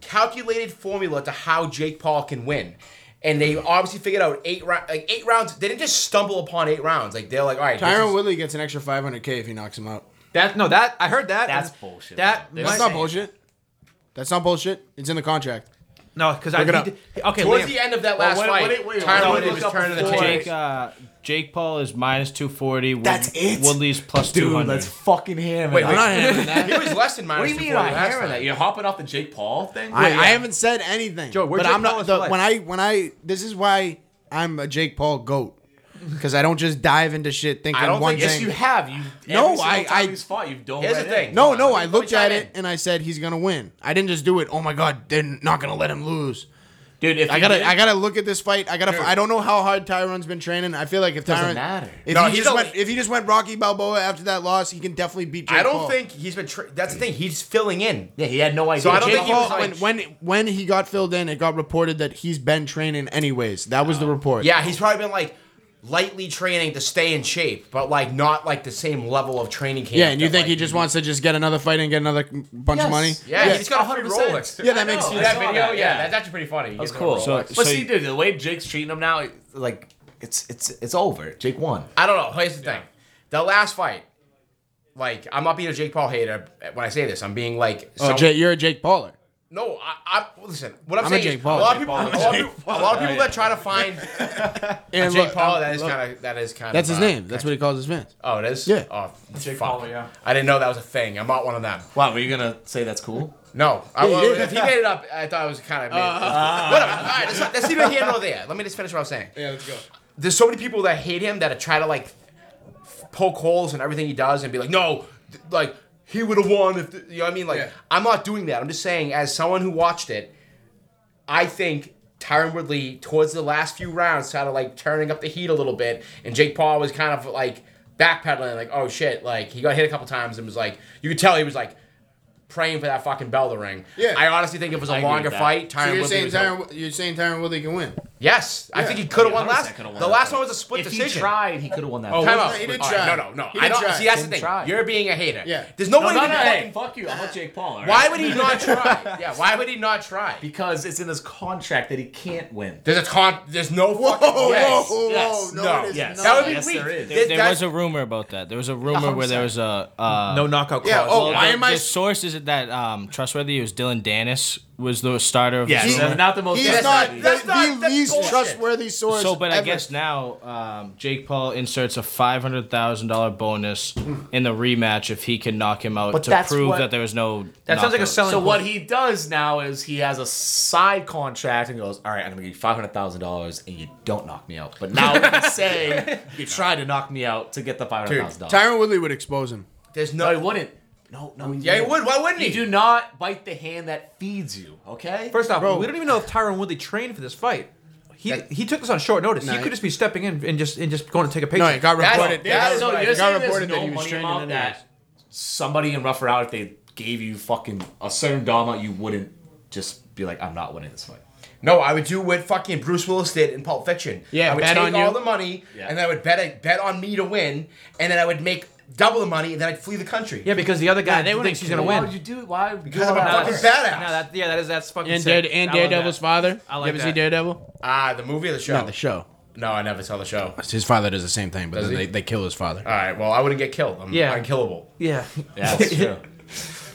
Speaker 2: calculated formula to how Jake Paul can win. And they obviously figured out eight rounds. Like eight rounds, they didn't just stumble upon eight rounds. Like they're like, all right, this
Speaker 1: Tyron
Speaker 2: is-
Speaker 1: Woodley gets an extra 500k if he knocks him out.
Speaker 4: That no, that I heard that.
Speaker 3: That's
Speaker 4: and
Speaker 3: bullshit.
Speaker 4: That
Speaker 3: They
Speaker 1: That's
Speaker 4: might-
Speaker 1: not bullshit. That's not bullshit. It's in the contract.
Speaker 4: no, because I
Speaker 1: Look it
Speaker 4: he
Speaker 1: up.
Speaker 4: did- okay.
Speaker 2: towards
Speaker 4: Liam,
Speaker 2: the end of that last
Speaker 3: what-
Speaker 2: fight,
Speaker 3: what did- wait,
Speaker 2: Tyron
Speaker 3: what
Speaker 2: Woodley
Speaker 3: did
Speaker 2: was
Speaker 3: we look
Speaker 2: turning
Speaker 3: up
Speaker 2: the
Speaker 3: before?
Speaker 2: tables.
Speaker 6: Jake, uh, Jake Paul is minus 240. Wood-
Speaker 3: That's it?
Speaker 6: Woodley's plus
Speaker 3: Dude,
Speaker 6: 200.
Speaker 3: let's fucking hear
Speaker 2: Wait,
Speaker 3: What
Speaker 2: wait,
Speaker 1: having that.
Speaker 2: he was less than minus.
Speaker 3: do you mean
Speaker 2: 240
Speaker 3: I'm
Speaker 2: last
Speaker 3: hearing
Speaker 2: time.
Speaker 3: that? You're hopping off the Jake Paul thing?
Speaker 1: I,
Speaker 4: yeah.
Speaker 1: I haven't said anything.
Speaker 4: Joe, where'd
Speaker 1: but
Speaker 4: Jake
Speaker 1: I'm
Speaker 4: Paul
Speaker 1: not. The,
Speaker 4: fight?
Speaker 1: when I when I this is why I'm a Jake Paul goat because I don't just dive into shit thinking
Speaker 2: I don't
Speaker 1: one
Speaker 2: think-
Speaker 1: thing.
Speaker 2: yes,
Speaker 3: you have. You
Speaker 1: No,
Speaker 3: every single
Speaker 1: I-
Speaker 3: time
Speaker 1: I-
Speaker 3: he's fought. You've dove
Speaker 2: Here's the
Speaker 3: right in.
Speaker 2: thing.
Speaker 1: No,
Speaker 2: Come
Speaker 1: no,
Speaker 2: on,
Speaker 1: I looked
Speaker 2: let
Speaker 1: at
Speaker 2: me
Speaker 1: it
Speaker 2: chime in.
Speaker 1: and I said he's gonna win. I didn't just do it. Oh my god, they're not gonna let him lose.
Speaker 3: dude. If
Speaker 1: I
Speaker 3: he
Speaker 1: gotta,
Speaker 3: did-
Speaker 1: I gotta look at this fight. I gotta. I don't know how hard Tyron's been training. I feel like if
Speaker 3: Doesn't
Speaker 1: Tyron,
Speaker 3: matter.
Speaker 1: if
Speaker 2: No,
Speaker 1: he
Speaker 2: he's
Speaker 1: just
Speaker 2: a-
Speaker 1: went, if he just went Rocky Balboa after that loss, he can definitely beat. Jake
Speaker 2: I don't
Speaker 1: Paul.
Speaker 2: think he's been. Tra- that's the thing. He's filling in.
Speaker 3: yeah, he had no idea.
Speaker 2: So I don't
Speaker 3: Jake
Speaker 2: think he
Speaker 3: Paul-
Speaker 2: was like-
Speaker 1: when, when when he got filled in, it got reported that he's been training anyways. That was the report.
Speaker 2: Oh. Yeah, he's probably been like lightly training to stay in shape, but like not like the same level of training camp.
Speaker 1: Yeah, and you
Speaker 2: that,
Speaker 1: think
Speaker 2: like,
Speaker 1: he just wants to just get another fight and get another bunch of money?
Speaker 2: Yeah,
Speaker 1: yeah.
Speaker 2: he's got a hundred
Speaker 3: 100%.
Speaker 2: Rolex.
Speaker 1: Yeah, that
Speaker 3: I
Speaker 1: makes
Speaker 3: know,
Speaker 1: sense.
Speaker 3: I
Speaker 2: that
Speaker 3: saw
Speaker 2: video,
Speaker 3: that,
Speaker 2: yeah, that's actually pretty funny.
Speaker 3: That's cool.
Speaker 6: So-
Speaker 3: but
Speaker 6: so
Speaker 3: see,
Speaker 6: you-
Speaker 3: dude, the way Jake's treating him now, like it's it's it's over. Jake won.
Speaker 2: I don't know. Here's the thing: the last fight, like I'm not being a Jake Paul hater when I say this. I'm being like,
Speaker 1: Oh,
Speaker 2: some-
Speaker 1: Jake, you're a Jake Pauler.
Speaker 2: no, I, I well, listen. What I'm,
Speaker 1: I'm a
Speaker 2: saying
Speaker 1: Jake
Speaker 2: is,
Speaker 1: Paul.
Speaker 2: a lot of
Speaker 1: Jake
Speaker 2: people,
Speaker 3: Paul.
Speaker 2: a lot of people, a lot of people that try to find
Speaker 1: And
Speaker 2: Jake
Speaker 1: look,
Speaker 2: Paul,
Speaker 1: I'm-
Speaker 2: that is
Speaker 1: look,
Speaker 2: kind of that is kind of
Speaker 1: That's his name. That's what he calls his fans.
Speaker 2: Oh, it is.
Speaker 1: Yeah.
Speaker 2: Oh,
Speaker 4: Jake
Speaker 2: fuck.
Speaker 4: Paul, yeah.
Speaker 2: I didn't know that was a thing. I'm not one of them.
Speaker 3: Wow, were you gonna say that's cool?
Speaker 2: No, I,
Speaker 1: Yeah, Uh, you
Speaker 2: well,
Speaker 1: did.
Speaker 2: if he made it up, I thought it was kind of. Made it. Whatever. All right, that's, not- that's neither here nor there. Let me just finish what I was saying.
Speaker 1: Yeah, let's go.
Speaker 2: There's so many people that hate him that try to like f- poke holes in everything he does and be like, no, th- like he would have won if th- you know what I mean. Like
Speaker 1: Yeah.
Speaker 2: I'm not doing that. I'm just saying, as someone who watched it, I think Tyron Woodley towards the last few rounds started like turning up the heat a little bit, and Jake Paul was kind of like backpedaling, like oh shit, like he got hit a couple times and was like, you could tell he was like praying for that fucking bell to ring.
Speaker 1: Yeah.
Speaker 2: I honestly think if it was a
Speaker 3: I agree
Speaker 2: longer
Speaker 3: with that.
Speaker 2: fight,
Speaker 1: So
Speaker 2: Tyron
Speaker 1: you're
Speaker 2: Woodley
Speaker 1: saying
Speaker 2: was
Speaker 1: Tyron, you're saying Tyron Woodley can win?
Speaker 2: Yes, I think he could have won last.
Speaker 3: 100% could've won
Speaker 2: the
Speaker 3: that
Speaker 2: last
Speaker 3: fight.
Speaker 2: one was a split
Speaker 3: if
Speaker 2: decision.
Speaker 3: he tried, he could have won that. Oh,
Speaker 2: Time
Speaker 1: No,
Speaker 2: out.
Speaker 1: he did
Speaker 2: All
Speaker 1: try.
Speaker 2: No, no, no.
Speaker 1: He
Speaker 2: I
Speaker 1: did
Speaker 2: don't.
Speaker 1: try.
Speaker 2: See, that's the
Speaker 3: Didn't
Speaker 2: thing.
Speaker 3: try.
Speaker 2: You're being a hater.
Speaker 1: Yeah.
Speaker 2: There's no, one
Speaker 3: not
Speaker 2: even fucking.
Speaker 3: fucking fuck you. I'm with Jake Paul. all right?
Speaker 2: Why would he not try? Yeah. Why would he not try?
Speaker 3: Because it's in his contract that he can't win.
Speaker 2: There's a con. There's no fucking.
Speaker 1: Whoa,
Speaker 2: yes.
Speaker 1: whoa, whoa!
Speaker 3: yes,
Speaker 1: no,
Speaker 2: no,
Speaker 1: it is
Speaker 3: yes.
Speaker 1: not.
Speaker 2: That would be
Speaker 3: Yes,
Speaker 2: weak.
Speaker 3: there is.
Speaker 2: Th-
Speaker 6: There
Speaker 2: that-
Speaker 6: was a rumor about that. There was a rumor where there was a uh,
Speaker 4: No knockout clause.
Speaker 1: Yeah, oh,
Speaker 6: Well,
Speaker 1: why
Speaker 6: the,
Speaker 1: am I?
Speaker 6: the source is that um, trustworthy? It was Dylan Danis was the starter of
Speaker 3: Yes,
Speaker 6: the rumor.
Speaker 3: that's not the most.
Speaker 1: He's
Speaker 3: that's
Speaker 1: not
Speaker 3: not-
Speaker 1: the,
Speaker 2: that's not-
Speaker 1: the
Speaker 2: that's
Speaker 1: least
Speaker 2: bullshit.
Speaker 1: trustworthy source.
Speaker 6: So, but I
Speaker 1: ever.
Speaker 6: guess now um, Jake Paul inserts a five hundred thousand dollar bonus in the rematch if he can knock him out
Speaker 3: But
Speaker 6: to
Speaker 3: that's
Speaker 6: prove
Speaker 3: what-
Speaker 6: that there was no.
Speaker 4: That sounds like a
Speaker 6: knockout.
Speaker 4: selling.
Speaker 3: So
Speaker 4: point.
Speaker 3: what he does now is he has a side contract and goes, "All right, I'm gonna give you five hundred thousand dollars, and you don't knock me out." But now we can say you tried to knock me out to get the five hundred thousand dollars.
Speaker 1: Tyron Woodley would expose him.
Speaker 2: There's
Speaker 3: No, he
Speaker 2: no.
Speaker 3: wouldn't. No, no, he
Speaker 2: Yeah, he would. Why wouldn't
Speaker 3: You do
Speaker 2: he?
Speaker 3: not bite the hand that feeds you. Okay.
Speaker 4: First off,
Speaker 1: Bro.
Speaker 4: we don't even know if Tyron Woodley trained for this fight. He,
Speaker 2: That-
Speaker 4: he took this on short notice.
Speaker 1: Nah,
Speaker 4: he
Speaker 1: he-
Speaker 4: could just be stepping in and just and just going to take a
Speaker 1: No, it
Speaker 4: paycheck.
Speaker 1: got
Speaker 2: That's-
Speaker 1: reported. it
Speaker 2: that's-
Speaker 1: got
Speaker 3: so
Speaker 1: reported-
Speaker 3: you're
Speaker 1: it got
Speaker 3: saying there's
Speaker 1: reported that
Speaker 3: no
Speaker 1: he was
Speaker 3: money
Speaker 1: training
Speaker 3: amount
Speaker 1: anyways.
Speaker 3: that somebody in Rough Out, if they gave you fucking a certain dollar amount, you wouldn't just be like, "I'm not winning this fight."
Speaker 2: No, I would do what fucking Bruce Willis did in Pulp Fiction.
Speaker 1: Yeah,
Speaker 2: I would
Speaker 1: bet
Speaker 2: take
Speaker 1: on
Speaker 2: all
Speaker 1: you.
Speaker 2: the money,
Speaker 3: Yeah.
Speaker 2: and then I would bet bet on me to win, and then I would make double the money, and then I'd flee the country.
Speaker 4: yeah, because the other guy
Speaker 6: they wouldn't
Speaker 4: thinks he's gonna
Speaker 3: Why
Speaker 4: win.
Speaker 3: would you do? Why?
Speaker 2: Because I'm a
Speaker 4: Nah,
Speaker 2: fucking
Speaker 4: that's-
Speaker 2: badass.
Speaker 4: nah, that- yeah, that is that's fucking.
Speaker 1: And,
Speaker 4: sick.
Speaker 1: Dare, and
Speaker 4: I love
Speaker 1: Daredevil's
Speaker 4: that.
Speaker 1: father.
Speaker 4: I like
Speaker 1: you ever see
Speaker 4: that.
Speaker 1: Daredevil?
Speaker 2: Ah, the movie or the show?
Speaker 1: No, the show.
Speaker 2: No, I never saw the show.
Speaker 1: His father does Uh, the same thing, but then
Speaker 2: he?
Speaker 1: they, they kill his father.
Speaker 2: All right. Well, I wouldn't get killed. I'm
Speaker 4: Yeah.
Speaker 2: unkillable.
Speaker 4: Yeah,
Speaker 3: That's true.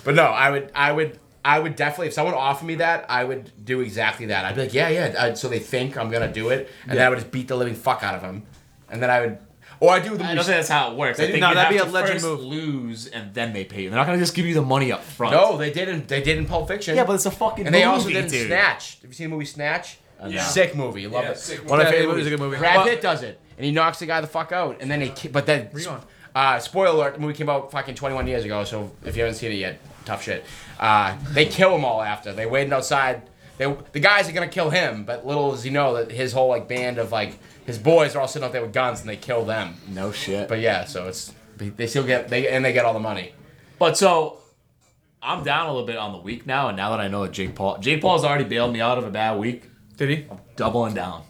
Speaker 2: But no, I would, I would, I would definitely. If someone offered me that, I would do exactly that. I'd be like, yeah, yeah. i so they think I'm gonna do it, and then I would just beat the living fuck out of him, and then I would, or I do the
Speaker 3: I don't
Speaker 2: movie.
Speaker 3: think that's how it works. I
Speaker 4: do-
Speaker 3: think
Speaker 4: no,
Speaker 3: you
Speaker 4: that'd
Speaker 3: have
Speaker 4: be a
Speaker 3: to
Speaker 4: legend
Speaker 3: first
Speaker 4: move.
Speaker 3: Lose and then they pay you. They're not gonna just give you the money up front.
Speaker 2: No, they didn't. They did in Pulp Fiction.
Speaker 3: Yeah, but it's a fucking
Speaker 2: and they
Speaker 3: movie,
Speaker 2: also did in
Speaker 3: dude.
Speaker 2: Snatch. Have you seen the movie Snatch?
Speaker 3: Yeah.
Speaker 2: Sick movie. Love
Speaker 5: Yeah,
Speaker 2: it.
Speaker 5: sick
Speaker 2: One of my
Speaker 4: movie. Yeah,
Speaker 2: favorite
Speaker 4: it was
Speaker 2: movies.
Speaker 4: a good movie.
Speaker 2: Brad
Speaker 4: But-
Speaker 2: Pitt does it, and he knocks the guy the fuck out, and then they. ki- But then,
Speaker 4: Rewind.
Speaker 2: uh, spoiler alert: the movie came out fucking 21 years ago. So if you haven't seen it yet, tough shit. Uh, they kill him all after. They waited outside. They, the guys are gonna kill him, but little does he know that his whole like band of like his boys are all sitting out there with guns, and they kill them.
Speaker 3: no shit.
Speaker 2: But yeah, so it's they still get they and they get all the money.
Speaker 3: But so I'm down a little bit on the week now, and now that I know that Jake Paul, Jake Paul's already bailed me out of a bad week.
Speaker 4: did he?
Speaker 3: Doubling down.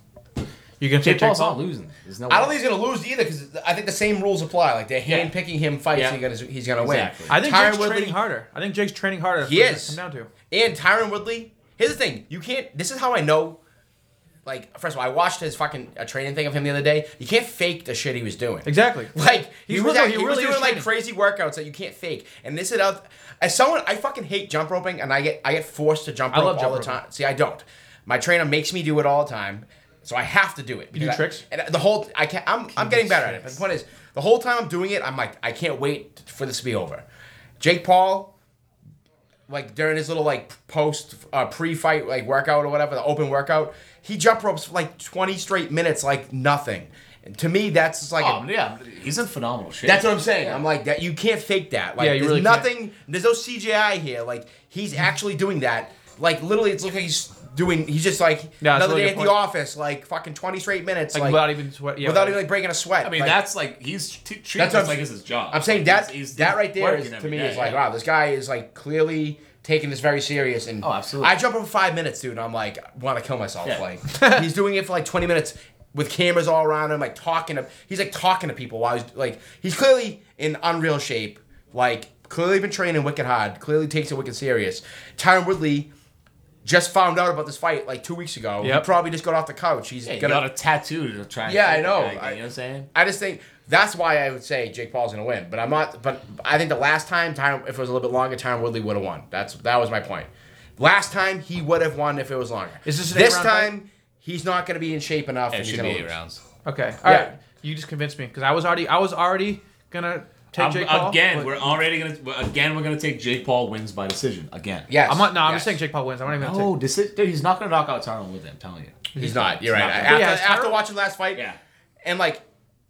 Speaker 4: You gonna
Speaker 3: Jake,
Speaker 4: take Jake
Speaker 3: Paul's
Speaker 4: Paul?
Speaker 3: not losing. There's no.
Speaker 2: I don't
Speaker 3: way.
Speaker 2: think he's gonna lose either because I think the same rules apply. Like they're
Speaker 3: Yeah.
Speaker 2: hand picking him fights,
Speaker 3: Yeah.
Speaker 2: he's gonna he's gonna
Speaker 3: Exactly.
Speaker 2: win.
Speaker 4: I think
Speaker 2: Tyron
Speaker 4: Jake's
Speaker 2: Woodley-
Speaker 4: training harder. I think Jake's training harder.
Speaker 2: He
Speaker 4: That's what it's
Speaker 2: is.
Speaker 4: Come down to.
Speaker 2: And Tyron Woodley. Here's the thing: you can't. This is how I know. Like, first of all, I watched his fucking a training thing of him the other day. You can't fake the shit he was doing.
Speaker 4: Exactly.
Speaker 2: Like he,
Speaker 4: He's
Speaker 2: was,
Speaker 4: really-
Speaker 2: out- he
Speaker 4: he
Speaker 2: was
Speaker 4: really is
Speaker 2: doing like
Speaker 4: training.
Speaker 2: crazy workouts that you can't fake. And this is out. As someone, I fucking hate jump roping, and I get I get forced to jump
Speaker 4: I
Speaker 2: rope
Speaker 4: love
Speaker 2: all
Speaker 4: jump
Speaker 2: the
Speaker 4: roping.
Speaker 2: time. See, I don't. My trainer makes me do it all the time, so I have to do it.
Speaker 4: do
Speaker 2: because I-
Speaker 4: tricks?
Speaker 2: and the whole I can't. I'm, I'm getting better at it. But the point is, the whole time I'm doing it, I'm like, I can't wait for this to be over. Jake Paul, like during his little like post uh, pre-fight like workout or whatever, the open workout, he jump ropes for like 20 straight minutes like nothing. And to me, that's just like a,
Speaker 3: Oh, yeah, he's in phenomenal shape.
Speaker 2: that's what I'm saying. I'm like that. You can't fake that. Like
Speaker 4: Yeah, you
Speaker 2: there's
Speaker 4: really can't. Mm-hmm.
Speaker 2: nothing. There's no CGI here. Like he's actually doing that. Like literally, it's like he's doing. He's just like
Speaker 4: Yeah, that's a
Speaker 2: another
Speaker 4: really
Speaker 2: day
Speaker 4: good
Speaker 2: at
Speaker 4: point.
Speaker 2: the office, like fucking 20 straight minutes,
Speaker 4: Like,
Speaker 2: like,
Speaker 4: without even sweat. Yeah,
Speaker 2: without even like breaking a sweat.
Speaker 3: I mean,
Speaker 2: like,
Speaker 3: that's like he's t- treating
Speaker 2: That's what I'm-
Speaker 3: this like it's his job.
Speaker 2: I'm saying
Speaker 3: Like,
Speaker 2: that
Speaker 3: he's- he's-
Speaker 2: that
Speaker 3: he's
Speaker 2: right there
Speaker 3: working
Speaker 2: is to
Speaker 3: every
Speaker 2: me
Speaker 3: day,
Speaker 2: is like
Speaker 3: yeah.
Speaker 2: wow, this guy is like clearly taking this very serious. And
Speaker 3: Oh, absolutely.
Speaker 2: I jump over five minutes, dude. And I'm like, want to kill myself.
Speaker 3: Yeah.
Speaker 2: Like he's doing it for like 20 minutes with cameras all around him, like talking to he's like talking to people while he's like he's clearly in unreal shape. Like clearly been training wicked hard. Clearly takes it wicked serious. Tyron Woodley. Just found out about this fight like two weeks ago. He
Speaker 4: Yep.
Speaker 2: probably just got off the couch. He's
Speaker 3: Yeah, he
Speaker 2: gonna
Speaker 3: got a tattoo to try. and
Speaker 2: Yeah, I
Speaker 3: fake it,
Speaker 2: know.
Speaker 3: like, you
Speaker 2: I-
Speaker 3: know what I'm saying?
Speaker 2: I just think that's why I would say Jake Paul's gonna win. But I'm not. But I think the last time, time if it was a little bit longer, Tyron Woodley would have won. That's that was my point. Last time he would have won if it was longer.
Speaker 4: Is this an
Speaker 2: this
Speaker 4: eight-round
Speaker 2: time? He's not gonna be in shape enough.
Speaker 3: Yeah,
Speaker 2: and
Speaker 3: it
Speaker 2: he's
Speaker 3: should be
Speaker 2: gonna
Speaker 3: eight
Speaker 2: lose.
Speaker 3: rounds.
Speaker 4: Okay. all right.
Speaker 2: Yeah.
Speaker 4: You just convinced me because I was already I was already gonna take
Speaker 3: I'm-
Speaker 4: Jake Paul.
Speaker 3: again,
Speaker 4: but-
Speaker 3: we're already gonna we're- again we're gonna take Jake Paul wins by decision again.
Speaker 2: Yes.
Speaker 4: I'm not. No, I'm
Speaker 2: yes.
Speaker 4: just saying Jake Paul wins. I'm not even. Gonna
Speaker 3: Oh, this is, dude, he's not gonna knock out Tyron with him. I'm telling you.
Speaker 2: He's not. You're right.
Speaker 3: not.
Speaker 2: After,
Speaker 4: Yeah, Tyron-
Speaker 2: after watching last fight,
Speaker 3: Yeah.
Speaker 2: and like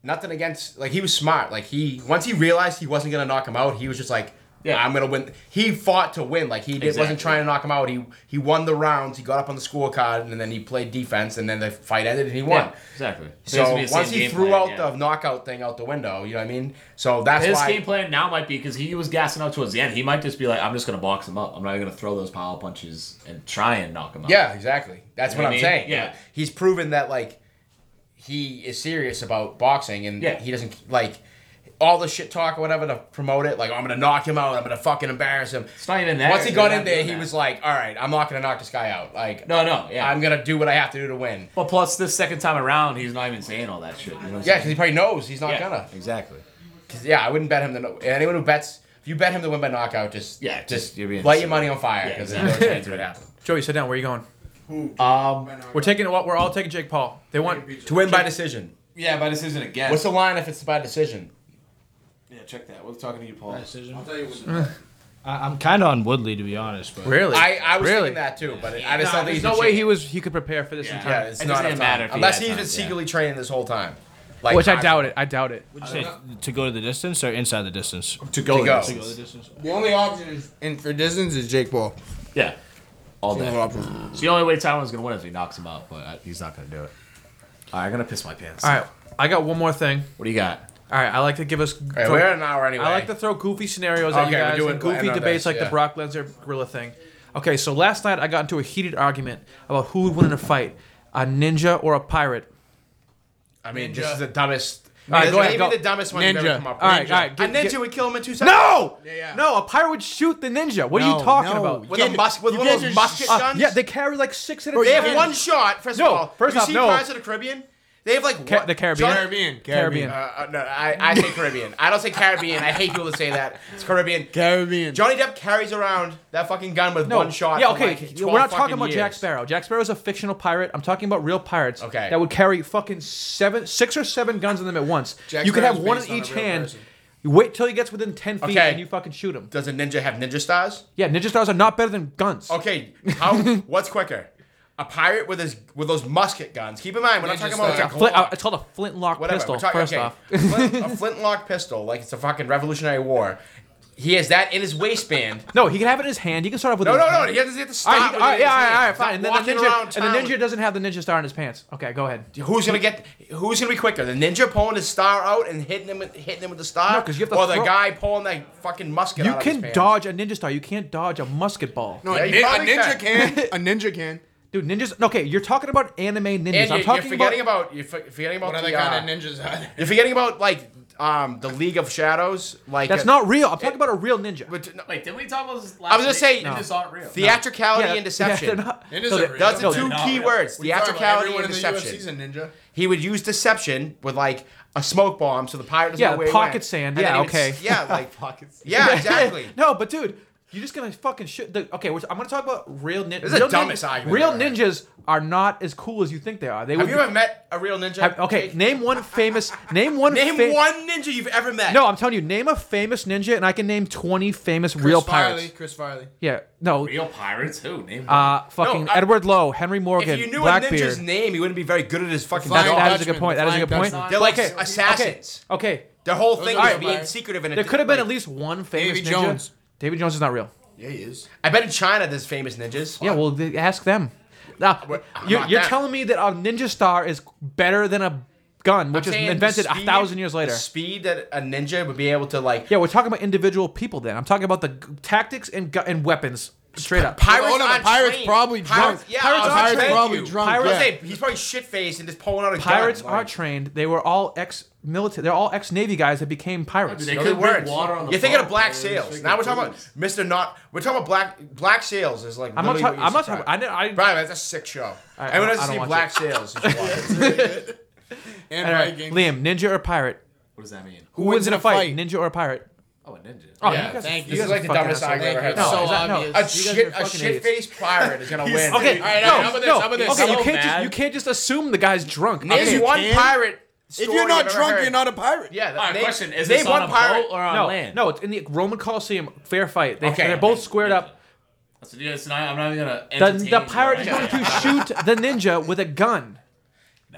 Speaker 2: nothing against like he was smart. Like he once he realized he wasn't gonna knock him out, he was just like,
Speaker 3: Yeah.
Speaker 2: yeah, I'm gonna win. He fought to win. Like he did,
Speaker 3: Exactly.
Speaker 2: wasn't trying to knock him out. He he won the rounds. He got up on the scorecard, and then he played defense, and then the fight ended, and he won.
Speaker 3: Yeah, exactly. There has to
Speaker 2: So
Speaker 3: be the
Speaker 2: once
Speaker 3: same
Speaker 2: he
Speaker 3: game
Speaker 2: threw
Speaker 3: plan,
Speaker 2: out
Speaker 3: yeah.
Speaker 2: the knockout thing out the window, you know what I mean? So that's
Speaker 3: His
Speaker 2: why.
Speaker 3: game plan now might be because he was gassing out towards the end. He might just be like, "I'm just gonna box him up. I'm not even gonna throw those power punches and try and knock him out."
Speaker 2: Yeah, exactly. That's
Speaker 3: You know
Speaker 2: what
Speaker 3: what I
Speaker 2: I'm
Speaker 3: mean?
Speaker 2: saying.
Speaker 3: Yeah.
Speaker 2: He's proven that like he is serious about boxing and
Speaker 3: Yeah.
Speaker 2: he doesn't like all the shit talk or whatever to promote it. Like, "Oh, I'm gonna knock him out, I'm gonna fucking embarrass him.
Speaker 3: it's not even that.
Speaker 2: Once he
Speaker 3: They're
Speaker 2: got
Speaker 3: not
Speaker 2: in there,
Speaker 3: doing
Speaker 2: he
Speaker 3: that.
Speaker 2: was like, All right, I'm not gonna knock this guy out. Like
Speaker 3: "No, no, yeah."
Speaker 2: I'm gonna do what I have to do to win.
Speaker 3: Well, plus this second time around, he's not even saying all that shit. You know what I'm
Speaker 2: Yeah,
Speaker 3: saying?
Speaker 2: because he probably knows he's not
Speaker 3: Yeah,
Speaker 2: gonna.
Speaker 3: exactly.
Speaker 2: 'Cause, yeah, I wouldn't bet him to no- anyone who bets if you bet him to win by knockout, just
Speaker 3: Yeah, just-
Speaker 2: just,
Speaker 3: you're being
Speaker 2: light your
Speaker 3: silly.
Speaker 2: money on fire
Speaker 3: Yeah,
Speaker 2: because
Speaker 3: exactly.
Speaker 2: there's no chance it would happen.
Speaker 4: take- Joey, sit down. Where are you going?
Speaker 3: Um,
Speaker 4: We're taking. We're all taking Jake Paul. They want.
Speaker 2: To win by decision.
Speaker 3: yeah, but this isn't a guess.
Speaker 2: What's the line if it's by decision?
Speaker 3: yeah, check that. We're talking to you, Paul.
Speaker 5: I'll tell you what.
Speaker 6: I, I'm kind of on Woodley to be honest, but
Speaker 4: Really?
Speaker 2: I, I was
Speaker 4: really.
Speaker 2: thinking that too, but I just don't think
Speaker 4: No, there's
Speaker 2: he's
Speaker 4: no
Speaker 2: in
Speaker 4: way
Speaker 2: shape.
Speaker 4: he was. He could prepare for this
Speaker 3: Yeah.
Speaker 4: entire.
Speaker 2: Yeah, it's
Speaker 3: It
Speaker 2: not
Speaker 3: doesn't
Speaker 2: enough time.
Speaker 3: matter if he
Speaker 2: unless
Speaker 3: had
Speaker 2: he's
Speaker 3: time,
Speaker 2: been
Speaker 3: yeah.
Speaker 2: secretly training this whole time. Like,
Speaker 4: Which I doubt it. I doubt it.
Speaker 6: Would you say to go to the distance or inside the distance?
Speaker 3: To go.
Speaker 2: To go.
Speaker 6: To go the distance.
Speaker 1: The only option is, and for distance is Jake Paul.
Speaker 3: Yeah. All
Speaker 1: The
Speaker 3: day.
Speaker 1: only option.
Speaker 3: It's the only way Tyron's gonna win is if he knocks him out, but I, he's not gonna do it. All right, I'm gonna piss my pants.
Speaker 4: All right. I got one more thing.
Speaker 3: What do you got?
Speaker 4: All right. I like to give us.
Speaker 2: All right, we're at an hour anyway.
Speaker 4: I like to throw goofy scenarios at
Speaker 2: Okay,
Speaker 4: you
Speaker 2: we're
Speaker 4: guys
Speaker 2: doing-
Speaker 4: and
Speaker 2: we'll
Speaker 4: goofy
Speaker 2: end on
Speaker 4: debates
Speaker 2: this,
Speaker 4: like the
Speaker 2: yeah.
Speaker 4: Brock Lesnar gorilla thing. Okay, so last night I got into a heated argument about who would win in a fight, a ninja or a pirate.
Speaker 2: I mean, this is the dumbest.
Speaker 4: right,
Speaker 2: This
Speaker 4: go
Speaker 2: is
Speaker 4: ahead,
Speaker 2: maybe
Speaker 4: go.
Speaker 2: the dumbest one you've
Speaker 1: Ninja.
Speaker 2: ever come up with.
Speaker 4: All right, all right,
Speaker 2: A
Speaker 4: get-
Speaker 2: ninja
Speaker 4: get-
Speaker 2: would kill him in two seconds.
Speaker 4: No,
Speaker 2: Yeah, yeah.
Speaker 4: no, a pirate would shoot the ninja. What are you
Speaker 1: No,
Speaker 4: talking
Speaker 1: no.
Speaker 4: about?
Speaker 2: With a
Speaker 1: Get-
Speaker 2: mus- with
Speaker 1: you
Speaker 2: one of
Speaker 1: get
Speaker 2: those
Speaker 1: your
Speaker 2: musket
Speaker 1: sh- uh,
Speaker 2: guns.
Speaker 4: Yeah, they carry like six at a
Speaker 2: They have
Speaker 4: time.
Speaker 2: one shot. First
Speaker 4: No,
Speaker 2: of all,
Speaker 4: first
Speaker 2: you
Speaker 4: off,
Speaker 2: see
Speaker 4: no.
Speaker 2: Pirates of the Caribbean? They have like
Speaker 4: Ca-
Speaker 2: one-
Speaker 4: the Caribbean.
Speaker 2: John-
Speaker 1: Caribbean, Caribbean,
Speaker 4: Caribbean.
Speaker 2: Uh, uh, no, I, I say Caribbean. I don't say Caribbean. I hate people that say that. It's Caribbean.
Speaker 1: Caribbean.
Speaker 2: Johnny Depp carries around that fucking gun with
Speaker 4: No.
Speaker 2: one shot.
Speaker 4: Yeah,
Speaker 2: for,
Speaker 4: okay.
Speaker 2: like,
Speaker 4: we're
Speaker 2: 12
Speaker 4: not talking
Speaker 2: fucking
Speaker 4: about Jack
Speaker 2: years.
Speaker 4: Sparrow. Jack Sparrow is a fictional pirate. I'm talking about real pirates.
Speaker 2: Okay.
Speaker 4: That would carry fucking seven, six or seven guns on them at once.
Speaker 1: Jack
Speaker 4: you could have
Speaker 1: Sparrow's
Speaker 4: one
Speaker 1: based
Speaker 4: in
Speaker 1: on a
Speaker 4: each
Speaker 1: real
Speaker 4: hand.
Speaker 1: person.
Speaker 4: You wait till he gets within ten feet
Speaker 2: Okay.
Speaker 4: and you fucking shoot him.
Speaker 2: Does a ninja have ninja stars?
Speaker 4: Yeah, ninja stars are not better than guns.
Speaker 2: Okay, how? what's quicker? A pirate with his with those musket guns. Keep in mind, we're not
Speaker 1: Ninja
Speaker 2: talking about
Speaker 1: style.
Speaker 2: like a
Speaker 4: Flint,
Speaker 2: Glock,
Speaker 4: uh, it's called a flintlock
Speaker 2: whatever.
Speaker 4: pistol.
Speaker 2: we're talking,
Speaker 4: first
Speaker 2: okay,
Speaker 4: off,
Speaker 2: flint- a flintlock pistol, like it's a fucking Revolutionary War. He has that in his waistband.
Speaker 4: no, he can have it in his hand. He can start off with
Speaker 2: No,
Speaker 4: his
Speaker 2: no, no.
Speaker 4: hand.
Speaker 2: He doesn't get to
Speaker 4: All
Speaker 2: stop.
Speaker 4: right, he- all right, yeah, all right, all right, fine.
Speaker 2: Stop
Speaker 4: And then the
Speaker 2: walking
Speaker 4: ninja,
Speaker 2: around
Speaker 4: and the
Speaker 2: town.
Speaker 4: ninja doesn't have the ninja star in his pants. Okay, go ahead.
Speaker 2: Who's gonna get? Who's gonna be quicker? The ninja pulling his star out and hitting him, with, hitting him with the star,
Speaker 4: No, 'cause you have to
Speaker 2: or the
Speaker 4: throw-
Speaker 2: guy pulling that fucking musket.
Speaker 4: You
Speaker 2: out of his
Speaker 4: can
Speaker 2: pants.
Speaker 4: dodge a ninja star. You can't dodge a musket ball.
Speaker 1: No,
Speaker 2: Yeah,
Speaker 1: a,
Speaker 2: you
Speaker 1: nin- a
Speaker 2: probably
Speaker 1: ninja can. A ninja can.
Speaker 4: Dude, ninjas. Okay, you're talking about anime ninjas.
Speaker 2: And
Speaker 4: I'm
Speaker 2: you,
Speaker 4: talking
Speaker 2: you're forgetting about, you're for- forgetting about
Speaker 1: What other
Speaker 2: the, uh,
Speaker 1: kind of ninjas are there?
Speaker 2: You're forgetting about like um the League of Shadows. Like
Speaker 4: That's
Speaker 2: uh,
Speaker 4: not real. I'm talking about a real ninja.
Speaker 2: But, no,
Speaker 3: Wait, didn't we talk about this last
Speaker 2: I was gonna say
Speaker 3: Ninjas aren't real.
Speaker 2: theatricality
Speaker 4: Yeah,
Speaker 2: and deception.
Speaker 4: yeah, they're not-
Speaker 1: Ninjas
Speaker 4: so
Speaker 1: are
Speaker 4: they-
Speaker 1: real.
Speaker 2: That's
Speaker 4: no,
Speaker 2: the two
Speaker 4: they're-
Speaker 3: not
Speaker 2: key
Speaker 3: real.
Speaker 2: words:
Speaker 1: What are you talking about?
Speaker 2: theatricality
Speaker 1: Everyone
Speaker 2: and
Speaker 1: in the UFC's a
Speaker 2: deception.
Speaker 1: ninja.
Speaker 2: He would use deception with like a smoke bomb, so the pirate doesn't
Speaker 4: Yeah,
Speaker 2: know where he
Speaker 4: pocket
Speaker 2: went. And
Speaker 4: sand,
Speaker 2: then
Speaker 4: yeah,
Speaker 2: he would s-
Speaker 4: okay.
Speaker 2: Yeah, like pocket sand. Yeah, exactly.
Speaker 4: no, but dude, You're just gonna fucking shit. The, okay, which I'm gonna talk about real ninjas.
Speaker 2: This is the dumbest argument
Speaker 4: Real
Speaker 2: I've ever heard.
Speaker 4: ninjas are not as cool as you think they are. They
Speaker 2: Have
Speaker 4: would
Speaker 2: you
Speaker 4: be-
Speaker 2: ever met a real ninja?
Speaker 4: have- okay,
Speaker 2: Jake?
Speaker 4: name one famous. Name one.
Speaker 2: Name
Speaker 4: fa-
Speaker 2: one ninja you've ever met.
Speaker 4: No, I'm telling you, name a famous ninja, and I can name 20 famous real pirates.
Speaker 1: Farley, Chris Farley.
Speaker 4: Yeah, no.
Speaker 3: Real pirates? Who? Name one.
Speaker 4: Uh, fucking
Speaker 2: No, I-
Speaker 4: Edward Lowe, Henry Morgan,
Speaker 2: If you knew a
Speaker 4: Blackbeard.
Speaker 2: ninja's name, you wouldn't be very good at his fucking
Speaker 1: Flying
Speaker 4: That's,
Speaker 2: job.
Speaker 4: that
Speaker 1: Dutchman.
Speaker 4: is a good point. That is a good point.
Speaker 1: Flying
Speaker 2: They're like
Speaker 4: Okay,
Speaker 2: assassins.
Speaker 4: Okay, okay.
Speaker 2: Their whole
Speaker 1: Those
Speaker 2: thing
Speaker 1: are
Speaker 2: is
Speaker 1: the
Speaker 2: being
Speaker 1: fire.
Speaker 2: secretive. And
Speaker 4: There could have been
Speaker 2: like-
Speaker 4: at least one famous
Speaker 1: Davy
Speaker 4: ninja.
Speaker 1: Jones.
Speaker 4: Davy Jones is not real.
Speaker 1: Yeah, he is.
Speaker 2: I bet in China there's famous ninjas.
Speaker 4: Yeah, well, th- ask them. Now,
Speaker 2: I'm
Speaker 4: you're,
Speaker 2: not
Speaker 4: you're
Speaker 2: them.
Speaker 4: telling me that a ninja star is better than a gun, which was
Speaker 2: Saying the
Speaker 4: invented a
Speaker 2: speed-
Speaker 4: thousand years later.
Speaker 2: The speed that a ninja would be able to like.
Speaker 4: Yeah, we're talking about individual people. Then I'm talking about the g- tactics and gu- and weapons straight up.
Speaker 2: Pirates
Speaker 1: Oh, no, the
Speaker 2: on
Speaker 1: pirates
Speaker 2: train.
Speaker 1: probably
Speaker 2: Pirates-
Speaker 1: drunk.
Speaker 2: Yeah,
Speaker 1: Pirates
Speaker 2: on
Speaker 1: are
Speaker 2: train.
Speaker 1: pirates probably
Speaker 2: You.
Speaker 1: drunk,
Speaker 2: Pirates,
Speaker 1: yeah.
Speaker 2: hey, he's probably shit faced and just pulling out a
Speaker 4: Pirates
Speaker 2: gun.
Speaker 4: are trained. They were all ex-military. They're all ex-navy guys that became pirates.
Speaker 3: They
Speaker 2: No,
Speaker 3: could
Speaker 2: they weren't.
Speaker 3: bring water on the
Speaker 2: You're thinking of
Speaker 3: boat,
Speaker 2: Black
Speaker 3: man.
Speaker 2: Sails. Now we're talking about Mr. Not. We're talking about Black Black Sails is like.
Speaker 4: I'm not.
Speaker 2: really
Speaker 4: talking.
Speaker 2: what you
Speaker 4: I'm not
Speaker 2: subscribe.
Speaker 4: talking. I, didn't- I,
Speaker 2: Brian, that's a sick show.
Speaker 4: I-
Speaker 2: Everyone
Speaker 4: I
Speaker 2: has to
Speaker 4: don't
Speaker 2: see
Speaker 4: watch
Speaker 2: Black Sails. you should watch it.
Speaker 1: And
Speaker 4: all right,
Speaker 1: Viking.
Speaker 4: Liam, ninja or pirate?
Speaker 3: What does that mean?
Speaker 4: Who wins in a fight, ninja or a pirate?
Speaker 3: Oh, a ninja.
Speaker 4: Oh,
Speaker 1: Yeah,
Speaker 4: you guys,
Speaker 1: thank you.
Speaker 4: you
Speaker 2: This
Speaker 4: guys
Speaker 2: is
Speaker 4: are
Speaker 2: like the
Speaker 4: fucking
Speaker 2: dumbest
Speaker 4: assholes.
Speaker 2: I've ever heard.
Speaker 1: It's so
Speaker 4: is that- no.
Speaker 1: obvious.
Speaker 2: A
Speaker 1: You guys are
Speaker 2: shit, a
Speaker 1: fucking
Speaker 2: shit
Speaker 1: idiots.
Speaker 2: faced pirate is gonna win.
Speaker 4: Okay,
Speaker 1: All right,
Speaker 4: no,
Speaker 1: all right, how about this,
Speaker 4: no.
Speaker 1: how about this?
Speaker 4: Okay, you
Speaker 1: So
Speaker 4: can't just
Speaker 3: mad.
Speaker 4: you can't just assume the guy's drunk.
Speaker 2: Name
Speaker 4: Okay,
Speaker 1: you
Speaker 2: one
Speaker 1: can.
Speaker 2: pirate.
Speaker 1: If
Speaker 2: story
Speaker 1: you're
Speaker 2: I've
Speaker 1: not
Speaker 2: ever
Speaker 1: drunk,
Speaker 2: heard.
Speaker 1: you're not a pirate.
Speaker 2: Yeah.
Speaker 3: All right,
Speaker 2: name-
Speaker 3: question is
Speaker 2: name
Speaker 3: this
Speaker 2: one
Speaker 3: on a
Speaker 2: pirate.
Speaker 3: boat or on
Speaker 4: no,
Speaker 3: land?
Speaker 4: no, it's in the Roman Coliseum, fair fight. They,
Speaker 2: Okay.
Speaker 4: They're both squared up.
Speaker 3: That's what it is. I'm not even gonna.
Speaker 4: The,
Speaker 3: entertain
Speaker 4: the
Speaker 3: you,
Speaker 4: pirate
Speaker 3: right?
Speaker 4: is going to shoot the ninja with a gun.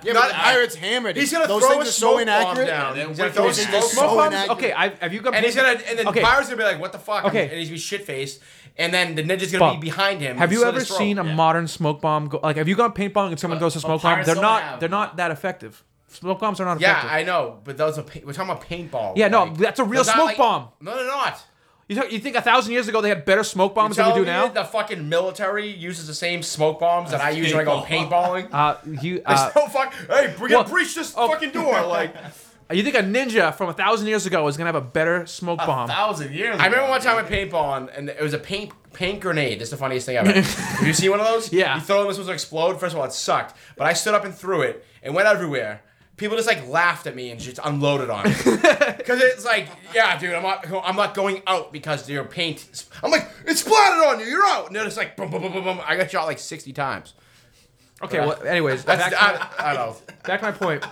Speaker 1: Yeah, but
Speaker 2: Not-
Speaker 1: the pirates hammered.
Speaker 2: He's gonna
Speaker 1: Those
Speaker 2: throw
Speaker 1: things
Speaker 2: a
Speaker 1: are
Speaker 2: smoke
Speaker 1: so
Speaker 2: bomb
Speaker 1: inaccurate.
Speaker 2: down.
Speaker 3: Yeah,
Speaker 2: He's gonna
Speaker 3: they're
Speaker 2: throw a
Speaker 3: freaking
Speaker 2: smoke
Speaker 1: just
Speaker 2: bomb.
Speaker 1: so
Speaker 4: Bombs-
Speaker 1: inaccurate.
Speaker 4: okay, I've, have you got?
Speaker 2: And he's gonna, and then
Speaker 4: Okay.
Speaker 2: pirates gonna be like, "What the fuck?"
Speaker 4: Okay.
Speaker 2: And he's gonna be shit faced, and then the ninja's gonna
Speaker 4: Fuck.
Speaker 2: be behind him.
Speaker 4: Have
Speaker 2: and
Speaker 4: you
Speaker 2: slit
Speaker 4: ever
Speaker 2: his throat.
Speaker 4: seen a
Speaker 3: Yeah.
Speaker 4: modern smoke bomb? Go, like, have you gone paint bomb and someone throws a smoke bomb?
Speaker 3: pirates
Speaker 4: They're
Speaker 3: don't
Speaker 4: not.
Speaker 3: have-
Speaker 4: They're not that effective. Smoke bombs are not
Speaker 2: Yeah,
Speaker 4: effective.
Speaker 2: I know, but those are pa- we're talking about paintball.
Speaker 4: Yeah, no,
Speaker 2: like-
Speaker 4: that's a real
Speaker 2: not
Speaker 4: smoke bomb.
Speaker 2: No, they're not.
Speaker 4: you, th- you think a thousand years ago they had better smoke bombs than
Speaker 2: Tell
Speaker 4: we do
Speaker 2: me
Speaker 4: now?
Speaker 2: that The fucking military uses the same smoke bombs that I use when I go paintballing.
Speaker 4: Uh, you
Speaker 2: There's
Speaker 4: uh,
Speaker 2: no fuck. Hey, we're gonna
Speaker 4: well, oh.
Speaker 2: breach this fucking door. Like,
Speaker 4: you think a ninja from a thousand years ago is gonna have a better smoke bomb?
Speaker 3: thousand years.
Speaker 2: I remember
Speaker 3: ago,
Speaker 2: one time I
Speaker 3: dude.
Speaker 2: paintballing, and it was a paint paint grenade. That's the funniest thing ever. Have you seen one of those?
Speaker 4: Yeah.
Speaker 2: You throw them, this was to explode. First of all, it sucked, but I stood up and threw it, and went everywhere. People just like laughed at me and just unloaded on me. Cause it's like, yeah, dude, I'm not, I'm not going out because your paint. is- I'm like, it splattered on you. You're out. And they're just like, boom, boom, boom, boom, boom. I got shot like 60 times.
Speaker 4: Okay, well, anyways,
Speaker 2: That's,
Speaker 4: back,
Speaker 2: I, I don't know.
Speaker 4: back to my point.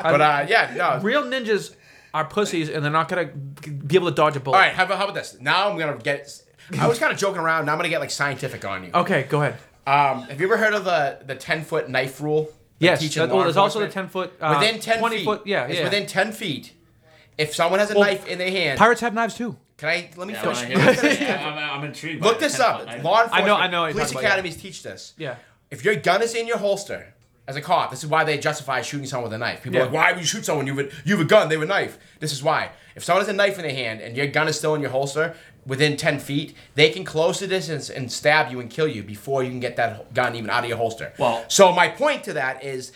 Speaker 2: But uh, yeah, no.
Speaker 4: Real ninjas are pussies, and they're not gonna g- be able to dodge a bullet.
Speaker 2: All right, how about, how about this? Now I'm gonna get. I was kind of joking around. Now I'm gonna get like scientific on you.
Speaker 4: Okay, go ahead.
Speaker 2: Um, have you ever heard of the the ten foot knife rule? They
Speaker 4: Yes,
Speaker 2: teach in
Speaker 4: that,
Speaker 2: law
Speaker 4: oh, there's also the ten
Speaker 2: enforcement?
Speaker 4: foot, uh,
Speaker 2: within ten
Speaker 4: twenty
Speaker 2: feet.
Speaker 4: foot. Yeah,
Speaker 2: it's
Speaker 4: yeah.
Speaker 2: within ten feet. If someone has a knife in their hand,
Speaker 4: Pirates have knives too.
Speaker 2: can I let me
Speaker 3: Yeah, when I
Speaker 2: finish?
Speaker 3: hear this, yeah, I'm, I'm intrigued. by
Speaker 2: Look
Speaker 3: the
Speaker 2: this
Speaker 3: 10
Speaker 2: up.
Speaker 3: foot knife.
Speaker 2: Law enforcement.
Speaker 4: I know- I know what you're
Speaker 2: Police
Speaker 4: talking about, yeah.
Speaker 2: academies teach this.
Speaker 4: Yeah.
Speaker 2: If your gun is in your holster, as a cop, this is why they justify shooting someone with a knife. People are
Speaker 4: Yeah.
Speaker 2: like, why would you shoot someone? You have a, you have a gun, they have a knife. This is why. If someone has a knife in their hand and your gun is still in your holster within 10 feet, they can close the distance and stab you and kill you before you can get that gun even out of your holster.
Speaker 3: Well-
Speaker 2: so my point to that is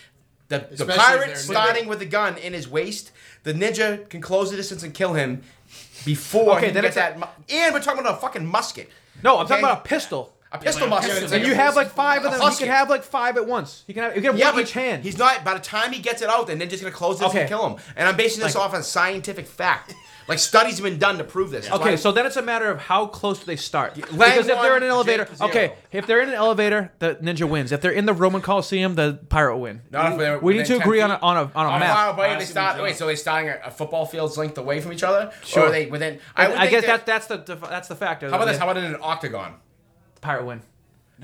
Speaker 2: the, the
Speaker 1: Especially if
Speaker 2: pirate
Speaker 1: they're-
Speaker 2: starting with a gun in his waist, the ninja can close the distance and kill him before
Speaker 4: Okay,
Speaker 2: he can
Speaker 4: then
Speaker 2: get
Speaker 4: it's a-
Speaker 2: that. mu- and we're talking about a fucking musket.
Speaker 4: No, I'm talking
Speaker 2: Okay?
Speaker 4: about a pistol.
Speaker 2: A pistol
Speaker 3: but a
Speaker 2: musket.
Speaker 3: pistol-
Speaker 2: It's
Speaker 4: And
Speaker 2: a
Speaker 4: you have like five of
Speaker 2: a
Speaker 4: them. You
Speaker 2: husky.
Speaker 4: can have like five at once. You can have you can have
Speaker 2: Yeah,
Speaker 4: one
Speaker 2: but
Speaker 4: each hand.
Speaker 2: he's not. By the time he gets it out, the ninja's gonna close this
Speaker 4: Okay.
Speaker 2: and kill him. And I'm basing this
Speaker 4: Like-
Speaker 2: off on scientific fact. like studies have been done to prove this. That's
Speaker 4: Okay,
Speaker 2: why-
Speaker 4: so then it's a matter of how close do they start?
Speaker 2: Lang
Speaker 4: Because if
Speaker 2: one,
Speaker 4: they're in an elevator,
Speaker 2: Jake zero.
Speaker 4: okay, if they're in an elevator, the ninja wins. If they're in the Roman Coliseum, the pirate will win.
Speaker 2: Not if they're
Speaker 4: we need
Speaker 2: within
Speaker 4: to
Speaker 2: 10
Speaker 4: agree on a,
Speaker 2: feet.
Speaker 4: on a on a
Speaker 2: I'm
Speaker 4: map.
Speaker 2: far away,
Speaker 3: I
Speaker 2: they
Speaker 3: see
Speaker 2: start-
Speaker 3: what you're
Speaker 2: wait,
Speaker 3: doing.
Speaker 2: so they're starting a, a football field's length away from each other? Or
Speaker 4: Sure.
Speaker 2: are they within? I, would
Speaker 4: I,
Speaker 2: think
Speaker 4: guess
Speaker 2: that.
Speaker 4: that that's the def- that's the factor.
Speaker 2: How about this? How about in an octagon?
Speaker 4: pirate win?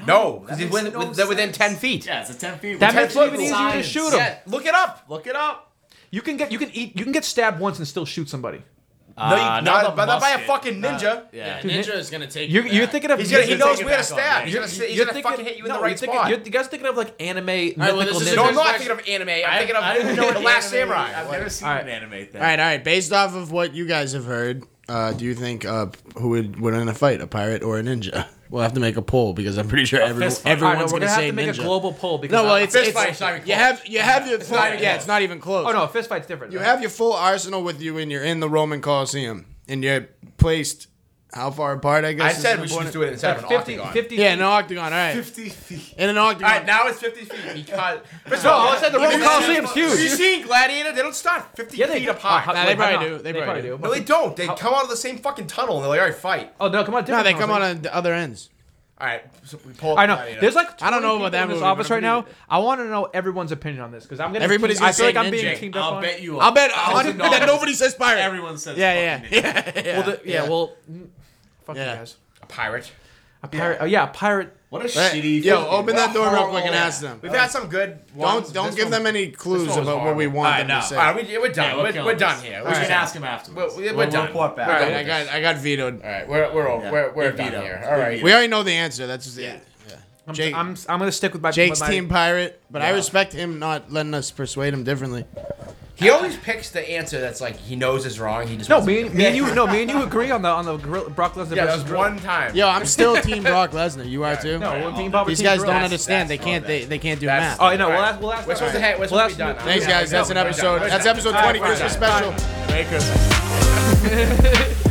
Speaker 2: No, because
Speaker 3: that
Speaker 2: they're
Speaker 3: makes
Speaker 2: within,
Speaker 3: no
Speaker 2: with- they're within
Speaker 3: sense.
Speaker 2: ten feet.
Speaker 3: Yeah, it's a ten feet.
Speaker 4: That
Speaker 3: Ten
Speaker 4: makes it
Speaker 3: foot
Speaker 4: even easier
Speaker 3: science.
Speaker 4: to shoot 'em.
Speaker 2: Yeah, look it up.
Speaker 3: Look it up.
Speaker 4: You can get you can eat you can get stabbed once and still shoot somebody. Uh,
Speaker 2: no, you,
Speaker 3: not
Speaker 2: not,
Speaker 3: the
Speaker 2: but not by a
Speaker 3: musket.
Speaker 2: fucking ninja.
Speaker 3: Yeah.
Speaker 1: Ninja is gonna take.
Speaker 4: You're,
Speaker 1: you
Speaker 4: you're
Speaker 1: back.
Speaker 4: thinking of
Speaker 2: He's gonna, he
Speaker 4: ninjas-
Speaker 2: knows
Speaker 3: it
Speaker 2: where to
Speaker 3: back on
Speaker 2: stab.
Speaker 3: me.
Speaker 2: He's gonna, he's
Speaker 4: you're
Speaker 2: gonna fucking hit you in
Speaker 4: no,
Speaker 2: the right
Speaker 4: you're thinking,
Speaker 2: spot.
Speaker 4: You're, you guys thinking of like anime
Speaker 1: right, well,
Speaker 4: mythical
Speaker 1: this is
Speaker 4: ninjas?
Speaker 2: No, I'm
Speaker 1: Here's
Speaker 2: not
Speaker 1: the
Speaker 2: thinking of anime. I'm
Speaker 3: I-
Speaker 2: thinking of
Speaker 3: I didn't know
Speaker 2: The
Speaker 3: an
Speaker 2: Last
Speaker 3: anime-
Speaker 2: Samurai.
Speaker 3: I've
Speaker 2: Like-
Speaker 3: never seen
Speaker 4: Alright.
Speaker 3: an anime thing.
Speaker 1: All right, all right. Based off of what you guys have heard, uh, do you think uh, who would win in a fight, a pirate or a ninja? We'll have to make a poll because I'm pretty sure every,
Speaker 3: fist fight.
Speaker 4: All right, no,
Speaker 1: everyone's
Speaker 4: we're
Speaker 1: gonna,
Speaker 4: gonna have
Speaker 1: say
Speaker 4: to make
Speaker 1: ninja.
Speaker 4: a global poll because
Speaker 1: no, well,
Speaker 4: I-
Speaker 1: it's,
Speaker 2: Fist
Speaker 1: it's-
Speaker 2: fight's not even
Speaker 1: you
Speaker 2: close.
Speaker 1: have you have your full,
Speaker 2: not even
Speaker 1: yeah,
Speaker 2: close.
Speaker 1: it's not even close.
Speaker 4: oh no, fist fight's different.
Speaker 1: you
Speaker 4: right?
Speaker 1: have your full arsenal with you, and you're in the Roman Coliseum, and you're placed how far apart? I
Speaker 2: I
Speaker 1: guess. is
Speaker 2: said we
Speaker 1: important.
Speaker 2: should just do it instead of an
Speaker 4: 50,
Speaker 2: octagon.
Speaker 4: 50
Speaker 1: Yeah, an octagon. All right,
Speaker 3: Fifty feet.
Speaker 1: in an octagon.
Speaker 2: All right, now it's 50 feet because. First
Speaker 4: No, I said the Roman
Speaker 2: even-
Speaker 4: Colosseum's huge.
Speaker 2: You seen Gladiator? They don't start 50
Speaker 4: Yeah, they
Speaker 2: feet apart.
Speaker 4: How-
Speaker 1: Nah, they
Speaker 4: wait,
Speaker 1: probably
Speaker 4: how
Speaker 1: do.
Speaker 4: not?
Speaker 1: They probably do.
Speaker 2: no, they don't. They come out of the same fucking tunnel and they're like, all right, fight.
Speaker 4: Oh no, come on.
Speaker 1: no,
Speaker 4: different
Speaker 1: they
Speaker 4: ones,
Speaker 1: come
Speaker 4: like-
Speaker 1: out on the other ends.
Speaker 2: All right, so we pull. up
Speaker 4: I know.
Speaker 2: Gladiator.
Speaker 4: There's like
Speaker 1: I don't know
Speaker 4: 20
Speaker 1: about that
Speaker 4: people in this
Speaker 1: movie, but
Speaker 4: office
Speaker 1: I'm
Speaker 4: right now.
Speaker 1: pretty-
Speaker 4: I want to know everyone's opinion on this because I'm gonna.
Speaker 1: Everybody's
Speaker 4: I
Speaker 1: gonna
Speaker 4: feel like
Speaker 1: say
Speaker 4: I'm being
Speaker 1: ninja.
Speaker 4: teamed up
Speaker 3: I'll
Speaker 4: on.
Speaker 3: bet you.
Speaker 1: I'll bet a
Speaker 3: $100
Speaker 1: hundred that nobody says pirate.
Speaker 3: Everyone says.
Speaker 1: Yeah, yeah,
Speaker 3: fucking
Speaker 1: yeah,
Speaker 3: ninja.
Speaker 1: yeah.
Speaker 4: Well, the, yeah, Well, mm, fuck
Speaker 1: Yeah.
Speaker 4: you guys.
Speaker 2: a pirate.
Speaker 4: A pirate. Yeah, oh, yeah a pirate.
Speaker 3: What a
Speaker 1: Right.
Speaker 3: shitty.
Speaker 1: Yo,
Speaker 3: fucking-
Speaker 1: open that
Speaker 2: What
Speaker 1: door real
Speaker 2: horrible-
Speaker 1: quick and ask them.
Speaker 2: We've had some good.
Speaker 1: Don't don't give them any clues
Speaker 2: one was
Speaker 1: about what we
Speaker 2: horrible.
Speaker 1: want
Speaker 3: Alright,
Speaker 1: them
Speaker 3: no.
Speaker 1: to say.
Speaker 2: All right, we, we're done.
Speaker 3: Yeah,
Speaker 2: we're,
Speaker 3: killing
Speaker 2: we're done
Speaker 3: this.
Speaker 2: here.
Speaker 3: We
Speaker 2: We're,
Speaker 3: can
Speaker 2: done.
Speaker 3: ask him afterwards.
Speaker 2: We're, we're,
Speaker 5: We'll
Speaker 2: done.
Speaker 5: report back.
Speaker 2: We're
Speaker 5: All
Speaker 1: All
Speaker 2: done
Speaker 1: right, I
Speaker 2: with
Speaker 1: got
Speaker 2: this.
Speaker 1: I got vetoed.
Speaker 2: All right, we're we're all,
Speaker 3: Yeah.
Speaker 2: we're, we're
Speaker 3: They
Speaker 2: done
Speaker 3: beat
Speaker 2: here.
Speaker 3: up.
Speaker 2: All
Speaker 3: They
Speaker 2: right.
Speaker 3: beat
Speaker 1: We already know the answer. That's just, yeah.
Speaker 4: I'm,
Speaker 1: Jake-
Speaker 4: I'm, I'm gonna stick with my
Speaker 1: Jake's
Speaker 4: with my,
Speaker 1: team pirate, but I respect him not letting us persuade him differently.
Speaker 2: He always picks the answer that's like he knows is wrong. He just
Speaker 4: No,
Speaker 2: wants to
Speaker 4: me,
Speaker 2: do
Speaker 4: me
Speaker 2: it.
Speaker 4: and you. No, me and you agree on the on the gorilla, Brock Lesnar
Speaker 2: Yeah, that
Speaker 4: versus
Speaker 2: was
Speaker 4: gorilla.
Speaker 2: one time.
Speaker 1: Yo, I'm still Team Brock Lesnar. You are too.
Speaker 4: No, we're team Bubba,
Speaker 1: These
Speaker 4: team
Speaker 1: guys don't
Speaker 4: gorilla.
Speaker 1: understand. They
Speaker 2: that's
Speaker 1: can't.
Speaker 2: wrong.
Speaker 1: They, they can't do
Speaker 2: That's-
Speaker 1: math.
Speaker 4: Oh, I know. Well,
Speaker 2: All
Speaker 4: that's well, that's
Speaker 2: We're supposed to
Speaker 4: all right.
Speaker 2: hang. We're
Speaker 4: Well,
Speaker 2: supposed to be
Speaker 4: that's-
Speaker 2: done.
Speaker 1: Thanks, guys. That's an
Speaker 2: We're done.
Speaker 1: episode.
Speaker 2: We're
Speaker 1: That's
Speaker 2: done.
Speaker 1: episode 20
Speaker 2: All right,
Speaker 1: Christmas
Speaker 2: we're done.
Speaker 1: special.
Speaker 3: Merry Christmas.
Speaker 1: Merry Christmas.